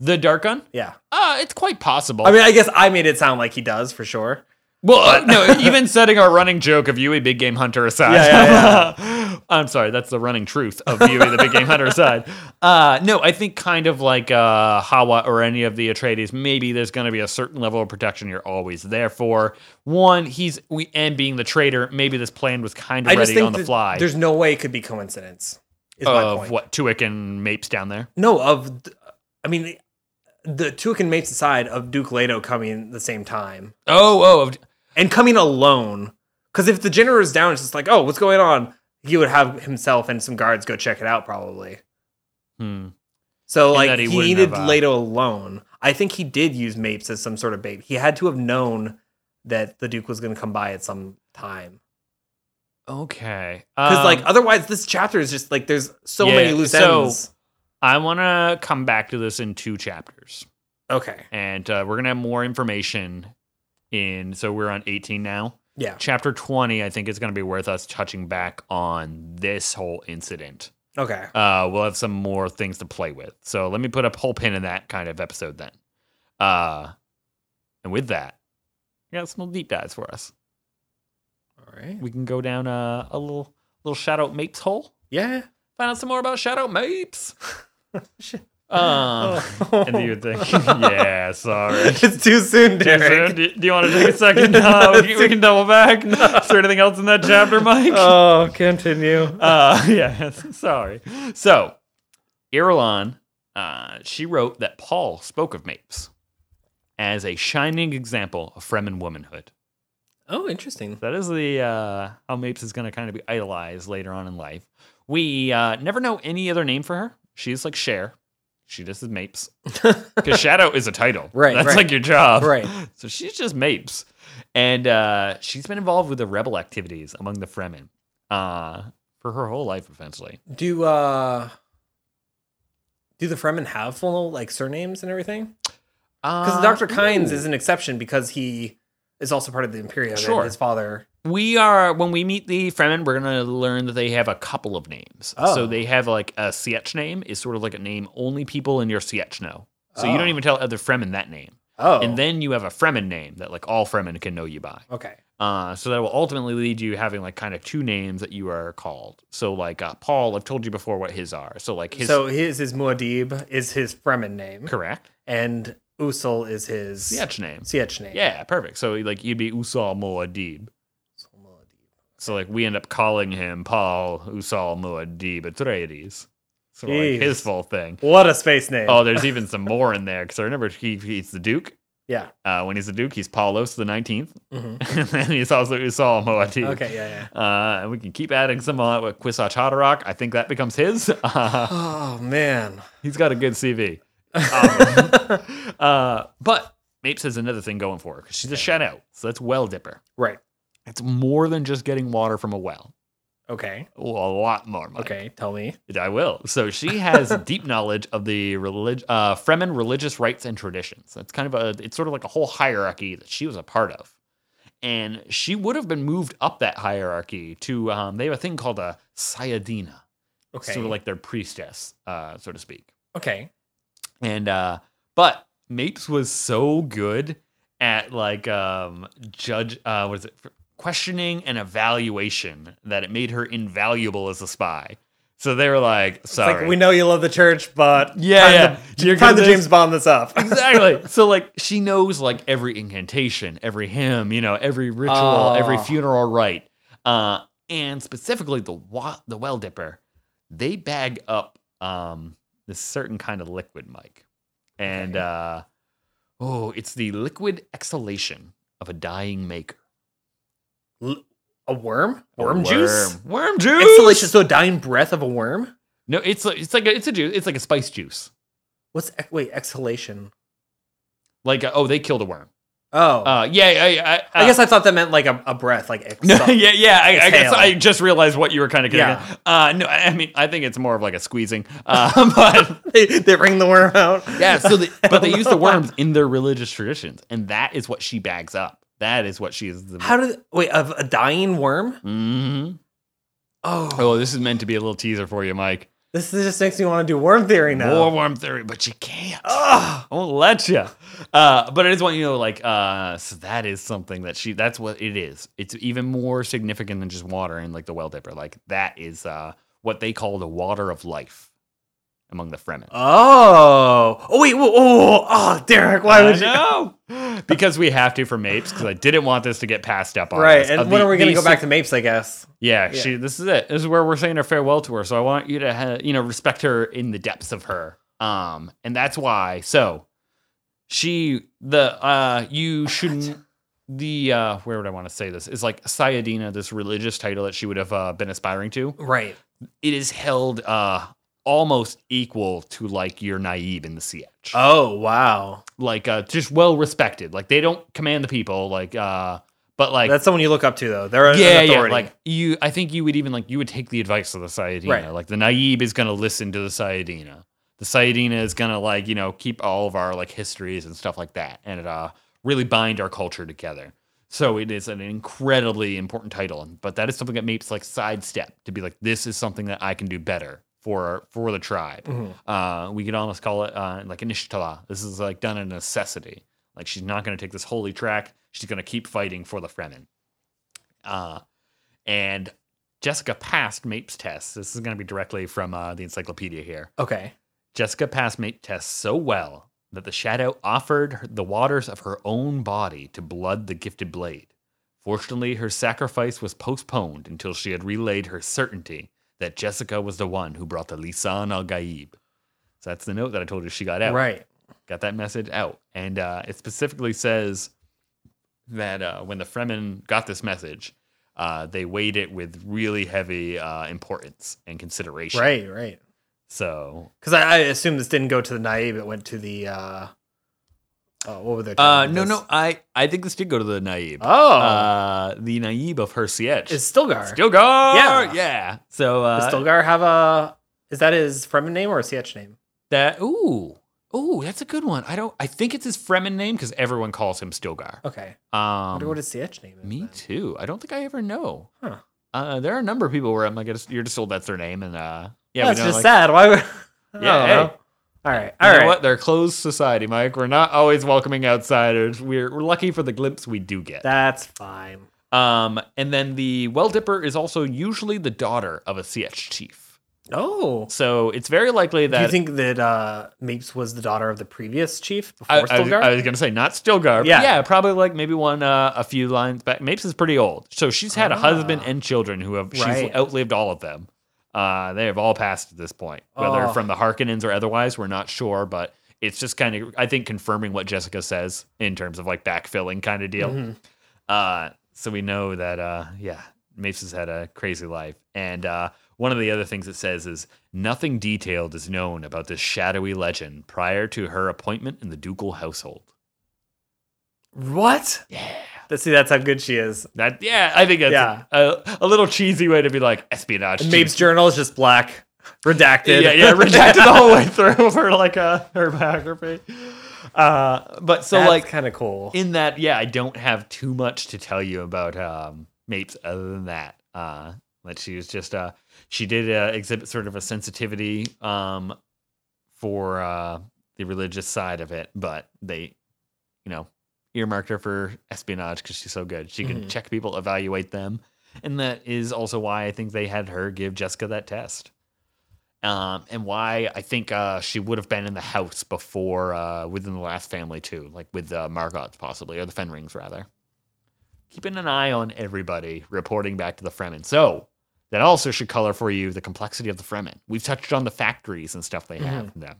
Speaker 2: the Dark Gun?
Speaker 1: Yeah.
Speaker 2: Uh, it's quite possible.
Speaker 1: I mean, I guess I made it sound like he does for sure.
Speaker 2: well, uh, no, even setting our running joke of Yui Big Game Hunter aside.
Speaker 1: Yeah, yeah,
Speaker 2: I'm sorry, that's the running truth of Yui the Big Game Hunter aside. Uh, no, I think kind of like uh, Hawa or any of the Atreides, maybe there's going to be a certain level of protection you're always there for. One, he's we, and being the traitor, maybe this plan was kind of
Speaker 1: I just
Speaker 2: ready
Speaker 1: think
Speaker 2: on the
Speaker 1: that
Speaker 2: fly.
Speaker 1: There's no way it could be coincidence. Is my
Speaker 2: of
Speaker 1: point.
Speaker 2: what Tuick and Mapes down there.
Speaker 1: No, of th- I mean, the Tuic and Mates aside of Duke Leto coming at the same time
Speaker 2: Oh, oh,
Speaker 1: and coming alone. Because if the generator's down, it's just like, oh, what's going on? He would have himself and some guards go check it out, probably.
Speaker 2: hmm.
Speaker 1: So
Speaker 2: And
Speaker 1: like
Speaker 2: that he
Speaker 1: he,
Speaker 2: wouldn't
Speaker 1: needed
Speaker 2: have, uh,
Speaker 1: Leto alone. I think he did use Mapes as some sort of bait. He had to have known that the Duke was going to come by at some time.
Speaker 2: okay.
Speaker 1: Because
Speaker 2: Um,
Speaker 1: like otherwise, this chapter is just like there's so
Speaker 2: yeah,
Speaker 1: many loose
Speaker 2: so-
Speaker 1: ends.
Speaker 2: I want to come back to this in two chapters,
Speaker 1: Okay,
Speaker 2: and uh, we're gonna have more information in. So we're on eighteen now.
Speaker 1: yeah,
Speaker 2: Chapter twenty, I think, is gonna be worth us touching back on this whole incident.
Speaker 1: okay.
Speaker 2: Uh, we'll have some more things to play with. So let me put a whole pin in that kind of episode then. Uh, and with that, I got some little deep dives for us.
Speaker 1: All right.
Speaker 2: We can go down uh, a little little shout out Mapes hole.
Speaker 1: Yeah.
Speaker 2: find out some more about Shadow Mapes. um,
Speaker 1: Oh.
Speaker 2: and do you think? yeah, sorry.
Speaker 1: it's too soon,
Speaker 2: Too soon?
Speaker 1: Derek.
Speaker 2: Do, do you want to take a second? Uh, we, can- we can double back. Is there anything else in that chapter, Mike?
Speaker 1: Oh, continue.
Speaker 2: Uh, yeah, sorry. So, Irulan, uh, she wrote that Paul spoke of Mapes as a shining example of Fremen womanhood.
Speaker 1: Oh, interesting.
Speaker 2: That is the uh, how Mapes is going to kind of be idolized later on in life. We uh, never know any other name for her. She's like Cher. She just is Mapes because Shadow is a title.
Speaker 1: Right,
Speaker 2: That's
Speaker 1: right.
Speaker 2: like your job.
Speaker 1: Right.
Speaker 2: So she's just Mapes, and uh, she's been involved with the rebel activities among the Fremen uh, for her whole life, essentially.
Speaker 1: Do uh do the Fremen have full like surnames and everything? Because
Speaker 2: Uh,
Speaker 1: Dr. Kynes
Speaker 2: ooh.
Speaker 1: is an exception because he is also part of the Imperium.
Speaker 2: Sure.
Speaker 1: And his father.
Speaker 2: we are when we meet the Fremen, we're gonna learn that they have a couple of names.
Speaker 1: Oh.
Speaker 2: So they have like a Sietch name is sort of like a name only people in your Sietch know. So you don't
Speaker 1: Oh.
Speaker 2: even tell other Fremen that name.
Speaker 1: Oh.
Speaker 2: And then you have a Fremen name that like all Fremen can know you by.
Speaker 1: okay.
Speaker 2: Uh, so that will ultimately lead you having like kind of two names that you are called. So like uh, Paul, I've told you before what his are. So like his
Speaker 1: so his is Muad'Dib is his Fremen name,
Speaker 2: correct
Speaker 1: and Usul is his
Speaker 2: Sietch name.
Speaker 1: Sietch name.
Speaker 2: Yeah, perfect. So like you'd be Usal Muad'Dib.
Speaker 1: So Muad'Dib.
Speaker 2: So like we end up calling him Paul Usal Muad'Dib Atreides. So like
Speaker 1: Jeez.
Speaker 2: his full thing.
Speaker 1: What a space name.
Speaker 2: Oh, there's even some more in there because I remember he, he's the Duke.
Speaker 1: Yeah.
Speaker 2: Uh, when he's the Duke, he's Paulos the 19th,
Speaker 1: Mhm.
Speaker 2: and then he's also Usal Muad'Dib.
Speaker 1: Okay. Yeah. Yeah.
Speaker 2: Uh, and we can keep adding some on with Quisach Haderach. I think that becomes his. Uh,
Speaker 1: Oh man.
Speaker 2: he's got a good CV. Um, uh, but Mapes has another thing going for her because she's a shadow, so that's well dipper.
Speaker 1: Right.
Speaker 2: It's more than just getting water from a well.
Speaker 1: Okay.
Speaker 2: Oh, a lot more. Mike.
Speaker 1: Okay. Tell me.
Speaker 2: I will. So she has deep knowledge of the relig- uh, Fremen religious rites and traditions. That's kind of a, it's sort of like a whole hierarchy that she was a part of. And she would have been moved up that hierarchy to, um, they have a thing called a Sayadina.
Speaker 1: Okay.
Speaker 2: sort of like their priestess, uh, so to speak.
Speaker 1: okay.
Speaker 2: And uh but Mapes was so good at like um judge uh what is it questioning and evaluation that it made her invaluable as a spy. So they were like, sorry.
Speaker 1: It's like we know you love the church, but
Speaker 2: Yeah,
Speaker 1: time
Speaker 2: yeah.
Speaker 1: the,
Speaker 2: You're
Speaker 1: time
Speaker 2: good
Speaker 1: the
Speaker 2: at this.
Speaker 1: James Bond this up.
Speaker 2: exactly. So like she knows like every incantation, every hymn, you know, every ritual, every
Speaker 1: Ah.
Speaker 2: funeral rite, uh, and specifically the wa- the well dipper. They bag up um this certain kind of liquid, Mike, and
Speaker 1: Okay.
Speaker 2: uh, oh, it's the liquid exhalation of a dying maker.
Speaker 1: L- a worm?
Speaker 2: A
Speaker 1: Worm, juice?
Speaker 2: worm, worm juice.
Speaker 1: Exhalation, so a dying breath of a worm?
Speaker 2: No, it's like- it's like a, it's a juice. It's like a spice juice.
Speaker 1: What's ex- wait, exhalation?
Speaker 2: Like uh, oh, they killed a worm.
Speaker 1: Oh.
Speaker 2: Uh, yeah, I, I, uh,
Speaker 1: I guess I thought that meant like a, a breath, like
Speaker 2: No,
Speaker 1: exhal-
Speaker 2: yeah, yeah. I, I guess
Speaker 1: Exhale.
Speaker 2: I just realized what you were kind of getting.
Speaker 1: Yeah.
Speaker 2: at. Uh, no, I I mean, I think it's more of like a squeezing. Uh, but
Speaker 1: they, they wring the worm out.
Speaker 2: yeah, so the,
Speaker 1: I
Speaker 2: but they
Speaker 1: don't
Speaker 2: use
Speaker 1: know
Speaker 2: the worms in their religious traditions, and that is what she bags up. That is what she is. The,
Speaker 1: How did wait of a dying worm?
Speaker 2: Mhm.
Speaker 1: Oh,
Speaker 2: Oh, this is meant to be a little teaser for you, Mike.
Speaker 1: this is- just makes me want to do worm theory
Speaker 2: More
Speaker 1: now.
Speaker 2: worm theory, but you can't.
Speaker 1: Ugh.
Speaker 2: I won't let you. Uh, but I just want you to know, like, uh, so that is something that she, that's what it is. It's even more significant than just water and like the well dipper. Like, that is uh, what they call the water of life among the Fremen.
Speaker 1: Oh, oh wait, whoa, oh, oh, Derek, why would you?
Speaker 2: I know. because we have to for Mapes, because I didn't want this to get passed up on.
Speaker 1: Right,
Speaker 2: us.
Speaker 1: and
Speaker 2: Of
Speaker 1: when
Speaker 2: the-
Speaker 1: are we gonna
Speaker 2: the
Speaker 1: go
Speaker 2: sig-
Speaker 1: back to Mapes? I guess. Yeah.
Speaker 2: Yeah, she. This is it. This is where we're saying our farewell to her. So I want you to, ha- you know, respect her in the depths of her. Um, and that's why. So she, the, uh, you shouldn't. The uh, where would I want to say this is like Sayadina, this religious title that she would have uh, been aspiring to.
Speaker 1: Right.
Speaker 2: It is held uh almost equal to like your Naib in the Siege
Speaker 1: Oh wow,
Speaker 2: like uh just well respected like they don't command the people like uh but like
Speaker 1: that's someone you look up to though. They're an
Speaker 2: yeah yeah
Speaker 1: authority.
Speaker 2: like you i think you would even like you would take the advice of the sayadina
Speaker 1: Right.
Speaker 2: like the naib is gonna listen to the sayadina the sayadina is gonna like you know keep all of our like histories and stuff like that and uh really bind our culture together so it is an incredibly important title and- but that is something that mapes like sidestep to be like this is something that i can do better for for the tribe
Speaker 1: Mhm.
Speaker 2: uh, we could almost call it uh, like Inishtala. This is like done in necessity. Like she's not going to take this holy track. She's going to keep fighting for the Fremen. Uh, and Jessica passed Mapes test. This is going to be directly from uh, the encyclopedia here.
Speaker 1: Okay.
Speaker 2: Jessica passed Mate test so well that the shadow offered her- the waters of her own body to blood the gifted blade. Fortunately, her sacrifice was postponed until she had relayed her certainty that Jessica was the one who brought the Lisan al Gaib. So that's the note that I told you she got out
Speaker 1: Right.
Speaker 2: got that message out. And uh, it specifically says that uh, when the Fremen got this message, uh, they weighed it with really heavy uh, importance and consideration.
Speaker 1: Right. Right.
Speaker 2: So,
Speaker 1: Because I, I assume this didn't go to the naive. It went to the. uh oh, What were they?
Speaker 2: uh,
Speaker 1: terms?
Speaker 2: no,
Speaker 1: This-
Speaker 2: no, I, I think this did go to the Naib.
Speaker 1: Oh,
Speaker 2: Uh, the Naib of her Siege.
Speaker 1: it's Stilgar.
Speaker 2: Stilgar!
Speaker 1: Yeah.
Speaker 2: Yeah. So,
Speaker 1: Does
Speaker 2: uh,
Speaker 1: Stilgar have a? Is that his Fremen name or a CH name?
Speaker 2: that, ooh, ooh, that's a good one. I don't, I think it's his Fremen name because everyone calls him Stilgar.
Speaker 1: Okay. Oh, I
Speaker 2: Um,
Speaker 1: wonder what his CH name is.
Speaker 2: Me
Speaker 1: then.
Speaker 2: too. I don't think I ever know.
Speaker 1: Huh.
Speaker 2: Uh, there are a number of people where I'm like, I just- you're just told that's their name, and uh, yeah,
Speaker 1: that's
Speaker 2: we know,
Speaker 1: just
Speaker 2: like,
Speaker 1: sad. Why would?
Speaker 2: Yeah,
Speaker 1: Yeah.
Speaker 2: hey.
Speaker 1: All right.
Speaker 2: You
Speaker 1: All
Speaker 2: know
Speaker 1: right.
Speaker 2: what? They're a closed society, Mike. We're not always welcoming outsiders. We're we're lucky for the glimpse we do get.
Speaker 1: That's fine.
Speaker 2: um, and then the well dipper is also usually the daughter of a CH chief,
Speaker 1: Oh.
Speaker 2: so it's very likely that.
Speaker 1: Do you think that uh, Mapes was the daughter of the previous chief before
Speaker 2: I, I-
Speaker 1: Stilgar?
Speaker 2: I was gonna say not Stilgar. Yeah,
Speaker 1: Yeah.
Speaker 2: yeah, probably like maybe one uh, a few lines back. Mapes is pretty old, so she's had a husband
Speaker 1: Ah.
Speaker 2: and children who have she's
Speaker 1: Right.
Speaker 2: outlived all of them. Uh, they have all passed at this point, whether
Speaker 1: Oh.
Speaker 2: from the Harkonnens or otherwise, we're not sure. But it's just kind of I think confirming what Jessica says in terms of like backfilling kind of deal.
Speaker 1: Mhm.
Speaker 2: Uh, so we know that, uh, yeah, Mapes has had a crazy life. And uh, one of the other things it says is nothing detailed is known about this shadowy legend prior to her appointment in the ducal household.
Speaker 1: What?
Speaker 2: Yeah.
Speaker 1: Let's see. That's how good she is.
Speaker 2: That, yeah, I think that's
Speaker 1: Yeah.
Speaker 2: a, a little cheesy way to be like espionage.
Speaker 1: And Mapes'
Speaker 2: chief.
Speaker 1: journal is just black, redacted.
Speaker 2: Yeah, yeah, rejected the whole way through for like uh, her biography. Uh, but
Speaker 1: so
Speaker 2: so
Speaker 1: That's
Speaker 2: like
Speaker 1: like kind of cool.
Speaker 2: in that yeah i don't have too much to tell you about um mates other than that uh that she was just uh she did uh, exhibit sort of a sensitivity um, for uh, the religious side of it, but they, you know, earmarked her for espionage because she's so good. She can
Speaker 1: Mhm.
Speaker 2: check people, evaluate them, and that is also why I think they had her give Jessica that test. Um, and why I think uh, she would have been in the house before uh, within the last family too, like with uh, Margot possibly or the Fenrings rather. Keeping an eye on everybody reporting back to the Fremen. So that also should color for you the complexity of the Fremen. We've touched on the factories and stuff they have in them.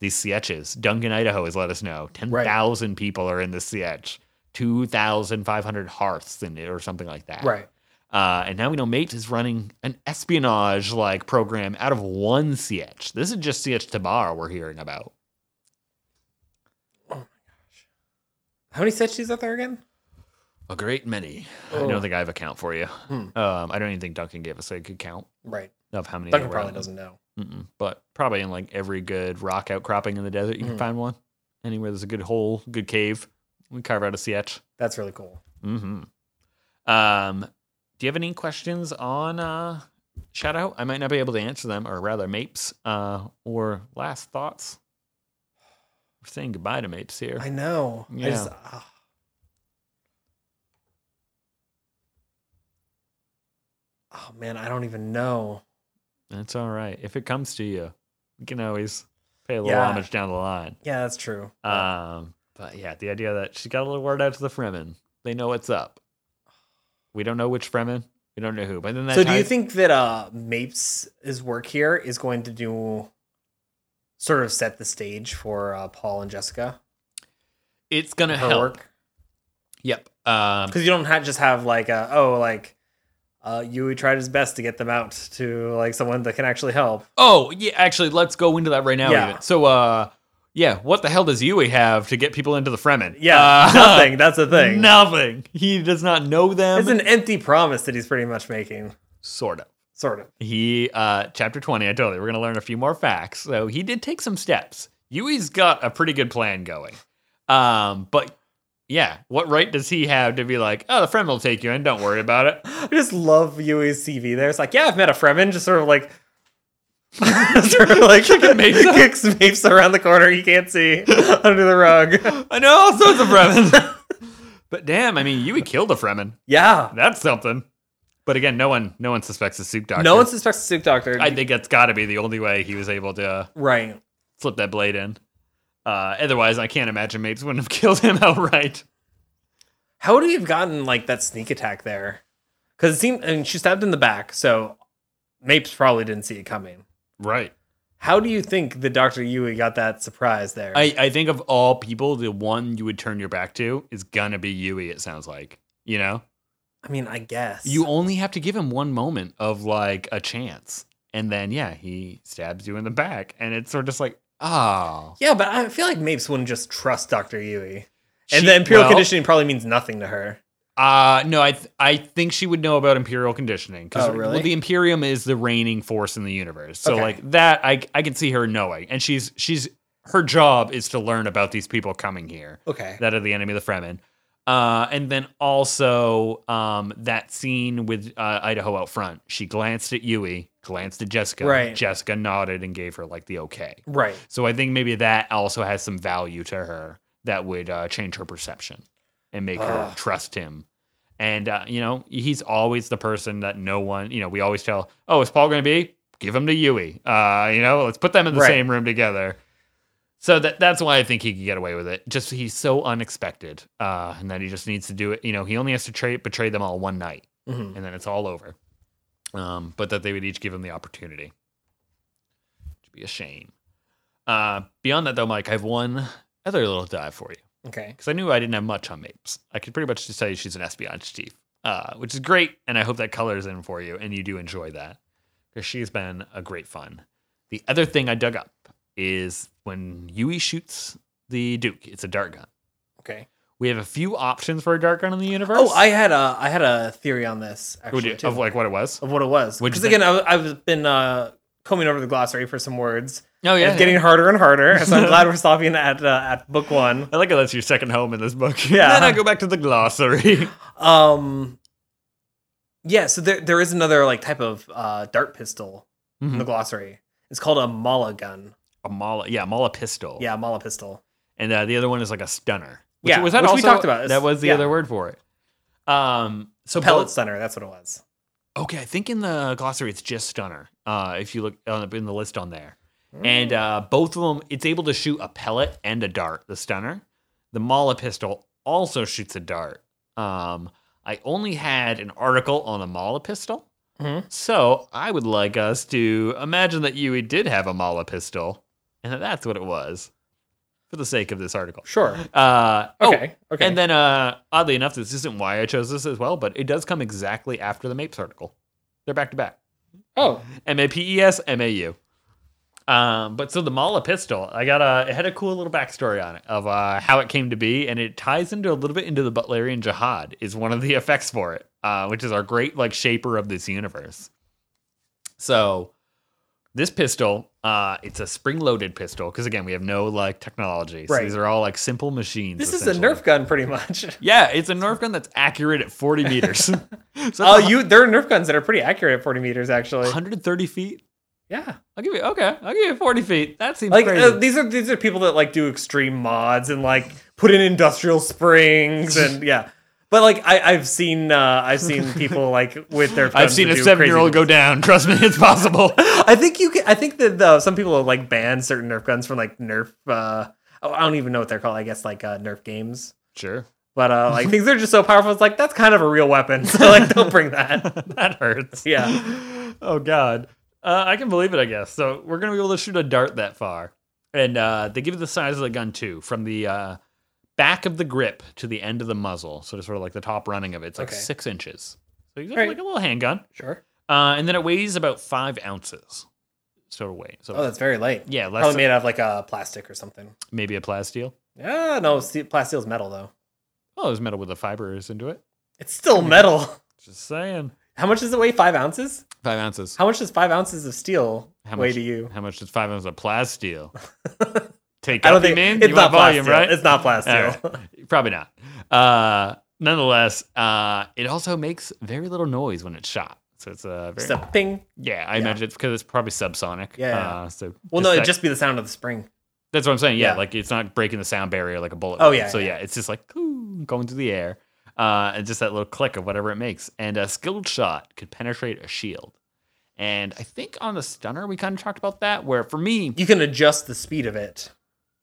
Speaker 2: These sieges. Duncan, Idaho has let us know 10,000 people are in the siege, 2,500 hearths in it or something like that.
Speaker 1: Right.
Speaker 2: Uh, and now we know Mate is running an espionage like program out of one siege. This is just siege Tabar we're hearing about.
Speaker 1: How many statues out there again?
Speaker 2: A great many. I
Speaker 1: Oh.
Speaker 2: don't think I have a count for you.
Speaker 1: Hmm.
Speaker 2: Um, I don't even think Duncan gave us a good count
Speaker 1: Right.
Speaker 2: of how many.
Speaker 1: Duncan
Speaker 2: there were
Speaker 1: probably
Speaker 2: out there.
Speaker 1: doesn't know.
Speaker 2: Mm-mm. But probably in like every good rock outcropping in the desert, you can
Speaker 1: Mhm.
Speaker 2: find one. Anywhere there's a good hole, good cave, we carve out a sietch.
Speaker 1: That's really cool.
Speaker 2: hmm Um, do you have any questions on uh, Shadow? I might not be able to answer them, or rather, Mapes. Uh, or last thoughts? We're saying goodbye to Mapes here.
Speaker 1: I know.
Speaker 2: Yeah.
Speaker 1: I just, ah. Oh man, I don't even know.
Speaker 2: That's all right. If it comes to you, you can always pay a little
Speaker 1: Yeah.
Speaker 2: homage down the line.
Speaker 1: Yeah, that's true.
Speaker 2: Um, but yeah, the idea that she got a little word out to the Fremen. They know what's up. We don't know which Fremen. We don't know who. But then that
Speaker 1: so do you
Speaker 2: ties-
Speaker 1: think that uh Mapes' work here is going to do sort of set the stage for uh, Paul and Jessica?
Speaker 2: it's gonna
Speaker 1: Her
Speaker 2: help?
Speaker 1: work?
Speaker 2: Yep. Um,
Speaker 1: Because you don't have, just have like a, oh like uh Yui tried his best to get them out to like someone that can actually help.
Speaker 2: oh yeah. Actually, let's go into that right now.
Speaker 1: Yeah.
Speaker 2: Even. So uh, yeah. What the hell does Yui have to get people into the Fremen?
Speaker 1: Yeah,
Speaker 2: Uh,
Speaker 1: nothing. That's the thing.
Speaker 2: Nothing. He does not know them.
Speaker 1: It's an empty promise that he's pretty much making,
Speaker 2: sort of.
Speaker 1: sort of.
Speaker 2: He uh chapter 20, I told you, we're gonna learn a few more facts. So he did take some steps. Yui's got a pretty good plan going. Um, but yeah, what right does he have to be like, oh the friend will take you in, don't worry about it.
Speaker 1: I just love Yui's CV there. It's like, yeah, I've met a Fremen, just sort of like, sort of like
Speaker 2: Kicking Mapes out.
Speaker 1: kicks Mapes around the corner. You can't see under the rug.
Speaker 2: I know all sorts of Fremen. but damn, I mean Yui killed a Fremen.
Speaker 1: Yeah,
Speaker 2: That's something. But again, no one no one suspects the soup doctor.
Speaker 1: no one suspects the Sook Doctor.
Speaker 2: I think that's gotta be the only way he was able to uh,
Speaker 1: right.
Speaker 2: slip that blade in. Uh, otherwise I can't imagine Mapes wouldn't have killed him outright.
Speaker 1: How would he have gotten like that sneak attack there? Because it seemed, I mean, she stabbed in the back, so Mapes probably didn't see it coming.
Speaker 2: Right.
Speaker 1: How do you think the Doctor Yui got that surprise there?
Speaker 2: I, I think of all people, the one you would turn your back to is gonna be Yui, it sounds like. You know?
Speaker 1: I mean, I guess
Speaker 2: You only have to give him one moment of like a chance. And then yeah, he stabs you in the back. And it's sort of just like, oh.
Speaker 1: Yeah, but I feel like Mapes wouldn't just trust Doctor Yui. And
Speaker 2: She-
Speaker 1: the Imperial
Speaker 2: well,
Speaker 1: conditioning probably means nothing to her.
Speaker 2: Uh no, I th- I think she would know about imperial conditioning because
Speaker 1: Oh, really?
Speaker 2: the Imperium is the reigning force in the universe. So
Speaker 1: Okay.
Speaker 2: like that, I I can see her knowing, and she's she's her job is to learn about these people coming here.
Speaker 1: Okay.
Speaker 2: that are the enemy of the Fremen. Uh, and then also um, that scene with uh, Idaho out front. She glanced at Yui, glanced at Jessica.
Speaker 1: Right.
Speaker 2: Jessica nodded and gave her like the okay.
Speaker 1: Right.
Speaker 2: So I think maybe that also has some value to her that would uh, change her perception and make her
Speaker 1: Ugh.
Speaker 2: trust him. And uh, you know, he's always the person that no one. You know, we always tell, "Oh, is Paul going to be? Give him to Yui. Uh, you know, let's put them in the
Speaker 1: Right.
Speaker 2: same room together." So that that's why I think he could get away with it. Just he's so unexpected, uh, and that he just needs to do it. You know, he only has to tra- betray them all one night,
Speaker 1: Mhm.
Speaker 2: and then it's all over. Um, but that they would each give him the opportunity. It'd be a shame. Uh, beyond that, though, Mike, I have one other little dive for you
Speaker 1: Okay.
Speaker 2: because I knew I didn't have much on Mapes. I could pretty much just tell you she's an espionage chief, uh, which is great, and I hope that colors in for you and you do enjoy that because she's been a great fun. The other thing I dug up is when Yui shoots the Duke, it's a dart gun.
Speaker 1: Okay.
Speaker 2: We have a few options for a dart gun in the universe.
Speaker 1: Oh, I had a I had a theory on this
Speaker 2: Would
Speaker 1: actually
Speaker 2: you-
Speaker 1: too,
Speaker 2: of
Speaker 1: of,
Speaker 2: like what it was.
Speaker 1: what it was.
Speaker 2: What'd you
Speaker 1: Because again, I, I've been uh, combing over the glossary for some words.
Speaker 2: Oh
Speaker 1: it's getting harder and harder. So I'm glad we're stopping at uh, at book one.
Speaker 2: I like how that's your second home in this book.
Speaker 1: Yeah.
Speaker 2: then I go back to the glossary.
Speaker 1: Um, Yeah, so there there is another like type of uh, dart pistol in the
Speaker 2: Mhm.
Speaker 1: glossary. It's called a mala gun.
Speaker 2: A mala, yeah, mala pistol.
Speaker 1: Yeah, mala pistol.
Speaker 2: and uh, the other one is like a stunner.
Speaker 1: Yeah,
Speaker 2: was that
Speaker 1: which we
Speaker 2: also,
Speaker 1: talked about.
Speaker 2: That was the
Speaker 1: Yeah.
Speaker 2: other word for it. Um, so
Speaker 1: Pellet
Speaker 2: both-
Speaker 1: stunner. That's what it was.
Speaker 2: Okay, I think in the glossary it's just stunner. Uh, if you look uh, in the list on there, and uh, both of them, it's able to shoot a pellet and a dart. The stunner, the Mala pistol also shoots a dart. Um, I only had an article on the Mala pistol,
Speaker 1: Mhm.
Speaker 2: so I would like us to imagine that Yui did have a Mala pistol, and that that's what it was, for the sake of this article.
Speaker 1: Sure.
Speaker 2: Uh, oh,
Speaker 1: Okay. okay.
Speaker 2: and then, uh, oddly enough, this isn't why I chose this as well, but it does come exactly after the MAPES article. They're back to back.
Speaker 1: oh,
Speaker 2: M A P E S M A U. Um, but so the Mala pistol, I got a, it had a cool little backstory on it of uh, how it came to be, and it ties into a little bit into the Butlerian Jihad is one of the effects for it, uh, which is our great like shaper of this universe. So this pistol, uh, it's a spring-loaded pistol because again we have no like technology, so
Speaker 1: Right.
Speaker 2: these are all like simple machines.
Speaker 1: this is a
Speaker 2: essentially.
Speaker 1: Nerf gun, pretty much.
Speaker 2: Yeah, it's a Nerf gun that's accurate at 40 meters. so that's
Speaker 1: Oh, you there are Nerf guns that are pretty accurate at 40 meters, actually.
Speaker 2: 130 feet.
Speaker 1: Yeah,
Speaker 2: I'll give you okay. I'll give you 40 feet. That seems
Speaker 1: like
Speaker 2: crazy.
Speaker 1: uh, these are these are people that like do extreme mods and like put in industrial springs and yeah. But like I, I've seen uh, I've seen people like with their
Speaker 2: I've
Speaker 1: guns
Speaker 2: seen
Speaker 1: to
Speaker 2: a
Speaker 1: do
Speaker 2: seven year old
Speaker 1: crazy
Speaker 2: go down. Trust me, it's possible.
Speaker 1: I think you can. I think that uh, some people like ban certain Nerf guns from like Nerf. Uh, oh, I don't even know what they're called. I guess like uh, Nerf games.
Speaker 2: sure.
Speaker 1: But uh, like things are just so powerful. It's like that's kind of a real weapon. So like don't bring that.
Speaker 2: that hurts.
Speaker 1: Yeah.
Speaker 2: Oh, God. Uh, I can believe it, I guess. So we're going to be able to shoot a dart that far. And uh, they give you the size of the gun, too, from the uh, back of the grip to the end of the muzzle. So, just sort of like the top running of it. It's like
Speaker 1: Okay.
Speaker 2: six inches. So, you got
Speaker 1: Right.
Speaker 2: like a little handgun.
Speaker 1: Sure.
Speaker 2: Uh, and then it weighs about five ounces. So weight. So
Speaker 1: Oh, that's very light.
Speaker 2: yeah, less
Speaker 1: Probably
Speaker 2: than-
Speaker 1: made out of like uh, plastic or something.
Speaker 2: maybe a plasteel.
Speaker 1: Yeah, no, ste- plastile's metal though.
Speaker 2: Oh, there's metal with the fibers into it.
Speaker 1: It's still
Speaker 2: Hmm.
Speaker 1: metal.
Speaker 2: Just saying.
Speaker 1: How much does it weigh? Five ounces?
Speaker 2: Five ounces.
Speaker 1: How much does five ounces of steel
Speaker 2: How
Speaker 1: weigh
Speaker 2: much?
Speaker 1: to you?
Speaker 2: How much does five ounces of plasteel? Take
Speaker 1: I
Speaker 2: up,
Speaker 1: don't
Speaker 2: you
Speaker 1: think
Speaker 2: mean?
Speaker 1: it's
Speaker 2: You
Speaker 1: not
Speaker 2: want volume,
Speaker 1: plastic.
Speaker 2: right? Oh,
Speaker 1: It's not plastic.
Speaker 2: All Probably not. Uh, nonetheless, uh, it also makes very little noise when it's shot. So it's a very
Speaker 1: Just a ping.
Speaker 2: yeah. I imagine it's because it's probably subsonic.
Speaker 1: Yeah.
Speaker 2: Uh, so
Speaker 1: Well, no,
Speaker 2: that-
Speaker 1: it'd just be the sound of the spring.
Speaker 2: that's what I'm saying. Yeah,
Speaker 1: yeah.
Speaker 2: like it's not breaking the sound barrier like a bullet.
Speaker 1: Oh,
Speaker 2: would.
Speaker 1: yeah,
Speaker 2: So yeah,
Speaker 1: yeah.
Speaker 2: it's just like "Ooh," going through the air, uh, and just that little click of whatever it makes. And a skilled shot could penetrate a shield. And I think on the stunner we kind of talked about that. Where for me,
Speaker 1: You can adjust the speed of it.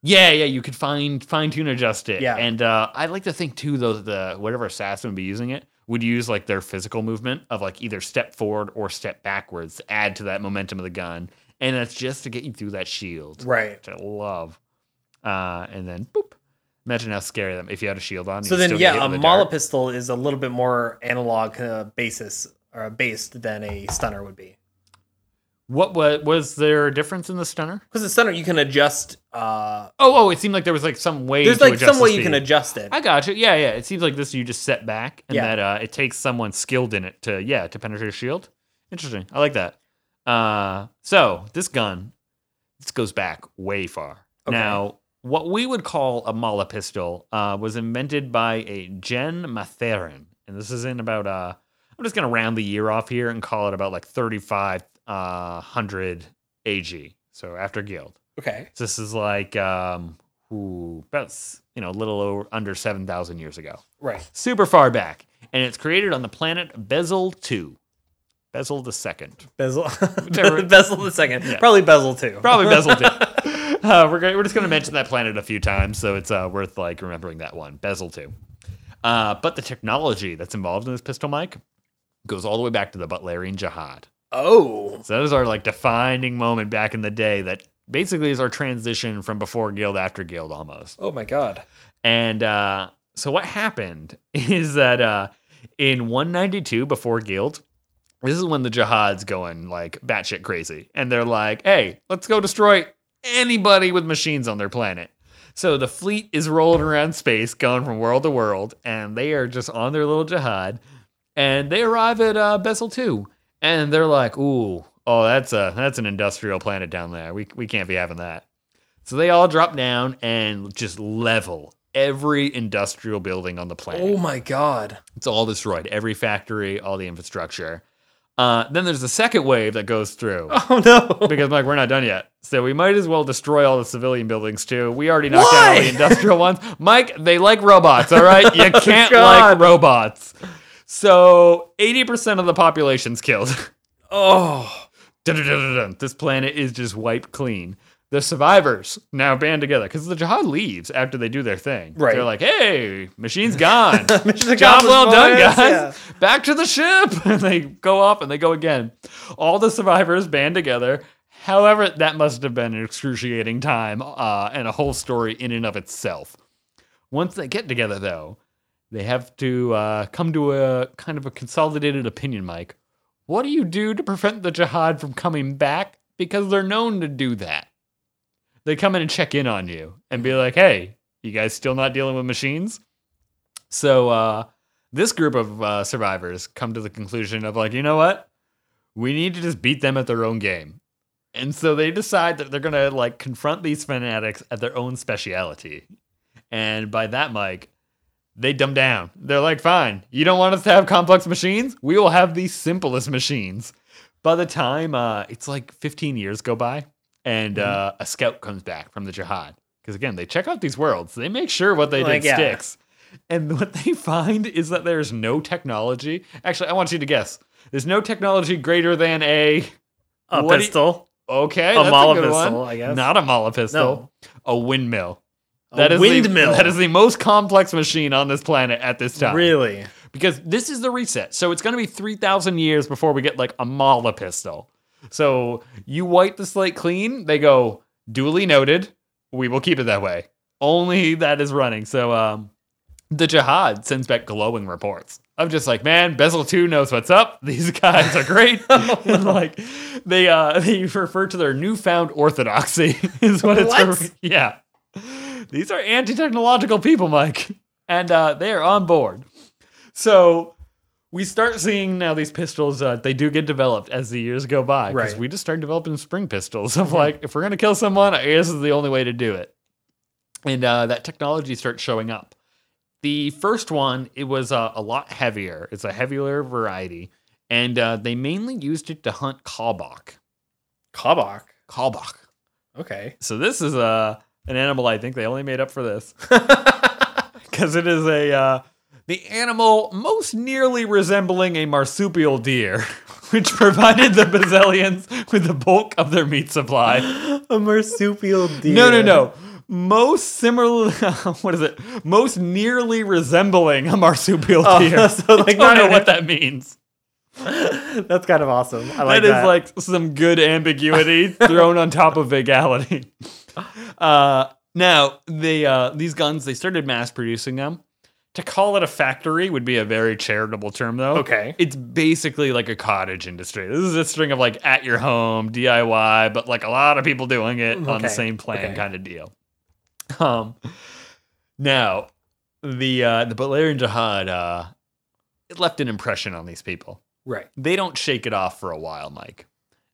Speaker 2: Yeah, yeah, you could find fine tune adjust it.
Speaker 1: Yeah.
Speaker 2: and uh, I like to think too though that the whatever assassin would be using it would use like their physical movement of like either step forward or step backwards to add to that momentum of the gun, and that's just to get you through that shield,
Speaker 1: Right.
Speaker 2: which I love. Uh, and then boop. Imagine how scary them if you had a shield on.
Speaker 1: So
Speaker 2: you'd
Speaker 1: then,
Speaker 2: still get hit
Speaker 1: yeah, a
Speaker 2: with
Speaker 1: Mala
Speaker 2: dart.
Speaker 1: pistol is a little bit more analog uh, basis or based than a stunner would be.
Speaker 2: What was was there a difference in the stunner?
Speaker 1: Because a stunner, you can adjust. Uh,
Speaker 2: Oh, oh, it seemed like there was like some way.
Speaker 1: there's
Speaker 2: to
Speaker 1: like
Speaker 2: adjust
Speaker 1: some
Speaker 2: the
Speaker 1: way you can
Speaker 2: speed.
Speaker 1: adjust it.
Speaker 2: I got you. Yeah, yeah. It seems like this you just set back and
Speaker 1: Yeah.
Speaker 2: that uh, it takes someone skilled in it to yeah, to penetrate a shield. Interesting. I like that. Uh so this gun, this goes back way far.
Speaker 1: Okay.
Speaker 2: Now, what we would call a mala pistol uh, was invented by a Jen Matherin. And this is in about uh I'm just gonna round the year off here and call it about like thirty five uh hundred AG. So after guild.
Speaker 1: okay.
Speaker 2: So This is like um, ooh, about s- you know a little over, under seven thousand years ago,
Speaker 1: Right.
Speaker 2: super far back, and it's created on the planet Bezel Two, Bezel the Second,
Speaker 1: Bezel.
Speaker 2: Whichever-
Speaker 1: bezel the second.
Speaker 2: Yeah.
Speaker 1: Probably bezel too.
Speaker 2: probably Bezel Two. uh, we're gonna, we're just gonna mention that planet a few times, so it's uh, worth like remembering that one, Bezel Two. Uh, but the technology that's involved in this pistol, Mike, goes all the way back to the Butlerian Jihad.
Speaker 1: Oh.
Speaker 2: So that is our like defining moment back in the day that basically is our transition from before guild after guild almost.
Speaker 1: Oh my god.
Speaker 2: And uh, so what happened is that uh, in 192 before Guild, this is when the jihad's going like batshit crazy, and they're like, "Hey, let's go destroy anybody with machines on their planet." So the fleet is rolling around space, going from world to world, and they are just on their little jihad, and they arrive at uh, Bessel Two, and they're like, "Ooh, oh, that's a that's an industrial planet down there. We we can't be having that." So they all drop down and just level every industrial building on the planet.
Speaker 1: Oh my god.
Speaker 2: It's all destroyed. Every factory, all the infrastructure. Uh, then there's the second wave that goes through
Speaker 1: Oh no.
Speaker 2: because like we're not done yet, so we might as well destroy all the civilian buildings too. We already knocked down all
Speaker 1: Why? Oh,
Speaker 2: the industrial ones. Mike, they like robots. All right, you can't like
Speaker 1: God.
Speaker 2: robots. So eighty percent of the population's killed.
Speaker 1: Oh.
Speaker 2: Dun-dun-dun-dun-dun. This planet is just wiped clean. The survivors now band together because the Jihad leaves after they do their thing.
Speaker 1: Right.
Speaker 2: They're like, "Hey, machine's gone.
Speaker 1: Mission
Speaker 2: Job
Speaker 1: accomplished,
Speaker 2: well done,
Speaker 1: boys.
Speaker 2: guys. Back to the ship. And they go off and they go again. All the survivors band together. However, that must have been an excruciating time uh, and a whole story in and of itself. Once they get together, though, they have to uh, come to a kind of a consolidated opinion, Mike. What do you do to prevent the jihad from coming back? Because they're known to do that. They come in and check in on you and be like, hey, you guys still not dealing with machines? So uh, this group of uh, survivors come to the conclusion of like, you know what? We need to just beat them at their own game. And so they decide that they're going to like confront these fanatics at their own speciality. And by that, Mike, they dumb down. They're like, fine, you don't want us to have complex machines? We will have the simplest machines. By the time uh, it's like 15 years go by, and
Speaker 1: Mm-hmm.
Speaker 2: uh, a scout comes back from the jihad. Because again, they check out these worlds, they make sure what they
Speaker 1: Like,
Speaker 2: did
Speaker 1: yeah.
Speaker 2: sticks. And what they find is that there's no technology. Actually, I want you to guess. There's no technology greater than a.
Speaker 1: A
Speaker 2: What do you-
Speaker 1: pistol.
Speaker 2: Okay,
Speaker 1: a
Speaker 2: that's
Speaker 1: mala
Speaker 2: good one.
Speaker 1: pistol, I guess.
Speaker 2: Not a mala pistol. A windmill. That
Speaker 1: a
Speaker 2: is the-
Speaker 1: windmill.
Speaker 2: that is the most complex machine on this planet at this time.
Speaker 1: really.
Speaker 2: Because this is the reset. So it's going to be 3,000 years before we get like a mala pistol. So you wipe the slate clean. They go, duly noted. We will keep it that way. Only that is running. So um, the Jihad sends back glowing reports. I'm just like, man, Bezel 2 knows what's up. These guys are great. And, like they uh they refer to their newfound orthodoxy is what it's
Speaker 1: What?
Speaker 2: refer- yeah. These are anti-technological people, Mike. And uh they are on board. So we start seeing now these pistols. Uh, they do get developed as the years go by. 'cause
Speaker 1: Right.
Speaker 2: We just start developing spring pistols. Of like, if we're gonna kill someone, I guess this is the only way to do it. And uh, that technology starts showing up. The first one, it was uh, a lot heavier. It's a heavier variety, and uh, they mainly used it to hunt kalbach.
Speaker 1: Kabak.
Speaker 2: Kalbach.
Speaker 1: Okay.
Speaker 2: So this is uh, an animal. I think they only made up for this because it is a uh, the animal most nearly resembling a marsupial deer, which provided the Bazillions with the bulk of their meat supply.
Speaker 1: a marsupial deer.
Speaker 2: No, no, no. Most similar, what is it? Most nearly resembling a marsupial
Speaker 1: Oh,
Speaker 2: deer.
Speaker 1: so, like,
Speaker 2: I don't
Speaker 1: not
Speaker 2: know
Speaker 1: an-
Speaker 2: what that means.
Speaker 1: That's kind of awesome. I like
Speaker 2: that is
Speaker 1: that.
Speaker 2: like some good ambiguity thrown on top of vagality. Uh, now they uh, these guns they started mass producing them. To call it a factory would be a very charitable term, though.
Speaker 1: Okay.
Speaker 2: it's basically like a cottage industry. This is a string of like at your home DIY, but like a lot of people doing it on the
Speaker 1: Okay.
Speaker 2: same plan
Speaker 1: Okay.
Speaker 2: kind of deal. Um, now the uh, the Balerian Jihad uh, it left an impression on these people
Speaker 1: right.
Speaker 2: they don't shake it off for a while, Mike.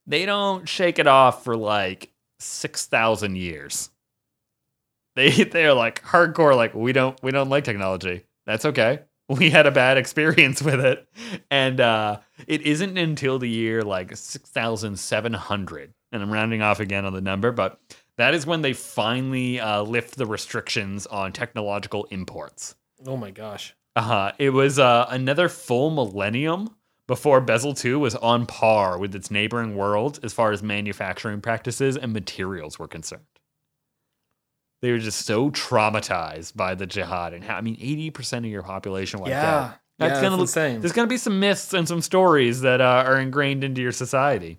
Speaker 2: They don't shake it off for like 6,000 years. They they're like hardcore like we don't we don't like technology. That's okay. We had a bad experience with it. And uh it isn't until the year like 6700 and I'm rounding off again on the number, but that is when they finally uh, lift the restrictions on technological imports.
Speaker 1: Oh my gosh.
Speaker 2: Uh-huh. It was uh, another full millennium before Bezel 2 was on par with its neighboring world as far as manufacturing practices and materials were concerned. They were just so traumatized by the jihad and how, I mean, 80% of your population wiped
Speaker 1: yeah.
Speaker 2: out. That's
Speaker 1: yeah,
Speaker 2: gonna look-
Speaker 1: that's insane.
Speaker 2: There's going to be some myths and some stories that uh, are ingrained into your society.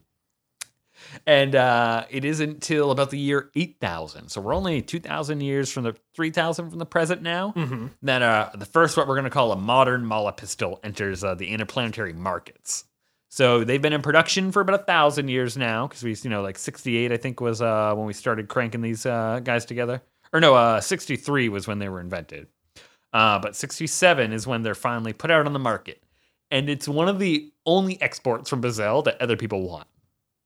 Speaker 2: And uh, it isn't till about the year 8000. So we're only 2000 years from the 3000 from the present now
Speaker 1: Mhm.
Speaker 2: that uh, the first what we're going to call a modern mala pistol enters uh, the interplanetary markets. So they've been in production for about a thousand years now because we, you know, like '68 I think was uh, when we started cranking these uh, guys together, or no, uh, '63 was when they were invented. Uh, but 67 is when they're finally put out on the market. And it's one of the only exports from Bazell that other people want.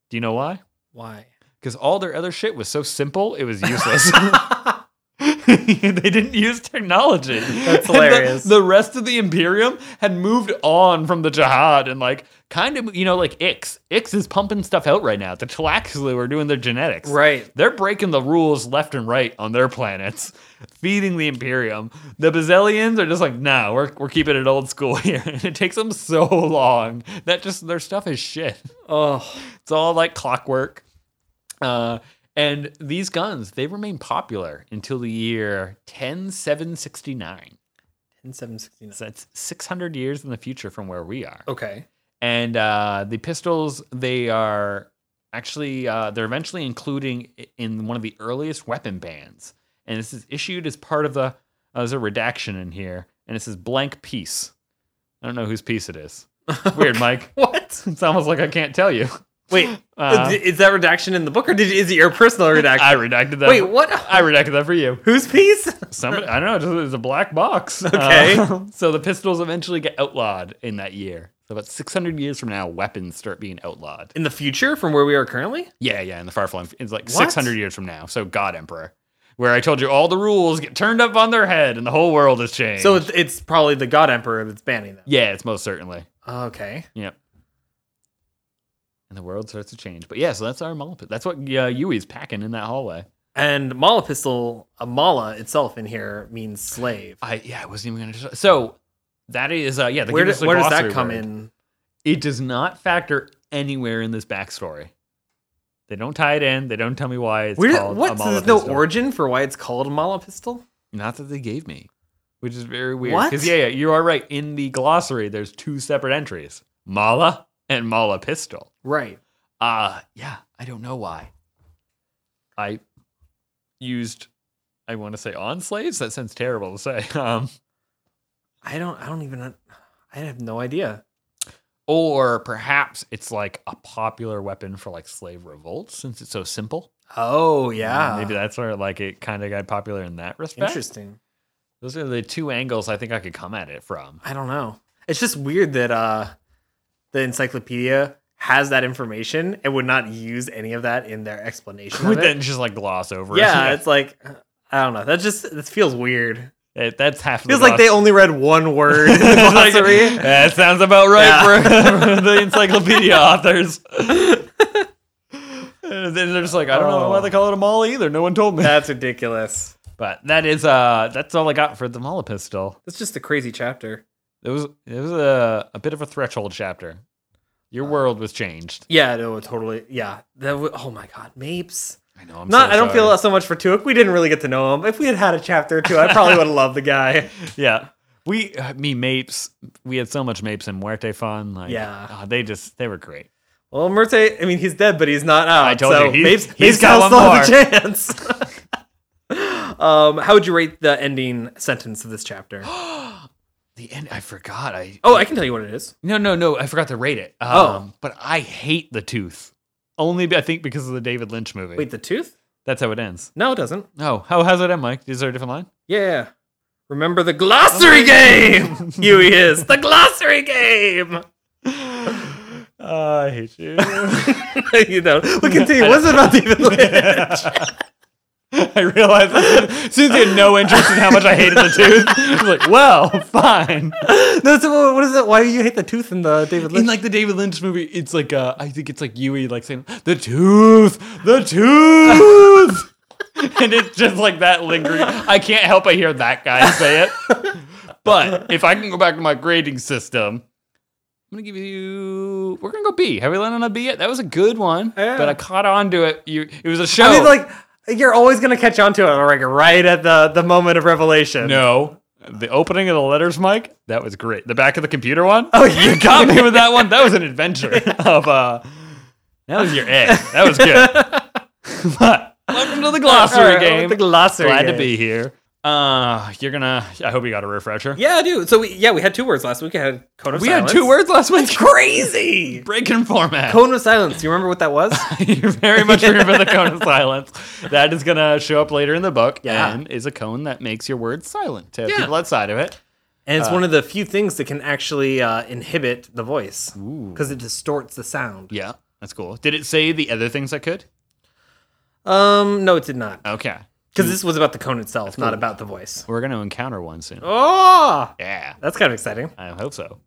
Speaker 2: Do you know why?
Speaker 1: Why?
Speaker 2: Because all their other shit was so simple, it was useless. they didn't use technology. That's
Speaker 1: hilarious.
Speaker 2: The, rest of the Imperium had moved on from the Jihad and like kind of you know like Ix. Ix is pumping stuff out right now. The Tlaxalu are doing their genetics.
Speaker 1: Right.
Speaker 2: They're breaking the rules left and right on their planets, feeding the Imperium. The Bazillions are just like, nah, we're we're keeping it old school here. And it takes them so long that just their stuff is shit.
Speaker 1: Oh,
Speaker 2: It's all like clockwork. Uh, and these guns, they remain popular until the year 10769.
Speaker 1: in 769.
Speaker 2: So that's 600 years in the future from where we are.
Speaker 1: Okay.
Speaker 2: And uh, the pistols, they are actually, uh, they're eventually including i- in one of the earliest weapon bans. And this is issued as part of the, uh, there's a redaction in here. And it says blank piece. I don't know whose piece it is. Weird, Mike.
Speaker 1: What?
Speaker 2: It's almost like I can't tell you.
Speaker 1: Wait,
Speaker 2: Uh,
Speaker 1: is- is that redaction in the book or did, is it your personal
Speaker 2: I
Speaker 1: redaction?
Speaker 2: redacted that.
Speaker 1: Wait, what?
Speaker 2: I redacted that for you.
Speaker 1: Whose piece?
Speaker 2: Somebody, I don't know. It's it's a black box.
Speaker 1: Okay.
Speaker 2: Uh, so the pistols eventually get outlawed in that year. So about 600 years from now, weapons start being outlawed.
Speaker 1: In the future from where we are currently?
Speaker 2: Yeah, yeah. In the far flung, it's like
Speaker 1: What?
Speaker 2: 600 years from now. So God Emperor, where I told you all the rules get turned up on their head and the whole world has changed.
Speaker 1: So it's, it's probably the God Emperor that's banning them.
Speaker 2: yeah, it's most certainly.
Speaker 1: Okay.
Speaker 2: Yep. And the world starts to change. But yeah, so that's our mullet. That's what uh, Yui's packing in that hallway.
Speaker 1: And Mala pistol, a Mala itself in here means slave.
Speaker 2: I yeah, I wasn't even gonna. So that is uh yeah. They
Speaker 1: Where,
Speaker 2: give us
Speaker 1: do-
Speaker 2: the
Speaker 1: where does that
Speaker 2: glossary
Speaker 1: come
Speaker 2: word.
Speaker 1: in?
Speaker 2: It does not factor anywhere in this backstory. They don't tie it in. They don't tell me why it's
Speaker 1: Where,
Speaker 2: called
Speaker 1: what?
Speaker 2: a
Speaker 1: So
Speaker 2: Mala
Speaker 1: there's no
Speaker 2: pistol.
Speaker 1: origin for why it's called a Mala pistol?
Speaker 2: Not that they gave me, which is very weird.
Speaker 1: What?
Speaker 2: Because yeah, yeah, you are right. In the glossary, there's two separate entries: Mala and Mala pistol.
Speaker 1: Right.
Speaker 2: Uh yeah, I don't know why. I used, I want to say on slaves. That sounds terrible to say. Um,
Speaker 1: I don't. I don't even. I have no idea.
Speaker 2: or perhaps it's like a popular weapon for like slave revolts since it's so simple.
Speaker 1: Oh
Speaker 2: maybe that's where like it kind of got popular in that respect.
Speaker 1: interesting.
Speaker 2: Those are the two angles I think I could come at it from.
Speaker 1: I don't know. It's just weird that uh, the encyclopedia has that information and would not use any of that in their explanation.
Speaker 2: But
Speaker 1: Of
Speaker 2: then
Speaker 1: it.
Speaker 2: just like gloss over. it.
Speaker 1: Yeah, it's like I don't know. That just it feels weird.
Speaker 2: It- that's half. of the
Speaker 1: Feels like they
Speaker 2: gloss-
Speaker 1: only read one word in the
Speaker 2: It's like,
Speaker 1: glossary.
Speaker 2: that sounds about right
Speaker 1: Yeah.
Speaker 2: for, for the encyclopedia authors. And then they're just like, I don't know why
Speaker 1: Oh.
Speaker 2: they call it a mall either. No one told me.
Speaker 1: That's ridiculous.
Speaker 2: But that is uh, that's all I got for the mall pistol.
Speaker 1: That's just a crazy chapter.
Speaker 2: It was it was a, a bit of a threshold chapter. Your world was changed.
Speaker 1: Yeah, no, totally. Yeah. That w- oh my god, Mapes.
Speaker 2: I know. I'm
Speaker 1: Not,
Speaker 2: so
Speaker 1: I don't feel
Speaker 2: sorry.
Speaker 1: so much for Tuuk. We didn't really get to know him. If we had had a chapter or two, I probably would have loved the guy.
Speaker 2: Yeah, we I me Mapes. We had so much Mapes and Muerte fun. Like,
Speaker 1: Yeah.
Speaker 2: oh, they just they were great.
Speaker 1: Well, Merte, I mean, he's dead, but he's not out.
Speaker 2: I told
Speaker 1: so
Speaker 2: you, he-
Speaker 1: Mapes,
Speaker 2: he's
Speaker 1: Mapes
Speaker 2: got
Speaker 1: got still
Speaker 2: one
Speaker 1: has a chance. um, how would you rate the ending sentence of this chapter?
Speaker 2: The end. I forgot. I
Speaker 1: Oh, I can tell you what it is.
Speaker 2: no no no. I forgot to rate it.
Speaker 1: Oh.
Speaker 2: Um, but I hate the tooth. Only be- I think because of the David Lynch movie.
Speaker 1: Wait, the tooth?
Speaker 2: that's how it ends.
Speaker 1: No, it doesn't.
Speaker 2: Oh, how how's it end, Mike? Is there a different line?
Speaker 1: Yeah. Remember the glossary game. Huey is the glossary game.
Speaker 2: Uh, I hate you.
Speaker 1: you know, we continue. What's it about David Lynch?
Speaker 2: I realized Susie had no interest in how much I hated the tooth. I was like, well, fine.
Speaker 1: no, so what is it? Why do you hate the tooth in the David Lynch?
Speaker 2: In like the David Lynch movie, it's like uh, I think it's like Yui like saying the tooth, the tooth, and it's just like that lingering. I can't help but hear that guy say it. But if I can go back to my grading system, I'm gonna give you. We're gonna go B. Have we landed on a B yet? That was a good one,
Speaker 1: Yeah.
Speaker 2: but I caught on to it. You, it was a show.
Speaker 1: I mean, like you're always gonna catch on to it, like right at the the moment of revelation.
Speaker 2: No. The opening of the letters, Mike, that was great. The back of the computer one?
Speaker 1: Oh, yeah.
Speaker 2: You got me with that one. That was an adventure of uh That was your egg. That was good. but welcome to the glossary
Speaker 1: All right,
Speaker 2: game.
Speaker 1: The glossary.
Speaker 2: Glad to
Speaker 1: game.
Speaker 2: be here. Uh you're gonna I hope you got a refresher.
Speaker 1: Yeah, dude. So we, yeah, we had two words last week. I had cone of
Speaker 2: we
Speaker 1: silence.
Speaker 2: had two words last week.
Speaker 1: Crazy.
Speaker 2: Breaking format.
Speaker 1: Cone of silence. Do you remember what that was?
Speaker 2: You're very much remember the cone of silence. That is gonna show up later in the book
Speaker 1: Yeah.
Speaker 2: and is a cone that makes your words silent to
Speaker 1: Yeah.
Speaker 2: people outside of it.
Speaker 1: and
Speaker 2: Uh,
Speaker 1: it's one of the few things that can actually uh, inhibit the voice because it distorts the sound.
Speaker 2: Yeah, that's cool. Did it say the other things I could? Uh,
Speaker 1: Um, no, it did not.
Speaker 2: Okay.
Speaker 1: Because this was about the cone itself, not about the voice.
Speaker 2: We're gonna encounter one soon.
Speaker 1: Oh,
Speaker 2: Yeah,
Speaker 1: that's kind of exciting.
Speaker 2: I hope so.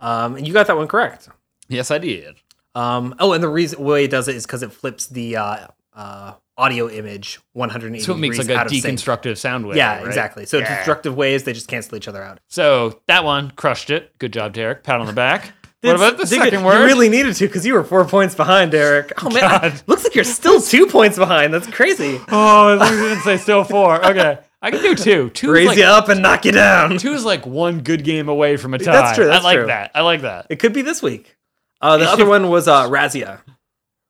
Speaker 1: Um, and you got that one correct.
Speaker 2: Yes, I did.
Speaker 1: Um, oh, and the reason way it does it is because it flips the uh, uh, audio image 180
Speaker 2: So it makes like
Speaker 1: degrees
Speaker 2: a
Speaker 1: out of sync.
Speaker 2: deconstructive sound wave.
Speaker 1: Yeah,
Speaker 2: right?
Speaker 1: exactly. So
Speaker 2: Yeah.
Speaker 1: destructive ways they just cancel each other out.
Speaker 2: So that one crushed it. Good job, Derek. Pat on the back. what about the
Speaker 1: Dig it.
Speaker 2: second word?
Speaker 1: You really needed to because you were four points behind, Eric. Oh man,
Speaker 2: God.
Speaker 1: looks like you're still two points behind. That's crazy.
Speaker 2: oh, I didn't say still four. Okay, I can do two. Two is
Speaker 1: Raise
Speaker 2: like
Speaker 1: you up and knock you down.
Speaker 2: two is like one good game away from a tie.
Speaker 1: That's true,
Speaker 2: I
Speaker 1: that's
Speaker 2: like
Speaker 1: true.
Speaker 2: that. I like that.
Speaker 1: It could be this week. Uh, the
Speaker 2: It
Speaker 1: other
Speaker 2: should-
Speaker 1: one was uh, Razia.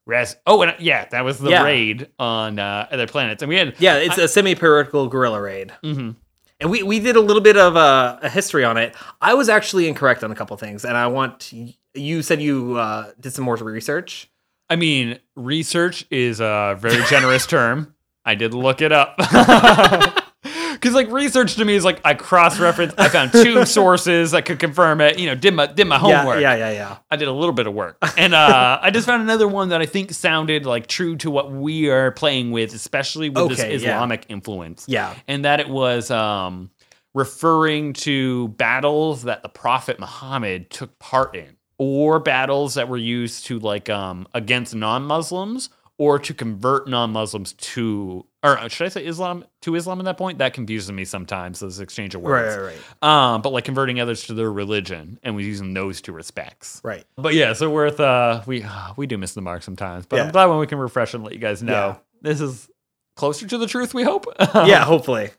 Speaker 2: Res- oh, and yeah, that was the
Speaker 1: Yeah.
Speaker 2: raid on uh, other planets, and we had
Speaker 1: Yeah, it's a semi-periodical guerrilla raid.
Speaker 2: Mhm.
Speaker 1: And we, we did a little bit of uh, a, a history on it. I was actually incorrect on a couple things, and I want you said you uh, did some more research.
Speaker 2: I mean, research is a very generous term. I did look it up. Because like research to me is like I cross reference. I found two sources that could confirm it. You know, did my did my homework.
Speaker 1: Yeah, yeah, yeah, yeah.
Speaker 2: I did a little bit of work, and uh, I just found another one that I think sounded like true to what we are playing with, especially with
Speaker 1: Okay, yeah.
Speaker 2: this Islamic influence.
Speaker 1: Yeah.
Speaker 2: and that it was um, referring to battles that the Prophet Muhammad took part in, or battles that were used to like um, against non-Muslims or to convert non-Muslims to, or uh, should I say Islam to Islam? At that point, that confuses me sometimes. This exchange of words,
Speaker 1: Right, right, right,
Speaker 2: Um, but like converting others to their religion, and was using those two respects.
Speaker 1: right.
Speaker 2: But yeah, so worth uh we uh, we do miss the mark sometimes, but
Speaker 1: Yeah.
Speaker 2: I'm glad when we can refresh and let you guys know
Speaker 1: Yeah.
Speaker 2: this is closer to the truth. We hope.
Speaker 1: yeah, hopefully.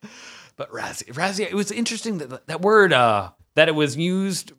Speaker 2: But razia, razia, it was interesting that that word uh that it was used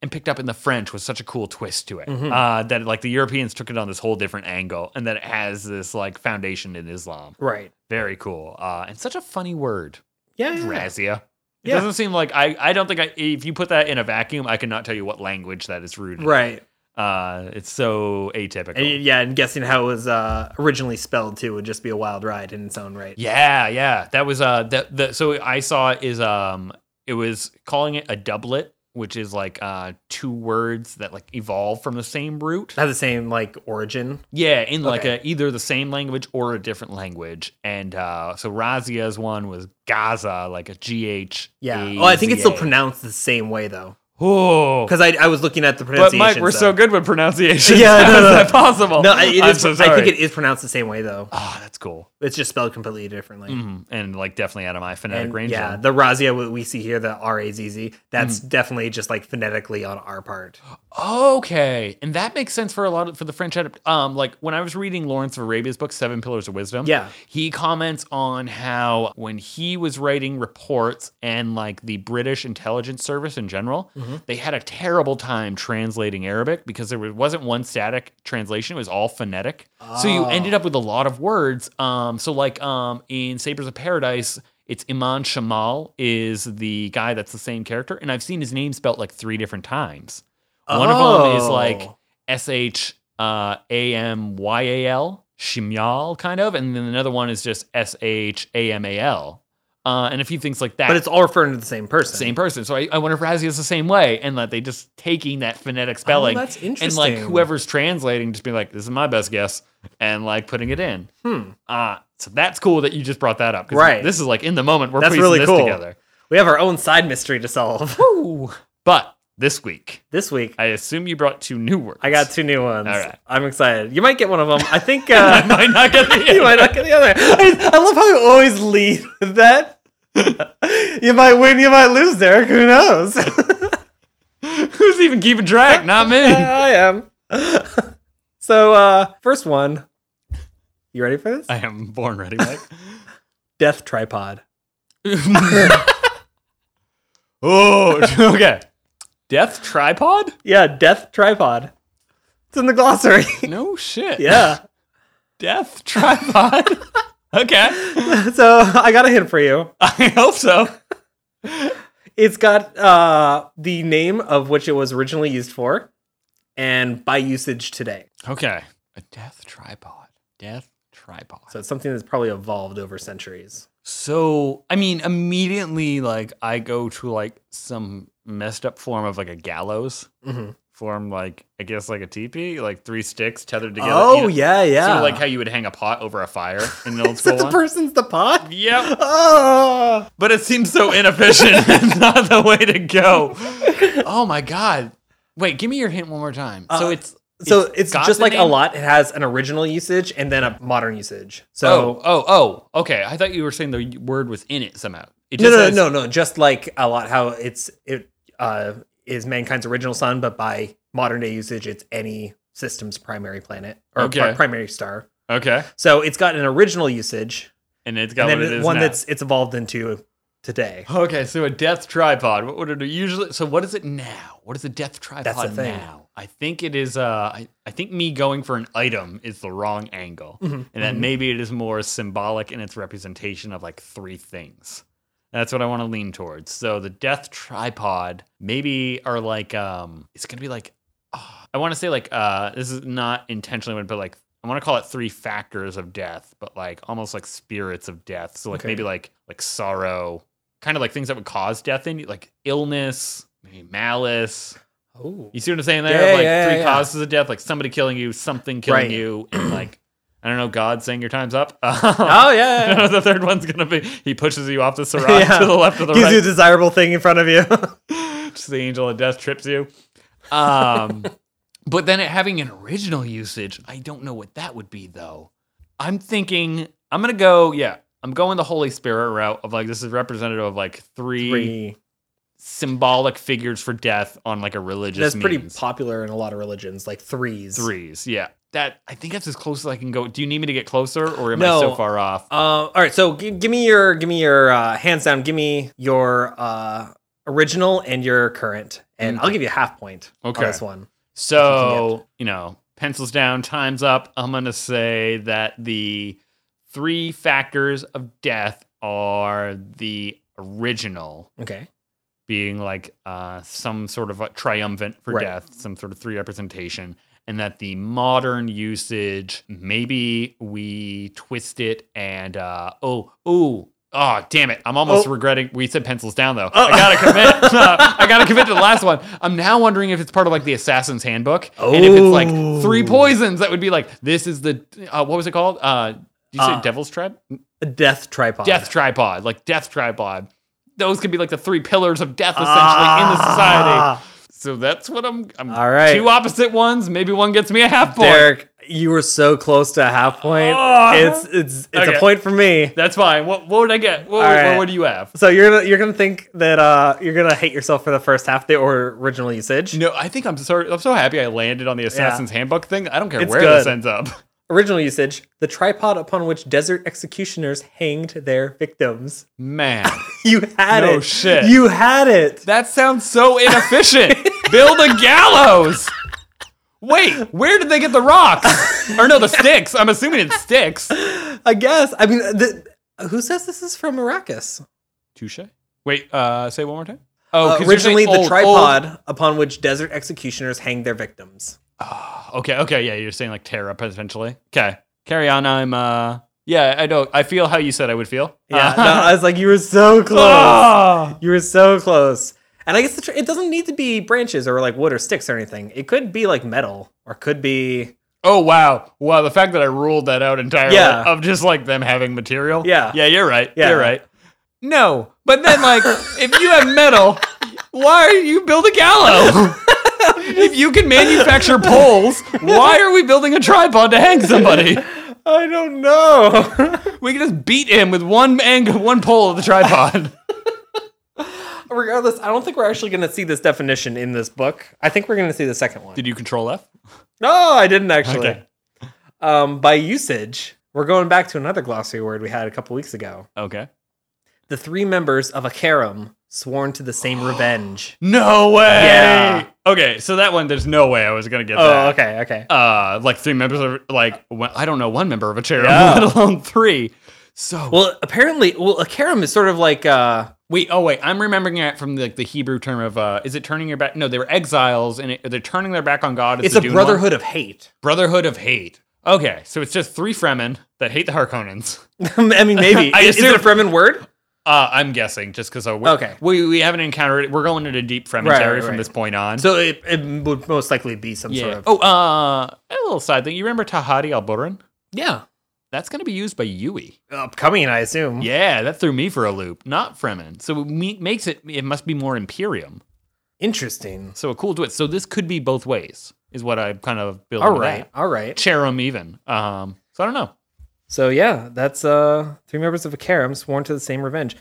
Speaker 2: and picked up in the French was such a cool twist to it.
Speaker 1: Mm-hmm.
Speaker 2: Uh, that like the Europeans took it on this whole different angle, and that it has this like foundation in Islam.
Speaker 1: Right.
Speaker 2: Very cool. Uh, and such a funny word,
Speaker 1: Yeah. yeah, yeah.
Speaker 2: razia. It
Speaker 1: Yeah.
Speaker 2: doesn't seem like I. I don't think I. If you put that in a vacuum, I cannot tell you what language that is rooted. in.
Speaker 1: Right.
Speaker 2: Uh, it's so atypical.
Speaker 1: And, yeah, and guessing how it was uh, originally spelled too would just be a wild ride in its own right.
Speaker 2: Yeah, yeah. That was uh that the so I saw it is um it was calling it a doublet, which is like uh two words that like evolve from the same root.
Speaker 1: Have the same like origin.
Speaker 2: Yeah, in like
Speaker 1: Okay.
Speaker 2: a either the same language or a different language. And uh so Razia's one was Gaza, like a G H.
Speaker 1: Yeah. Oh, I think it's still pronounced the same way though.
Speaker 2: Oh,
Speaker 1: Because I, I was looking at the
Speaker 2: but
Speaker 1: pronunciation.
Speaker 2: Mike, we're so good with pronunciation.
Speaker 1: Yeah,
Speaker 2: how
Speaker 1: no,
Speaker 2: is
Speaker 1: no.
Speaker 2: that possible?
Speaker 1: No, I- it
Speaker 2: I'm
Speaker 1: is,
Speaker 2: so
Speaker 1: I think
Speaker 2: sorry.
Speaker 1: it is pronounced the same way though.
Speaker 2: Oh, that's cool.
Speaker 1: It's just spelled completely differently.
Speaker 2: Mhm. And like definitely out of my phonetic
Speaker 1: And
Speaker 2: range.
Speaker 1: yeah,
Speaker 2: then.
Speaker 1: the Razia what we see here, the R A Z Z, that's
Speaker 2: Mm.
Speaker 1: definitely just like phonetically on our part.
Speaker 2: Okay, and that makes sense for a lot of for the French adapt. Um, like when I was reading Lawrence of Arabia's book Seven Pillars of Wisdom,
Speaker 1: Yeah.
Speaker 2: he comments on how when he was writing reports and like the British intelligence service in general, they had a terrible time translating Arabic because there was- wasn't one static translation; it was all phonetic. So you
Speaker 1: Oh.
Speaker 2: ended up with a lot of words. Um, so like um in Sabers of Paradise. It's Iman Shamal is the guy that's the same character, and I've seen his name spelt like three different times. One of them is like
Speaker 1: Oh.
Speaker 2: S H uh, A M Y A L, Shimyal, kind of. And then another one is just S H A M A L. Uh, and a few things like that.
Speaker 1: But it's all referring to the same person.
Speaker 2: same person. So I, I wonder if Razzie is the same way and that they just taking that phonetic spelling.
Speaker 1: Oh, that's
Speaker 2: And like
Speaker 1: interesting.
Speaker 2: whoever's translating just being like, this is my best guess and like putting it in.
Speaker 1: Hmm.
Speaker 2: Uh, so that's cool that you just brought that up. 'cause
Speaker 1: Right.
Speaker 2: This is like in the moment, we're
Speaker 1: That's
Speaker 2: piecing
Speaker 1: really
Speaker 2: this
Speaker 1: cool.
Speaker 2: together.
Speaker 1: We have our own side mystery to solve.
Speaker 2: Woo. But this week,
Speaker 1: this week,
Speaker 2: I assume you brought two new words.
Speaker 1: I got two new ones.
Speaker 2: All right.
Speaker 1: I'm excited. You might get one of them. I think
Speaker 2: I
Speaker 1: uh,
Speaker 2: might not get the
Speaker 1: you might not get the other. I, I love how you always lead with that. you might win, you might lose, Derek. Who knows?
Speaker 2: Who's even keeping track? Not me.
Speaker 1: I am. so, uh, first one. You ready for this?
Speaker 2: I am born ready, Mike.
Speaker 1: Death tripod.
Speaker 2: oh, okay. Death tripod?
Speaker 1: Yeah, death tripod. It's in the glossary.
Speaker 2: No shit.
Speaker 1: yeah.
Speaker 2: Death tripod. okay.
Speaker 1: so I got a hint for you.
Speaker 2: I hope so.
Speaker 1: It's got uh, the name of which it was originally used for, and by usage today.
Speaker 2: Okay. A death tripod. Death tripod.
Speaker 1: So it's something that's probably evolved over centuries.
Speaker 2: So, I mean, immediately, like, I go to like some messed up form of like a gallows
Speaker 1: Mhm.
Speaker 2: form, like I guess like a teepee, like three sticks tethered together.
Speaker 1: oh
Speaker 2: you know,
Speaker 1: yeah, yeah.
Speaker 2: Sort of like how you would hang a pot over a fire in an old
Speaker 1: so
Speaker 2: school
Speaker 1: the
Speaker 2: one.
Speaker 1: person's the pot.
Speaker 2: yep.
Speaker 1: Oh,
Speaker 2: But it seems so inefficient. it's not the way to go. Oh my god. Wait, give me your hint one more time. so
Speaker 1: Uh,
Speaker 2: it's
Speaker 1: so it's,
Speaker 2: got
Speaker 1: just
Speaker 2: the
Speaker 1: like a
Speaker 2: name?
Speaker 1: lot. It has an original usage and then a modern usage. So
Speaker 2: oh oh oh okay. I thought you were saying the word was in it somehow. It
Speaker 1: no,
Speaker 2: just
Speaker 1: no,
Speaker 2: says-
Speaker 1: no, no, no. Just like a lot, how it's it uh, is mankind's original sun, but by modern day usage, it's any system's primary planet or
Speaker 2: Okay.
Speaker 1: pri- primary star.
Speaker 2: Okay,
Speaker 1: So it's got an original usage,
Speaker 2: and it's got
Speaker 1: and then
Speaker 2: what it is
Speaker 1: one
Speaker 2: now.
Speaker 1: that's it's evolved into today.
Speaker 2: okay. So a death tripod. What would it usually? So what is it now? What is a death tripod
Speaker 1: thing.
Speaker 2: now? I think it is. Uh, I, I think me going for an item is the wrong angle,
Speaker 1: Mhm,
Speaker 2: and that
Speaker 1: mhm.
Speaker 2: maybe it is more symbolic in its representation of like three things. That's what I want to lean towards. So the death tripod maybe are like um, it's gonna be like ah, I want to say like uh, this is not intentionally, but like I want to call it three factors of death, but like almost like spirits of death. So like
Speaker 1: Okay.
Speaker 2: maybe like like sorrow, kind of like things that would cause death in you, like illness, maybe malice.
Speaker 1: Oh,
Speaker 2: You see what I'm saying there?
Speaker 1: Yeah,
Speaker 2: like
Speaker 1: yeah,
Speaker 2: three
Speaker 1: yeah.
Speaker 2: causes of death, like somebody killing you, something killing
Speaker 1: Right.
Speaker 2: you, and like I don't know, God saying your time's up.
Speaker 1: oh
Speaker 2: I
Speaker 1: yeah,
Speaker 2: don't
Speaker 1: yeah, yeah.
Speaker 2: know what the third one's gonna be he pushes you off the sarong
Speaker 1: Yeah.
Speaker 2: to the left of the
Speaker 1: gives
Speaker 2: right.
Speaker 1: you a desirable thing in front of you.
Speaker 2: Just the angel of death trips you. Um, but then it having an original usage, I don't know what that would be though. I'm thinking I'm gonna go. Yeah, I'm going the Holy Spirit route of like this is representative of like three,
Speaker 1: Three.
Speaker 2: symbolic figures for death on like a religious.
Speaker 1: That's pretty
Speaker 2: means.
Speaker 1: popular in a lot of religions, like threes.
Speaker 2: threes. Yeah, that I think that's as close as I can go. Do you need me to get closer, or am I
Speaker 1: No.
Speaker 2: so far off?
Speaker 1: Uh, all right, so g- give me your give me your uh, hands down. Give me your uh, original and your current, and I'll give you a half point
Speaker 2: Mm. Okay.
Speaker 1: on this one.
Speaker 2: So, you know, pencils down, time's up. I'm going to say that the three factors of death are the original
Speaker 1: Okay.
Speaker 2: being like uh, some sort of a triumphant for
Speaker 1: Right.
Speaker 2: death, some sort of three representation, and that the modern usage maybe we twist it and uh, oh oh oh damn it! I'm almost
Speaker 1: Oh.
Speaker 2: regretting we said pencils down though.
Speaker 1: Oh.
Speaker 2: I gotta commit. uh, I gotta commit to the last one. I'm now wondering if it's part of like the Assassin's Handbook, and if it's like three
Speaker 1: Oh.
Speaker 2: poisons, that would be like this is the uh, what was it called? Uh, did you say
Speaker 1: Uh,
Speaker 2: Devil's Tribe?
Speaker 1: A death tripod.
Speaker 2: death tripod, like death tripod. Those could be like the three pillars of death essentially in the society.
Speaker 1: Ah.
Speaker 2: So that's what I'm. I'm
Speaker 1: All right.
Speaker 2: Two opposite ones. Maybe one gets me a half point.
Speaker 1: Derek, you were so close to a half point.
Speaker 2: Ah.
Speaker 1: it's it's it's
Speaker 2: Okay.
Speaker 1: a point for me.
Speaker 2: That's fine. What what would I get? What,
Speaker 1: All
Speaker 2: what-
Speaker 1: right.
Speaker 2: what do you have?
Speaker 1: So you're gonna you're gonna think that uh you're gonna hate yourself for the first half the or original usage.
Speaker 2: No, I think I'm sorry. I'm so happy I landed on the Assassin's Handbook thing. I don't care
Speaker 1: It's
Speaker 2: where
Speaker 1: good.
Speaker 2: this ends up.
Speaker 1: Original usage: the tripod upon which desert executioners hanged their victims.
Speaker 2: Man,
Speaker 1: You had
Speaker 2: No
Speaker 1: it.
Speaker 2: shit.
Speaker 1: You had it.
Speaker 2: that sounds so inefficient. Build a gallows. Wait, where did they get the rocks? Or no, the sticks. I'm assuming it's sticks.
Speaker 1: I guess. I mean, the, who says this is from Arrakis?
Speaker 2: Touche. Wait, uh, say it one more time. Oh,
Speaker 1: Uh,
Speaker 2: 'cause you're
Speaker 1: originally,
Speaker 2: saying
Speaker 1: the
Speaker 2: old,
Speaker 1: tripod upon which desert executioners hang their victims.
Speaker 2: old- Ah, Okay, okay, yeah, you're saying like tear up potentially. Okay, carry on. I'm uh, yeah, I know. I feel how you said I would feel.
Speaker 1: Yeah,
Speaker 2: Uh,
Speaker 1: no, I was like, you were so close.
Speaker 2: Ah!
Speaker 1: you were so close. And I guess the tr- it doesn't need to be branches or like wood or sticks or anything. It could be like metal or could be
Speaker 2: Oh wow, wow! The fact that I ruled that out entirely
Speaker 1: Yeah.
Speaker 2: of just like them having material.
Speaker 1: Yeah.
Speaker 2: yeah, you're right.
Speaker 1: Yeah.
Speaker 2: You're right. No, but then like if you have metal, why are you build a gallows? if you can manufacture poles, why are we building a tripod to hang somebody?
Speaker 1: I don't know.
Speaker 2: We can just beat him with one angle, one pole of the tripod.
Speaker 1: Regardless, I don't think we're actually going to see this definition in this book. I think we're going to see the second one.
Speaker 2: Did you control F?
Speaker 1: No, I didn't actually.
Speaker 2: Okay.
Speaker 1: Um, by usage, we're going back to another glossary word we had a couple weeks ago.
Speaker 2: Okay.
Speaker 1: The three members of a harem sworn to the same revenge.
Speaker 2: No way.
Speaker 1: Yeah.
Speaker 2: Okay, so that one, there's no way I was gonna get
Speaker 1: Oh,
Speaker 2: that.
Speaker 1: okay, okay.
Speaker 2: Uh, like three members of like one- I don't know one member of a chair,
Speaker 1: Yeah.
Speaker 2: let alone three. So
Speaker 1: Well, apparently, well, a harem is sort of like uh,
Speaker 2: wait, oh wait, I'm remembering it from like the Hebrew term of uh, is it turning your back? No, they were exiles, and it, they're turning their back on God. is
Speaker 1: it's
Speaker 2: the
Speaker 1: a
Speaker 2: Dune one.
Speaker 1: brotherhood of hate.
Speaker 2: brotherhood of hate. Okay, so it's just three Fremen that hate the Harkonnens.
Speaker 1: I mean, maybe
Speaker 2: I
Speaker 1: is, is it a
Speaker 2: assume-
Speaker 1: Fremen word?
Speaker 2: Uh, I'm guessing just because
Speaker 1: Okay.
Speaker 2: we we haven't encountered it. We're going into deep fragmentary
Speaker 1: right,
Speaker 2: from
Speaker 1: right.
Speaker 2: this point on.
Speaker 1: So it, it would most likely be some
Speaker 2: yeah.
Speaker 1: sort of
Speaker 2: Oh, uh, a little side thing. You remember Tahadi Al Burhan?
Speaker 1: yeah
Speaker 2: That's going to be used by Yui.
Speaker 1: upcoming, I assume.
Speaker 2: Yeah, that threw me for a loop. Not Fremen. So it me- makes it. It must be more Imperium.
Speaker 1: Interesting.
Speaker 2: So a cool twist. So this could be both ways. Is what I'm kind of building.
Speaker 1: All
Speaker 2: to
Speaker 1: right, all
Speaker 2: that.
Speaker 1: right.
Speaker 2: Cherum even. Um. So I don't know.
Speaker 1: So yeah, that's uh three members of a Karam sworn to the same revenge.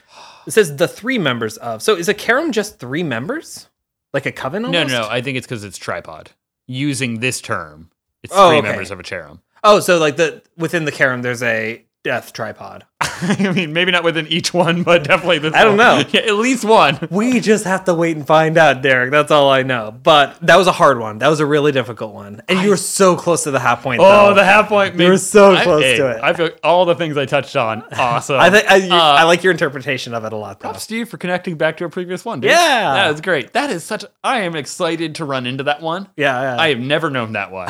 Speaker 1: It says the three members of. So is a Karam just three members? Like a coven
Speaker 2: No,
Speaker 1: almost?
Speaker 2: no, no. I think it's because it's tripod. Using this term, it's three
Speaker 1: Oh, okay.
Speaker 2: members of a Cherum.
Speaker 1: Oh, so like the within the Karam there's a death tripod.
Speaker 2: I mean, maybe not within each one, but definitely this.
Speaker 1: I don't
Speaker 2: one.
Speaker 1: know.
Speaker 2: Yeah, at least one.
Speaker 1: We just have to wait and find out, Derek. That's all I know. But that was a hard one. That was a really difficult one. And you were so close to the half point.
Speaker 2: Oh,
Speaker 1: though.
Speaker 2: the half point.
Speaker 1: You were
Speaker 2: makes-
Speaker 1: so
Speaker 2: I-
Speaker 1: close
Speaker 2: hey,
Speaker 1: to it.
Speaker 2: I feel all the things I touched on. Awesome.
Speaker 1: I think I, you-
Speaker 2: Uh,
Speaker 1: I like your interpretation of it a lot, though.
Speaker 2: Props to you for connecting back to a previous one. Dude.
Speaker 1: Yeah.
Speaker 2: that was great. That is such. I am excited to run into that one.
Speaker 1: Yeah, yeah.
Speaker 2: I have never known that one.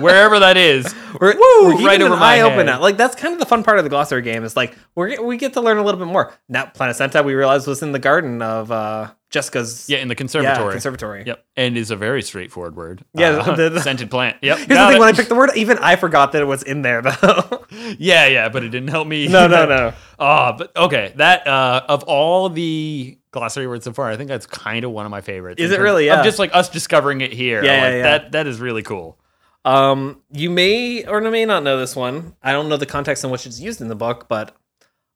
Speaker 2: Wherever that is,
Speaker 1: we're,
Speaker 2: Woo,
Speaker 1: we're
Speaker 2: right
Speaker 1: keeping
Speaker 2: over
Speaker 1: an
Speaker 2: my
Speaker 1: eye open
Speaker 2: head.
Speaker 1: now. Like that's kind of the fun part of the glossary game. Is like we we get to learn a little bit more. Now, Planet Santa we realized was in the garden of uh, Jessica's
Speaker 2: yeah, in the
Speaker 1: yeah,
Speaker 2: conservatory.
Speaker 1: conservatory.
Speaker 2: Yep, and is a very straightforward word.
Speaker 1: Yeah,
Speaker 2: Uh,
Speaker 1: the- the-
Speaker 2: scented plant. Yep.
Speaker 1: Here's the
Speaker 2: got
Speaker 1: thing:
Speaker 2: it.
Speaker 1: when I picked the word, even I forgot that it was in there. Though.
Speaker 2: Yeah, yeah, but it didn't help me.
Speaker 1: no, no, no.
Speaker 2: Ah, but okay. That uh, of all the glossary words so far, I think that's kind of one of my favorites.
Speaker 1: Is
Speaker 2: in
Speaker 1: it
Speaker 2: terms
Speaker 1: really?
Speaker 2: of
Speaker 1: Yeah.
Speaker 2: just like us discovering it here.
Speaker 1: Yeah,
Speaker 2: like,
Speaker 1: yeah, yeah.
Speaker 2: That that is really cool.
Speaker 1: Um, you may or may not know this one. I don't know the context in which it's used in the book, but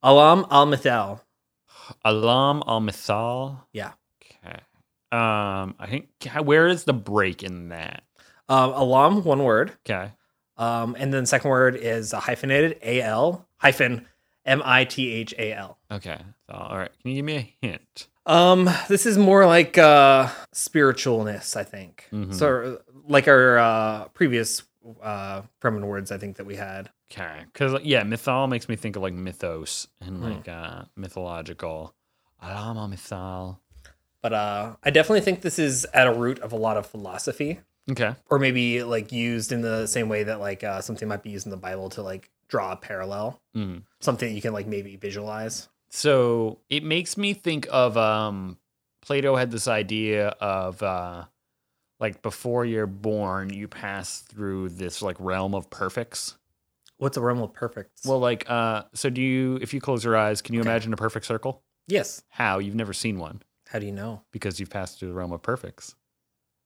Speaker 1: Alam al Mithal.
Speaker 2: Alam al Mithal.
Speaker 1: Yeah.
Speaker 2: Okay. Um, I think God, where is the break in that?
Speaker 1: Um, Alam, one word.
Speaker 2: Okay.
Speaker 1: Um, and then the second word is a hyphenated A L hyphen M I T H A L.
Speaker 2: Okay. So, all right. Can you give me a hint?
Speaker 1: Um, this is more like uh spiritualness, I think.
Speaker 2: Mhm.
Speaker 1: So like our uh previous uh Fremen words I think that we had.
Speaker 2: Okay. Because yeah, Mithal makes me think of like mythos
Speaker 1: Hmm.
Speaker 2: and like uh, mythological. Alam al Mithal.
Speaker 1: But uh I definitely think this is at a root of a lot of philosophy.
Speaker 2: Okay.
Speaker 1: Or maybe like used in the same way that like uh something might be used in the Bible to like draw a parallel.
Speaker 2: Mm.
Speaker 1: Something that you can like maybe visualize.
Speaker 2: so it makes me think of um plato had this idea of uh like before you're born you pass through this like realm of perfects
Speaker 1: What's a realm of perfects?
Speaker 2: well like uh so do you if you close your eyes can you
Speaker 1: Okay.
Speaker 2: imagine a perfect circle
Speaker 1: yes.
Speaker 2: how you've never seen one
Speaker 1: How do you know?
Speaker 2: because you've passed through the realm of perfects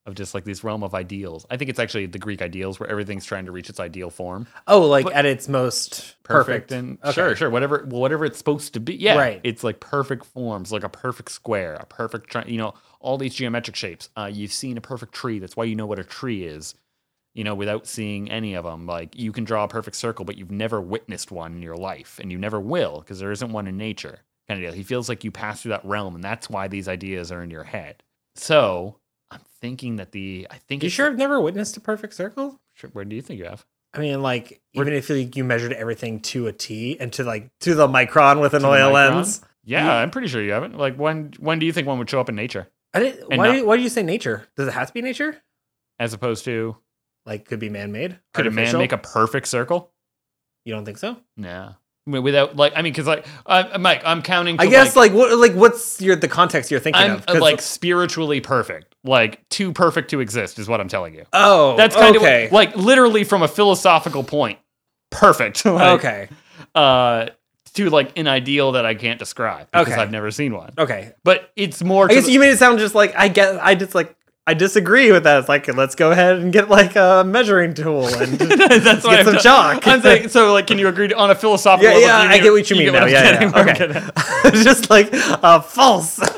Speaker 2: of just like this realm of ideals i think it's actually the greek ideals where everything's trying to reach its ideal form
Speaker 1: Oh, like
Speaker 2: But-
Speaker 1: at its most
Speaker 2: perfect,
Speaker 1: perfect.
Speaker 2: and
Speaker 1: Okay.
Speaker 2: sure, sure, whatever, whatever it's supposed to be. Yeah,
Speaker 1: Right.
Speaker 2: It's like perfect forms, like a perfect square, a perfect, tri- you know, all these geometric shapes. Uh, you've seen a perfect tree. That's why you know what a tree is. You know, without seeing any of them, like you can draw a perfect circle, but you've never witnessed one in your life, and you never will, because there isn't one in nature. Kind of deal. He feels like you pass through that realm, and that's why these ideas are in your head. So I'm thinking that the I think
Speaker 1: You
Speaker 2: it's-
Speaker 1: sure I've never witnessed a perfect circle?
Speaker 2: Sure, Where do you think you have?
Speaker 1: I mean, like even if like, you measured everything to a T and to like to the micron with an
Speaker 2: To the
Speaker 1: oil
Speaker 2: micron?
Speaker 1: lens.
Speaker 2: Yeah, I'm pretty sure you haven't. Like when when do you think one would show up in nature?
Speaker 1: I didn't,
Speaker 2: And
Speaker 1: why?
Speaker 2: not-
Speaker 1: do you, why do you say nature? Does it have to be nature?
Speaker 2: as opposed to
Speaker 1: Like could be man made.
Speaker 2: could a man make a perfect circle?
Speaker 1: You don't think so?
Speaker 2: No. I mean, Without like, I mean, because like, uh, Mike, I'm counting. To,
Speaker 1: I guess like, what like what's your the context you're thinking
Speaker 2: I'm
Speaker 1: of?
Speaker 2: uh,
Speaker 1: 'Cause-
Speaker 2: like spiritually perfect, like too perfect to exist, is what I'm telling you.
Speaker 1: oh
Speaker 2: That's kind
Speaker 1: okay.
Speaker 2: of like literally from a philosophical point, perfect. like,
Speaker 1: okay
Speaker 2: Uh, to like an ideal that I can't describe because
Speaker 1: Okay.
Speaker 2: I've never seen one.
Speaker 1: okay.
Speaker 2: But it's more.
Speaker 1: I
Speaker 2: to
Speaker 1: guess
Speaker 2: the-
Speaker 1: you made it sound just like I get I just like I disagree with that. It's like let's go ahead and get like a measuring tool and
Speaker 2: That's why
Speaker 1: get some chalk.
Speaker 2: I'm saying. So like, can you agree to, on a philosophical?
Speaker 1: yeah yeah
Speaker 2: level, do
Speaker 1: I get what you mean now.
Speaker 2: I'm
Speaker 1: Yeah,
Speaker 2: getting?
Speaker 1: yeah.
Speaker 2: I'm
Speaker 1: okay.
Speaker 2: getting-
Speaker 1: just like uh, false.
Speaker 2: this